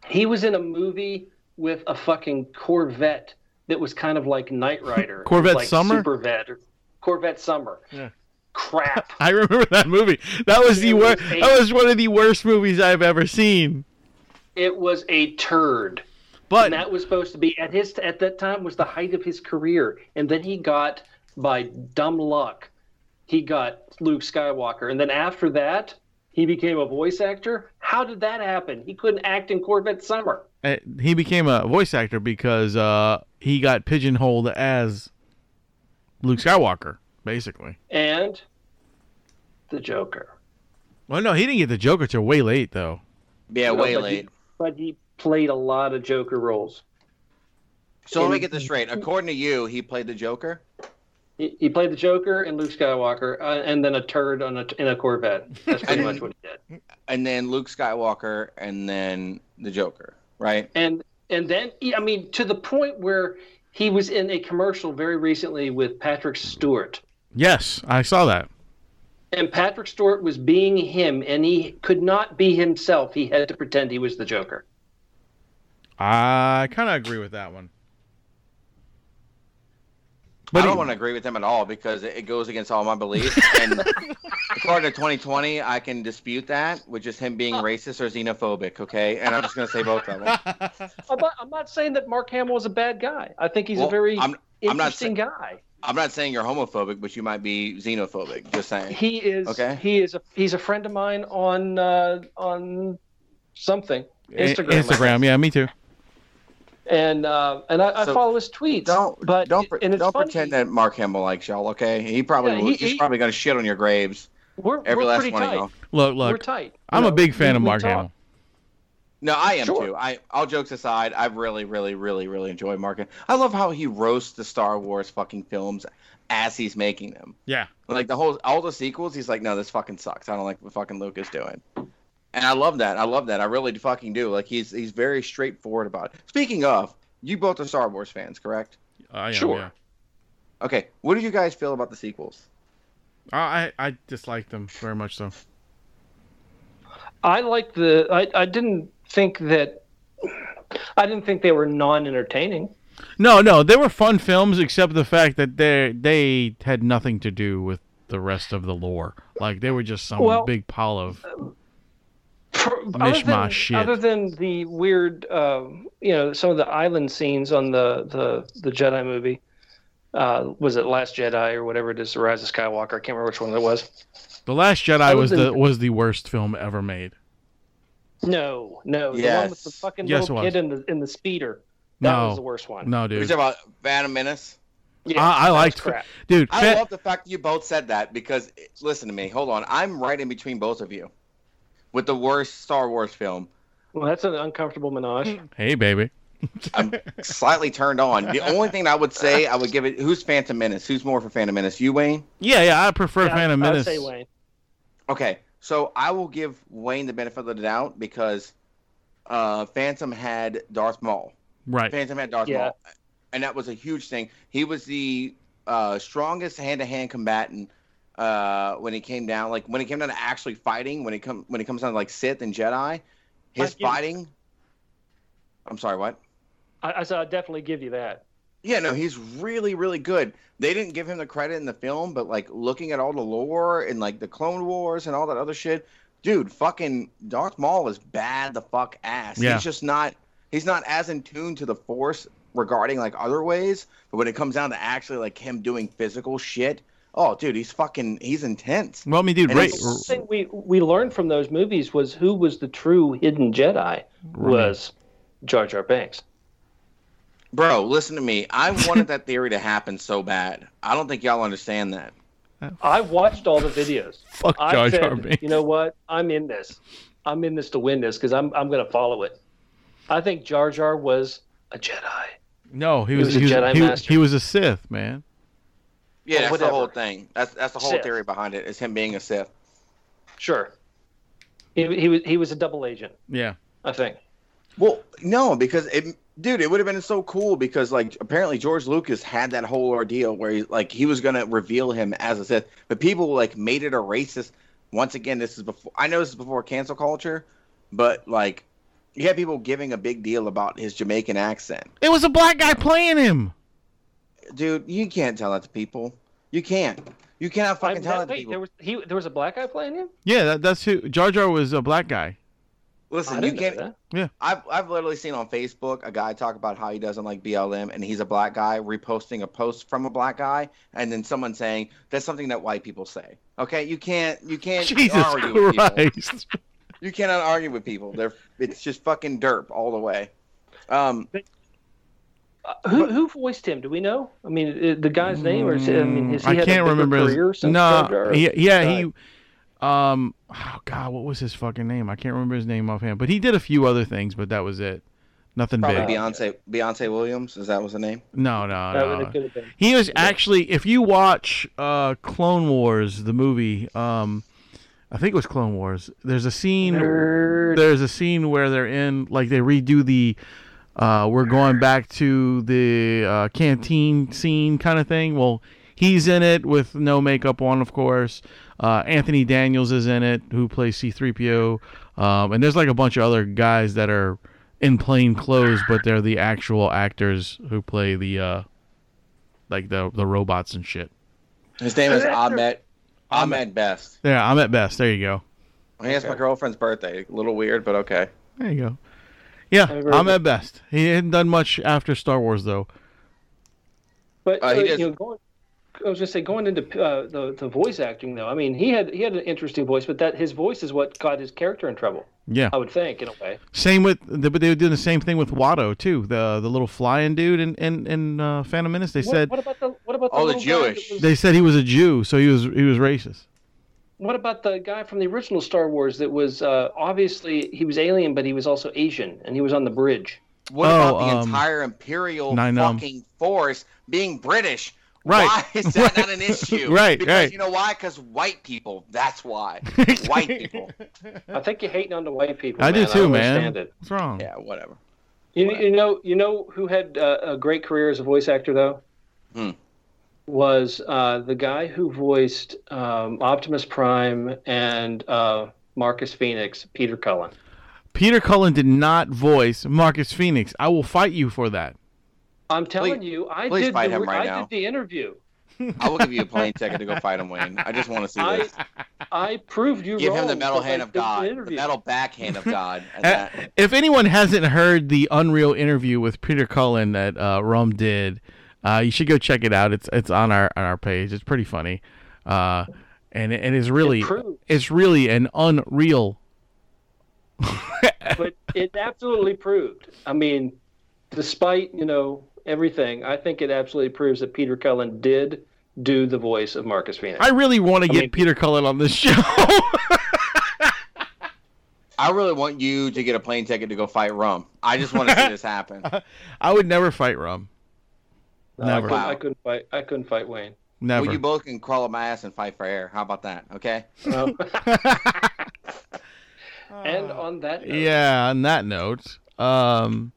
Speaker 3: He was in a movie with a fucking Corvette that was kind of like Knight Rider, It was
Speaker 1: Corvette
Speaker 3: like
Speaker 1: Summer?
Speaker 3: Supervet, or Corvette Summer.
Speaker 1: Yeah.
Speaker 3: Crap.
Speaker 1: I remember that movie. That was the
Speaker 3: It
Speaker 1: worst.
Speaker 3: was
Speaker 1: That was one of the worst movies I've ever seen.
Speaker 3: it was a turd.
Speaker 1: But
Speaker 3: and that was supposed to be at his at that time was the height of his career and then he got by dumb luck he got luke skywalker and then after that he became a voice actor how did that happen he couldn't act in corvette summer
Speaker 1: uh, he became a voice actor because uh, he got pigeonholed as Luke Skywalker, basically.
Speaker 3: and the joker
Speaker 1: Well, no, he didn't get the Joker till way late, though.
Speaker 2: Yeah,
Speaker 3: No,
Speaker 2: way
Speaker 3: but he-
Speaker 2: late.
Speaker 3: but he played a lot of joker roles
Speaker 2: So let me get this straight. According to you, he played the Joker.
Speaker 3: he, he played the joker and luke skywalker uh, and then a turd on a, in a corvette that's pretty much what he did
Speaker 2: and then Luke Skywalker, and then the Joker, right?
Speaker 3: and and then I mean to the point where he was in a commercial very recently with Patrick Stewart,
Speaker 1: Yes, I saw that.
Speaker 3: and Patrick Stewart was being him, and he could not be himself. He had to pretend he was the Joker.
Speaker 1: I kind of agree with that one.
Speaker 2: I
Speaker 1: But
Speaker 2: don't
Speaker 1: he-
Speaker 2: want to agree with him at all because it it goes against all my beliefs. And according to 2020, I can dispute that with just him being racist or xenophobic. Okay, and I'm just gonna say both of them.
Speaker 3: I'm not, I'm not saying that Mark Hamill is a bad guy. I think he's
Speaker 2: Well,
Speaker 3: a very
Speaker 2: I'm- I'm not
Speaker 3: interesting guy.
Speaker 2: I'm not saying you're homophobic, but you might be xenophobic. Just saying.
Speaker 3: He is.
Speaker 2: Okay.
Speaker 3: He is a he's a friend of mine on uh, on something
Speaker 1: I-
Speaker 3: Instagram. I
Speaker 1: Instagram,
Speaker 3: guess.
Speaker 1: yeah, me too.
Speaker 3: and uh, and I, I
Speaker 2: So,
Speaker 3: follow his tweets.
Speaker 2: Don't
Speaker 3: but
Speaker 2: don't
Speaker 3: and it's
Speaker 2: don't
Speaker 3: funny-
Speaker 2: pretend that Mark Hamill likes y'all. Okay, he probably
Speaker 3: Yeah,
Speaker 2: will-
Speaker 3: he-
Speaker 2: he's
Speaker 3: he-
Speaker 2: probably gonna shit on your graves.
Speaker 3: We're,
Speaker 2: Every
Speaker 3: we're
Speaker 2: last
Speaker 3: pretty
Speaker 2: one of
Speaker 3: tight.
Speaker 2: y'all.
Speaker 1: Look,
Speaker 3: We're
Speaker 1: look.
Speaker 3: tight.
Speaker 1: I'm
Speaker 3: You
Speaker 1: a
Speaker 3: know,
Speaker 1: big fan
Speaker 3: we-
Speaker 1: of
Speaker 3: we
Speaker 1: Mark
Speaker 3: talk.
Speaker 1: Hamill.
Speaker 2: No, I am
Speaker 3: Sure.
Speaker 2: too. I all jokes aside, I really, really, really, really enjoy Mark. Hamill. I love how he roasts the Star Wars fucking films as he's making them.
Speaker 1: Yeah.
Speaker 2: Like the whole all the sequels, he's like, no, this fucking sucks. I don't like what fucking Luke is doing. And I love that. I love that. I really fucking do. Like he's he's very straightforward about it. Speaking of, you both are Star Wars fans, correct?
Speaker 1: I am,
Speaker 3: Sure.
Speaker 1: yeah.
Speaker 2: Okay. What do you guys feel about the sequels?
Speaker 1: I I I dislike them very much so.
Speaker 3: I like the. I, I didn't think that. I didn't think they were non-entertaining.
Speaker 1: No, no, they were fun films, except the fact that they they had nothing to do with the rest of the lore. Like they were just some
Speaker 3: Well- uh,
Speaker 1: big pile of
Speaker 3: other than,
Speaker 1: Mishmash shit.
Speaker 3: Other than the weird, um, you know, some of the island scenes on the the, the Jedi movie. Uh, was it Last Jedi or whatever it is, The Rise of Skywalker? I can't remember which one it was.
Speaker 1: the Last Jedi
Speaker 3: Other
Speaker 1: was the
Speaker 3: than-
Speaker 1: was the worst film ever made.
Speaker 3: No, no, the one with the
Speaker 2: Yes.
Speaker 3: fucking
Speaker 1: Yes,
Speaker 3: little
Speaker 1: it was.
Speaker 3: kid in the in the speeder. That was the
Speaker 1: No,
Speaker 3: worst one.
Speaker 1: no,
Speaker 2: We
Speaker 1: dude,
Speaker 2: talking about Phantom Menace.
Speaker 1: I-
Speaker 3: Yeah,
Speaker 1: I
Speaker 3: that was
Speaker 1: liked-
Speaker 3: crap.
Speaker 1: dude,
Speaker 2: I
Speaker 1: Fa-
Speaker 2: love the fact that you both said that because listen to me. Hold on. I'm right in between both of you with the worst Star Wars film.
Speaker 3: Well, that's an uncomfortable menage.
Speaker 1: hey baby,
Speaker 2: I'm slightly turned on. The only thing I would say I would give it who's Phantom Menace? Who's more for Phantom Menace? You Wayne?
Speaker 1: yeah, yeah, I prefer
Speaker 3: Yeah,
Speaker 1: Phantom
Speaker 3: I'd
Speaker 1: Menace.
Speaker 3: say Wayne.
Speaker 2: Okay. So I will give Wayne the benefit of the doubt because uh Phantom had Darth Maul.
Speaker 1: Right,
Speaker 2: Phantom had Darth
Speaker 3: Yeah.
Speaker 2: Maul. And that was a huge thing. He was the uh, strongest hand to hand combatant uh, when it came down like when it came down to actually fighting, when it come when it comes down to like Sith and Jedi, his
Speaker 3: Like, yeah.
Speaker 2: fighting I'm sorry, what?
Speaker 3: I, I said I'd definitely give you that.
Speaker 2: Yeah, no, he's really, really good. They didn't give him the credit in the film, but like looking at all the lore and like the Clone Wars and all that other shit, dude, fucking Darth Maul is bad the fuck ass.
Speaker 1: Yeah.
Speaker 2: He's just not he's not as in tune to the force regarding like other ways, but when it comes down to actually like him doing physical shit, oh dude, he's fucking he's intense.
Speaker 1: well, I mean, dude,
Speaker 2: And
Speaker 1: Ray,
Speaker 2: it's-
Speaker 3: The thing we we learned from those movies was who was the true hidden Jedi was Jar Jar Banks.
Speaker 2: Bro, listen to me. I wanted that theory to happen so bad. I don't think y'all understand that.
Speaker 3: I watched all the videos.
Speaker 1: fuck
Speaker 3: I
Speaker 1: Jar
Speaker 3: said,
Speaker 1: Jar Binks.
Speaker 3: you know what? I'm in this. I'm in this to win this because I'm I'm going to follow it. I think Jar Jar was a Jedi.
Speaker 1: No, he was
Speaker 3: was
Speaker 1: he
Speaker 3: a
Speaker 1: was,
Speaker 3: Jedi
Speaker 1: he, was
Speaker 3: Master.
Speaker 1: he was a Sith man.
Speaker 2: Yeah,
Speaker 3: Or
Speaker 2: that's
Speaker 3: whatever.
Speaker 2: the whole thing. That's that's the whole
Speaker 3: Sith.
Speaker 2: theory behind it is him being a Sith.
Speaker 3: Sure. He, he was he was a double agent.
Speaker 1: Yeah,
Speaker 3: I think.
Speaker 2: Well, no, because it, dude, it would have been so cool because like apparently George Lucas had that whole ordeal where he like he was gonna reveal him as a Sith, but people like made it a racist. Once again, this is before I know this is before cancel culture, but like you had people giving a big deal about his Jamaican accent,
Speaker 1: it was a black guy playing him.
Speaker 2: dude. You can't tell that to people. You can't. You cannot
Speaker 3: I
Speaker 2: fucking tell that, to
Speaker 3: wait,
Speaker 2: people.
Speaker 3: there was he there was a black guy playing him.
Speaker 1: Yeah, that, that's who Jar Jar was a black guy.
Speaker 3: I
Speaker 2: Listen, you
Speaker 3: didn't know
Speaker 2: can't.
Speaker 3: that.
Speaker 2: I've I've literally seen on Facebook a guy talk about how he doesn't like BLM and he's a black guy reposting a post from a black guy and then someone saying that's something that white people say. Okay, you can't you can't
Speaker 1: Jesus
Speaker 2: argue with people.
Speaker 1: Christ.
Speaker 2: You cannot argue with people. They're it's just fucking derp all the way. Um,
Speaker 3: Uh, who who voiced him? Do we know? I mean, uh, the guy's name, or is, I mean, is
Speaker 1: Mm,
Speaker 3: he
Speaker 1: I
Speaker 3: had a
Speaker 1: can't
Speaker 3: bigger
Speaker 1: remember. his-
Speaker 3: career since
Speaker 1: nah,
Speaker 3: Jar Jar?
Speaker 1: he- yeah, he. Um, oh God, what was his fucking name? I can't remember his name offhand. But he did a few other things, but that was it. Nothing
Speaker 2: probably
Speaker 1: big.
Speaker 2: Beyonce Beyonce Williams is that was the name?
Speaker 1: No, no,
Speaker 3: That would
Speaker 1: no.
Speaker 3: have could have been.
Speaker 1: He was actually, if you watch uh, Clone Wars, the movie, um, I think it was Clone Wars. There's a scene.
Speaker 3: Nerd.
Speaker 1: There's a scene where they're in, like, they redo the. Uh, we're going back to the uh, canteen scene kind of thing. Well, he's in it with no makeup on, of course. Uh, Anthony Daniels is in it, who plays C3PO. Um, and there's like a bunch of other guys that are in plain clothes, but they're the actual actors who play the uh, like the the robots and shit.
Speaker 2: His name is
Speaker 3: Is that-
Speaker 2: Ahmed Ahmed Best.
Speaker 1: There, I'm at best. There you go.
Speaker 2: I mean, it's my girlfriend's birthday. A little weird, but okay.
Speaker 1: There you go. Yeah,
Speaker 3: I agree
Speaker 1: I'm
Speaker 3: with-
Speaker 1: at best. He hadn't done much after Star Wars though.
Speaker 3: But
Speaker 2: Uh, he
Speaker 3: uh,
Speaker 2: does-
Speaker 3: you know, going, I was gonna say going into uh, the the voice acting though. I mean, he had he had an interesting voice, but that his voice is what got his character in trouble.
Speaker 1: Yeah.
Speaker 3: I would think, in a way.
Speaker 1: Same with, the, but they were doing the same thing with Watto too. The the little flying dude in in, in uh, Phantom Menace. They
Speaker 3: What,
Speaker 1: said
Speaker 3: what about the what about the
Speaker 2: Oh, the
Speaker 3: little guy that
Speaker 2: Jewish.
Speaker 3: was-
Speaker 1: they said he was a Jew, so he was he was racist.
Speaker 3: what about the guy from the original Star Wars that was uh, obviously he was alien, but he was also Asian, and he was on the bridge.
Speaker 2: What
Speaker 1: Oh,
Speaker 2: about the
Speaker 1: um,
Speaker 2: entire imperial
Speaker 1: Nine, um,
Speaker 2: fucking force being British?
Speaker 1: Right.
Speaker 2: Why is that
Speaker 1: Right.
Speaker 2: not an issue?
Speaker 1: Right,
Speaker 2: Because
Speaker 1: right.
Speaker 2: you know why? Because white people. That's why. white people.
Speaker 3: I think you're hating on the white people.
Speaker 1: I do
Speaker 3: man.
Speaker 1: too,
Speaker 3: don't
Speaker 1: man.
Speaker 3: understand it.
Speaker 1: What's wrong?
Speaker 2: Yeah, whatever.
Speaker 3: You, you know, you know who had uh, a great career as a voice actor though.
Speaker 2: Hmm.
Speaker 3: Was uh, the guy who voiced um, Optimus Prime and uh, Marcus Phoenix, Peter Cullen.
Speaker 1: Peter Cullen did not voice Marcus Phoenix. I will fight you for that.
Speaker 3: I'm telling
Speaker 2: Please-
Speaker 3: you, I
Speaker 2: please
Speaker 3: did.
Speaker 2: fight
Speaker 3: the,
Speaker 2: him
Speaker 3: re-
Speaker 2: right
Speaker 3: I
Speaker 2: now.
Speaker 3: did the interview.
Speaker 2: I will give you a plane ticket to go fight him, Wayne. I just want to see
Speaker 3: I,
Speaker 2: this.
Speaker 3: I proved you
Speaker 2: Give
Speaker 3: wrong.
Speaker 2: him the metal
Speaker 3: because I
Speaker 2: hand of
Speaker 3: did the
Speaker 2: God, the
Speaker 3: interview.
Speaker 2: metal backhand of God. And
Speaker 1: Uh,
Speaker 2: that,
Speaker 1: if anyone hasn't heard the Unreal interview with Peter Cullen that uh, Rum did, uh, you should go check it out. It's it's on our on our page. It's pretty funny, uh, and it- and it's really
Speaker 3: proved.
Speaker 1: it's really an unreal.
Speaker 3: but it absolutely proved. I mean, despite you know everything, I think it absolutely proves that Peter Cullen did do the voice of Marcus Phoenix.
Speaker 1: I really want to get
Speaker 3: mean-
Speaker 1: Peter Cullen on this show.
Speaker 2: I really want you to get a plane ticket to go fight Rum. I just want to see this happen.
Speaker 1: I would never fight Rum.
Speaker 3: No, I,
Speaker 1: Never.
Speaker 3: couldn't, I couldn't fight. I couldn't fight Wayne.
Speaker 1: Never.
Speaker 2: Well, Uh, you both can crawl up my ass and fight for air. How about that? Okay.
Speaker 3: Well, Um, and
Speaker 2: Oh.
Speaker 3: on that, note,
Speaker 1: yeah. On that note, um,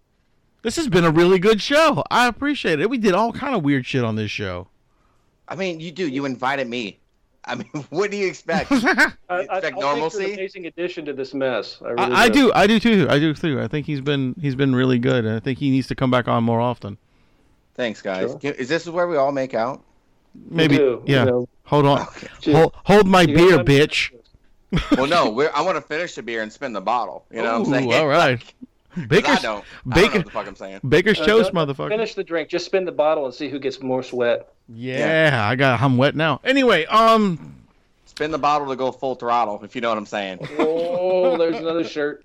Speaker 1: this has been a really good show. I appreciate it. We did all kind of weird shit on this show.
Speaker 2: I mean, you do. You invited me. I mean, what do you expect?
Speaker 3: I,
Speaker 2: It's like
Speaker 3: I, I think you're
Speaker 2: normalcy.
Speaker 3: an amazing addition to this mess. I, really
Speaker 1: I, I do, I do too, I do too. I think he's been he's been really good, and I think he needs to come back on more often.
Speaker 2: Thanks, guys.
Speaker 3: Sure.
Speaker 2: Can- Is this where we all make out?
Speaker 1: Maybe,
Speaker 3: do, you
Speaker 1: yeah.
Speaker 3: know.
Speaker 1: hold on,
Speaker 2: Okay.
Speaker 1: hold, hold my
Speaker 3: You
Speaker 1: beer,
Speaker 3: know,
Speaker 1: bitch.
Speaker 2: Well, no. We're, I want to finish the beer and spin the bottle. You know what I'm saying?
Speaker 1: Ooh, all right,
Speaker 2: 'Cause I
Speaker 1: Baker's
Speaker 2: don't. I don't know
Speaker 1: Baker-
Speaker 2: what the fuck I'm saying.
Speaker 1: Baker's
Speaker 3: Uh,
Speaker 1: toast,
Speaker 3: no,
Speaker 1: motherfucker.
Speaker 3: Finish the drink. Just spin the bottle and see who gets more sweat.
Speaker 1: yeah, I got, I'm wet now. Anyway, um,
Speaker 2: Spin the bottle to go full throttle, if you know what I'm saying.
Speaker 3: Oh, there's another shirt.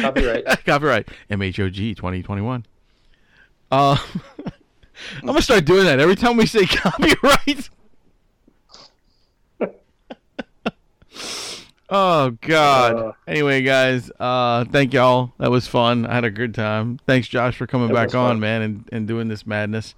Speaker 3: Copyright.
Speaker 1: copyright MHOG 2021. Uh, I'm gonna start doing that every time we say copyright. oh God.
Speaker 3: Uh.
Speaker 1: anyway, guys, uh, thank y'all. That was fun. I had a good time. Thanks, Josh, for coming
Speaker 3: That
Speaker 1: back
Speaker 3: was
Speaker 1: on,
Speaker 3: fun.
Speaker 1: man, and, and doing this madness.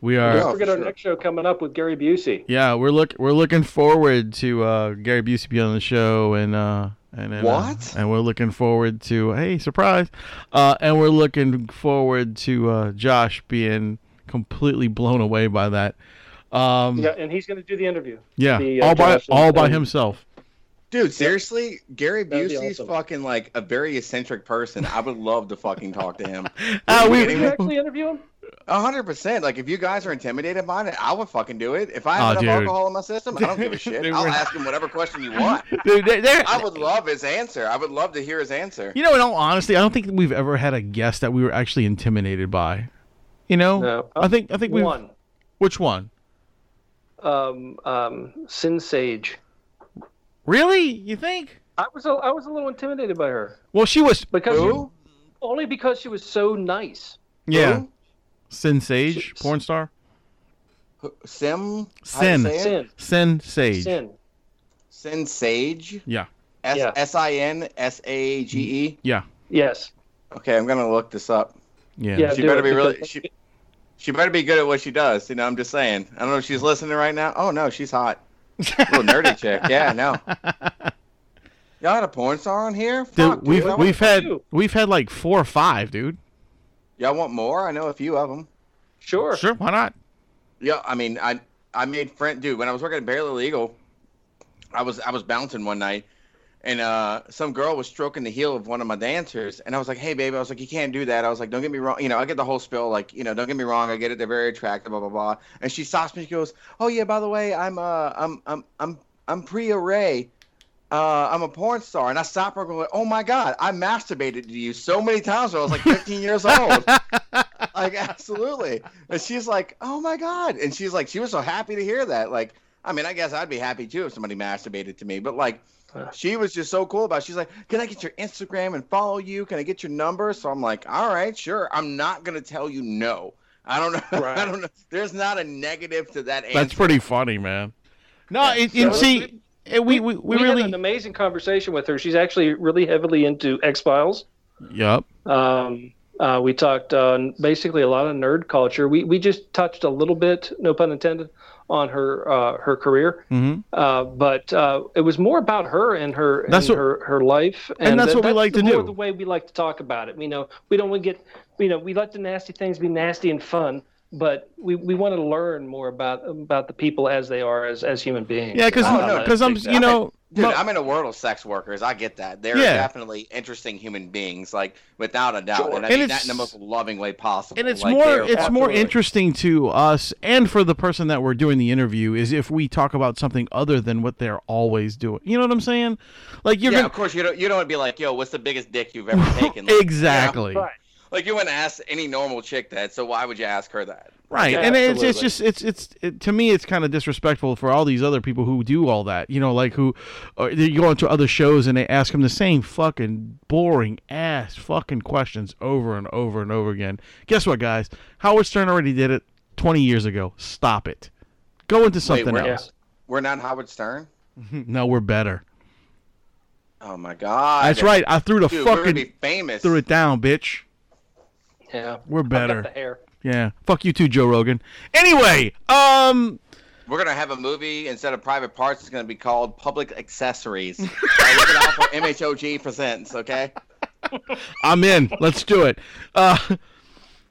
Speaker 1: We
Speaker 3: Don't
Speaker 1: are.
Speaker 2: Yeah. Oh,
Speaker 3: forget
Speaker 2: for
Speaker 3: our
Speaker 2: sure.
Speaker 3: next show coming up with Gary Busey.
Speaker 1: Yeah, we're look we're looking forward to uh, Gary Busey being on the show and uh and, and uh,
Speaker 2: What?
Speaker 1: and we're looking forward to hey surprise, uh and we're looking forward to uh, Josh being completely blown away by that. Um,
Speaker 3: Yeah,
Speaker 1: yeah,
Speaker 3: and he's going to do the interview. the, uh,
Speaker 1: all by
Speaker 3: Josh and-
Speaker 1: all by
Speaker 3: and-
Speaker 1: himself.
Speaker 2: Dude, seriously, Gary
Speaker 3: That'd be
Speaker 2: Busey's
Speaker 3: awesome.
Speaker 2: fucking like a very eccentric person. I would love to fucking talk to him.
Speaker 1: Ah, we-
Speaker 3: Did you actually interview him?
Speaker 2: A hundred percent. Like if you guys are intimidated by it, I would fucking do it. If I have
Speaker 1: Oh,
Speaker 2: enough
Speaker 1: dude.
Speaker 2: alcohol in my system, I don't give a shit.
Speaker 1: Dude,
Speaker 2: I'll
Speaker 1: we're-
Speaker 2: ask him whatever question you want.
Speaker 1: Dude, they're- they're-
Speaker 2: I would love his answer. I would love to hear his answer.
Speaker 1: you know, in all honesty, I don't think we've ever had a guest that we were actually intimidated by. You know,
Speaker 3: No.
Speaker 1: I think I think we
Speaker 3: One.
Speaker 1: which one
Speaker 3: Um, um, Sin Sage.
Speaker 1: really you think?
Speaker 3: I was a, I was a little intimidated by her
Speaker 1: Well, she was
Speaker 3: because
Speaker 2: Who?
Speaker 3: only because she was so nice.
Speaker 1: yeah,
Speaker 2: Who?
Speaker 1: Sin Sage,
Speaker 3: She-
Speaker 1: porn star.
Speaker 2: Who- Sim. How do you
Speaker 1: Sin.
Speaker 2: say it?
Speaker 3: Sin,
Speaker 1: Sin Sage.
Speaker 3: sin.
Speaker 2: Sin Sage.
Speaker 1: Yeah.
Speaker 2: S
Speaker 3: Yeah.
Speaker 2: S I N S A G E.
Speaker 1: Yeah.
Speaker 3: Yes.
Speaker 2: Okay, I'm gonna look this up.
Speaker 1: Yeah.
Speaker 3: Yeah.
Speaker 2: She
Speaker 3: do
Speaker 2: better
Speaker 3: it
Speaker 2: be really.
Speaker 3: because-
Speaker 2: She, she better be good at what she does. You know, I'm just saying. I don't know if she's listening right now. Oh no, she's hot. Little nerdy chick. Yeah, no. Y'all had a porn star on here?
Speaker 1: Dude,
Speaker 2: Fuck, dude.
Speaker 1: we've
Speaker 2: I want-
Speaker 1: we've had
Speaker 3: you.
Speaker 1: we've had like four or five, dude.
Speaker 2: Y'all want more? I know a few of them.
Speaker 3: Sure.
Speaker 1: Sure, why not?
Speaker 2: Yeah, I mean, I I made friend dude when I was working at Barely Legal. I was I was bouncing one night, and uh, some girl was stroking the heel of one of my dancers, and I was like, "Hey, baby," I was like, "You can't do that." I was like, "Don't get me wrong," you know. I get the whole spill, like, you know, don't get me wrong. I get it. They're very attractive, blah blah blah. And she stops me. She goes, "Oh yeah, by the way, I'm uh, I'm I'm I'm I'm pre array." Uh, I'm a porn star, and I stop her and go, "Oh my god, I masturbated to you so many times when I was like 15 years old." like absolutely and she's like oh my god and she's like she was so happy to hear that like i mean i guess i'd be happy too if somebody masturbated to me but like she was just so cool about it. she's like can i get your instagram and follow you can i get your number so i'm like all right sure i'm not going to tell you no i don't know i
Speaker 3: Right.
Speaker 2: don't know there's not a negative to that answer
Speaker 1: That's pretty funny, man. No, it,
Speaker 2: Yeah,
Speaker 1: and
Speaker 2: so-
Speaker 1: see, And we, we, we,
Speaker 3: we
Speaker 1: really.
Speaker 3: had an amazing conversation with her. She's actually really heavily into X Files.
Speaker 1: yep.
Speaker 3: Um, uh, we talked on basically a lot of nerd culture. We we just touched a little bit, no pun intended, on her uh, her career.
Speaker 1: hmm
Speaker 3: Uh, but uh, it was more about her and her
Speaker 1: That's
Speaker 3: and
Speaker 1: what-
Speaker 3: her her life,
Speaker 1: and that's
Speaker 3: that-
Speaker 1: what we like
Speaker 3: the
Speaker 1: to
Speaker 3: more
Speaker 1: do.
Speaker 3: The way we like to talk about it, you know, we don't want to get, you know, we let the nasty things be nasty and fun, but we, we want to learn more about about the people as they are as as human beings.
Speaker 1: Yeah, because
Speaker 2: Oh, no,
Speaker 1: I'm,
Speaker 2: dude,
Speaker 1: you know,
Speaker 2: Dude,
Speaker 1: mo-
Speaker 2: I'm in a world of sex workers. I get that. They're
Speaker 1: Yeah.
Speaker 2: definitely interesting human beings, like without a doubt,
Speaker 3: Sure.
Speaker 2: and I
Speaker 1: And
Speaker 2: mean
Speaker 1: it's-
Speaker 2: that in the most loving way possible.
Speaker 1: and it's
Speaker 2: Like,
Speaker 1: more
Speaker 2: they're
Speaker 1: it's more
Speaker 2: absolutely-
Speaker 1: interesting to us and for the person that we're doing the interview is if we talk about something other than what they're always doing. You know what I'm saying? Like you're
Speaker 2: yeah,
Speaker 1: gonna
Speaker 2: of course you don't. You don't want to be like, yo, what's the biggest dick you've ever taken? Like,
Speaker 1: exactly
Speaker 3: Right.
Speaker 2: yeah. Like you wouldn't ask any normal chick that. So why would you ask her that?
Speaker 1: right,
Speaker 3: Yeah,
Speaker 1: and it's it's
Speaker 3: absolutely.
Speaker 1: just it's it's it, to me it's kind of disrespectful for all these other people who do all that. You know, like who or they go on to other shows and they ask them the same fucking boring ass fucking questions over and over and over again. Guess what, guys? Howard Stern already did it 20 years ago. Stop it. Go into something
Speaker 2: where-
Speaker 1: else.
Speaker 2: We're not Howard Stern.
Speaker 1: No, we're better.
Speaker 2: Oh my god.
Speaker 1: That's right. I threw the
Speaker 2: Dude, we're gonna
Speaker 1: fucking
Speaker 2: be famous.
Speaker 1: threw it down, bitch.
Speaker 3: Yeah.
Speaker 1: We're
Speaker 3: I've got the
Speaker 1: better.
Speaker 3: hair.
Speaker 1: Yeah. Fuck you too, Joe Rogan. Anyway, um
Speaker 2: We're gonna have a movie instead of private parts. It's gonna be called Public Accessories. Uh, look it out for MHOG presents. Okay.
Speaker 1: I'm in. Let's do it. Uh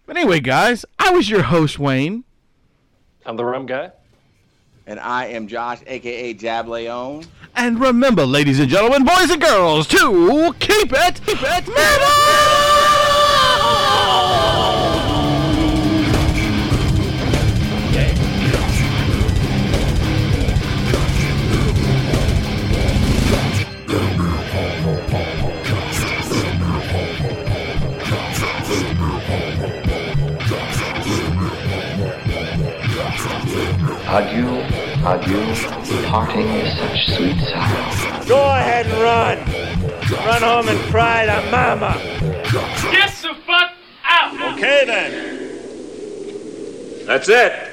Speaker 1: but anyway, guys, I was your host, Wayne.
Speaker 3: I'm the rum guy.
Speaker 2: And I am Josh, aka Jab Leone.
Speaker 1: And remember, ladies and gentlemen, boys and girls, to keep it, keep it metal!
Speaker 4: Adieu, adieu, parting is such sweet sorrow.
Speaker 5: Go ahead and run. Run home and cry to mama. Get the fuck out. Okay then. That's it.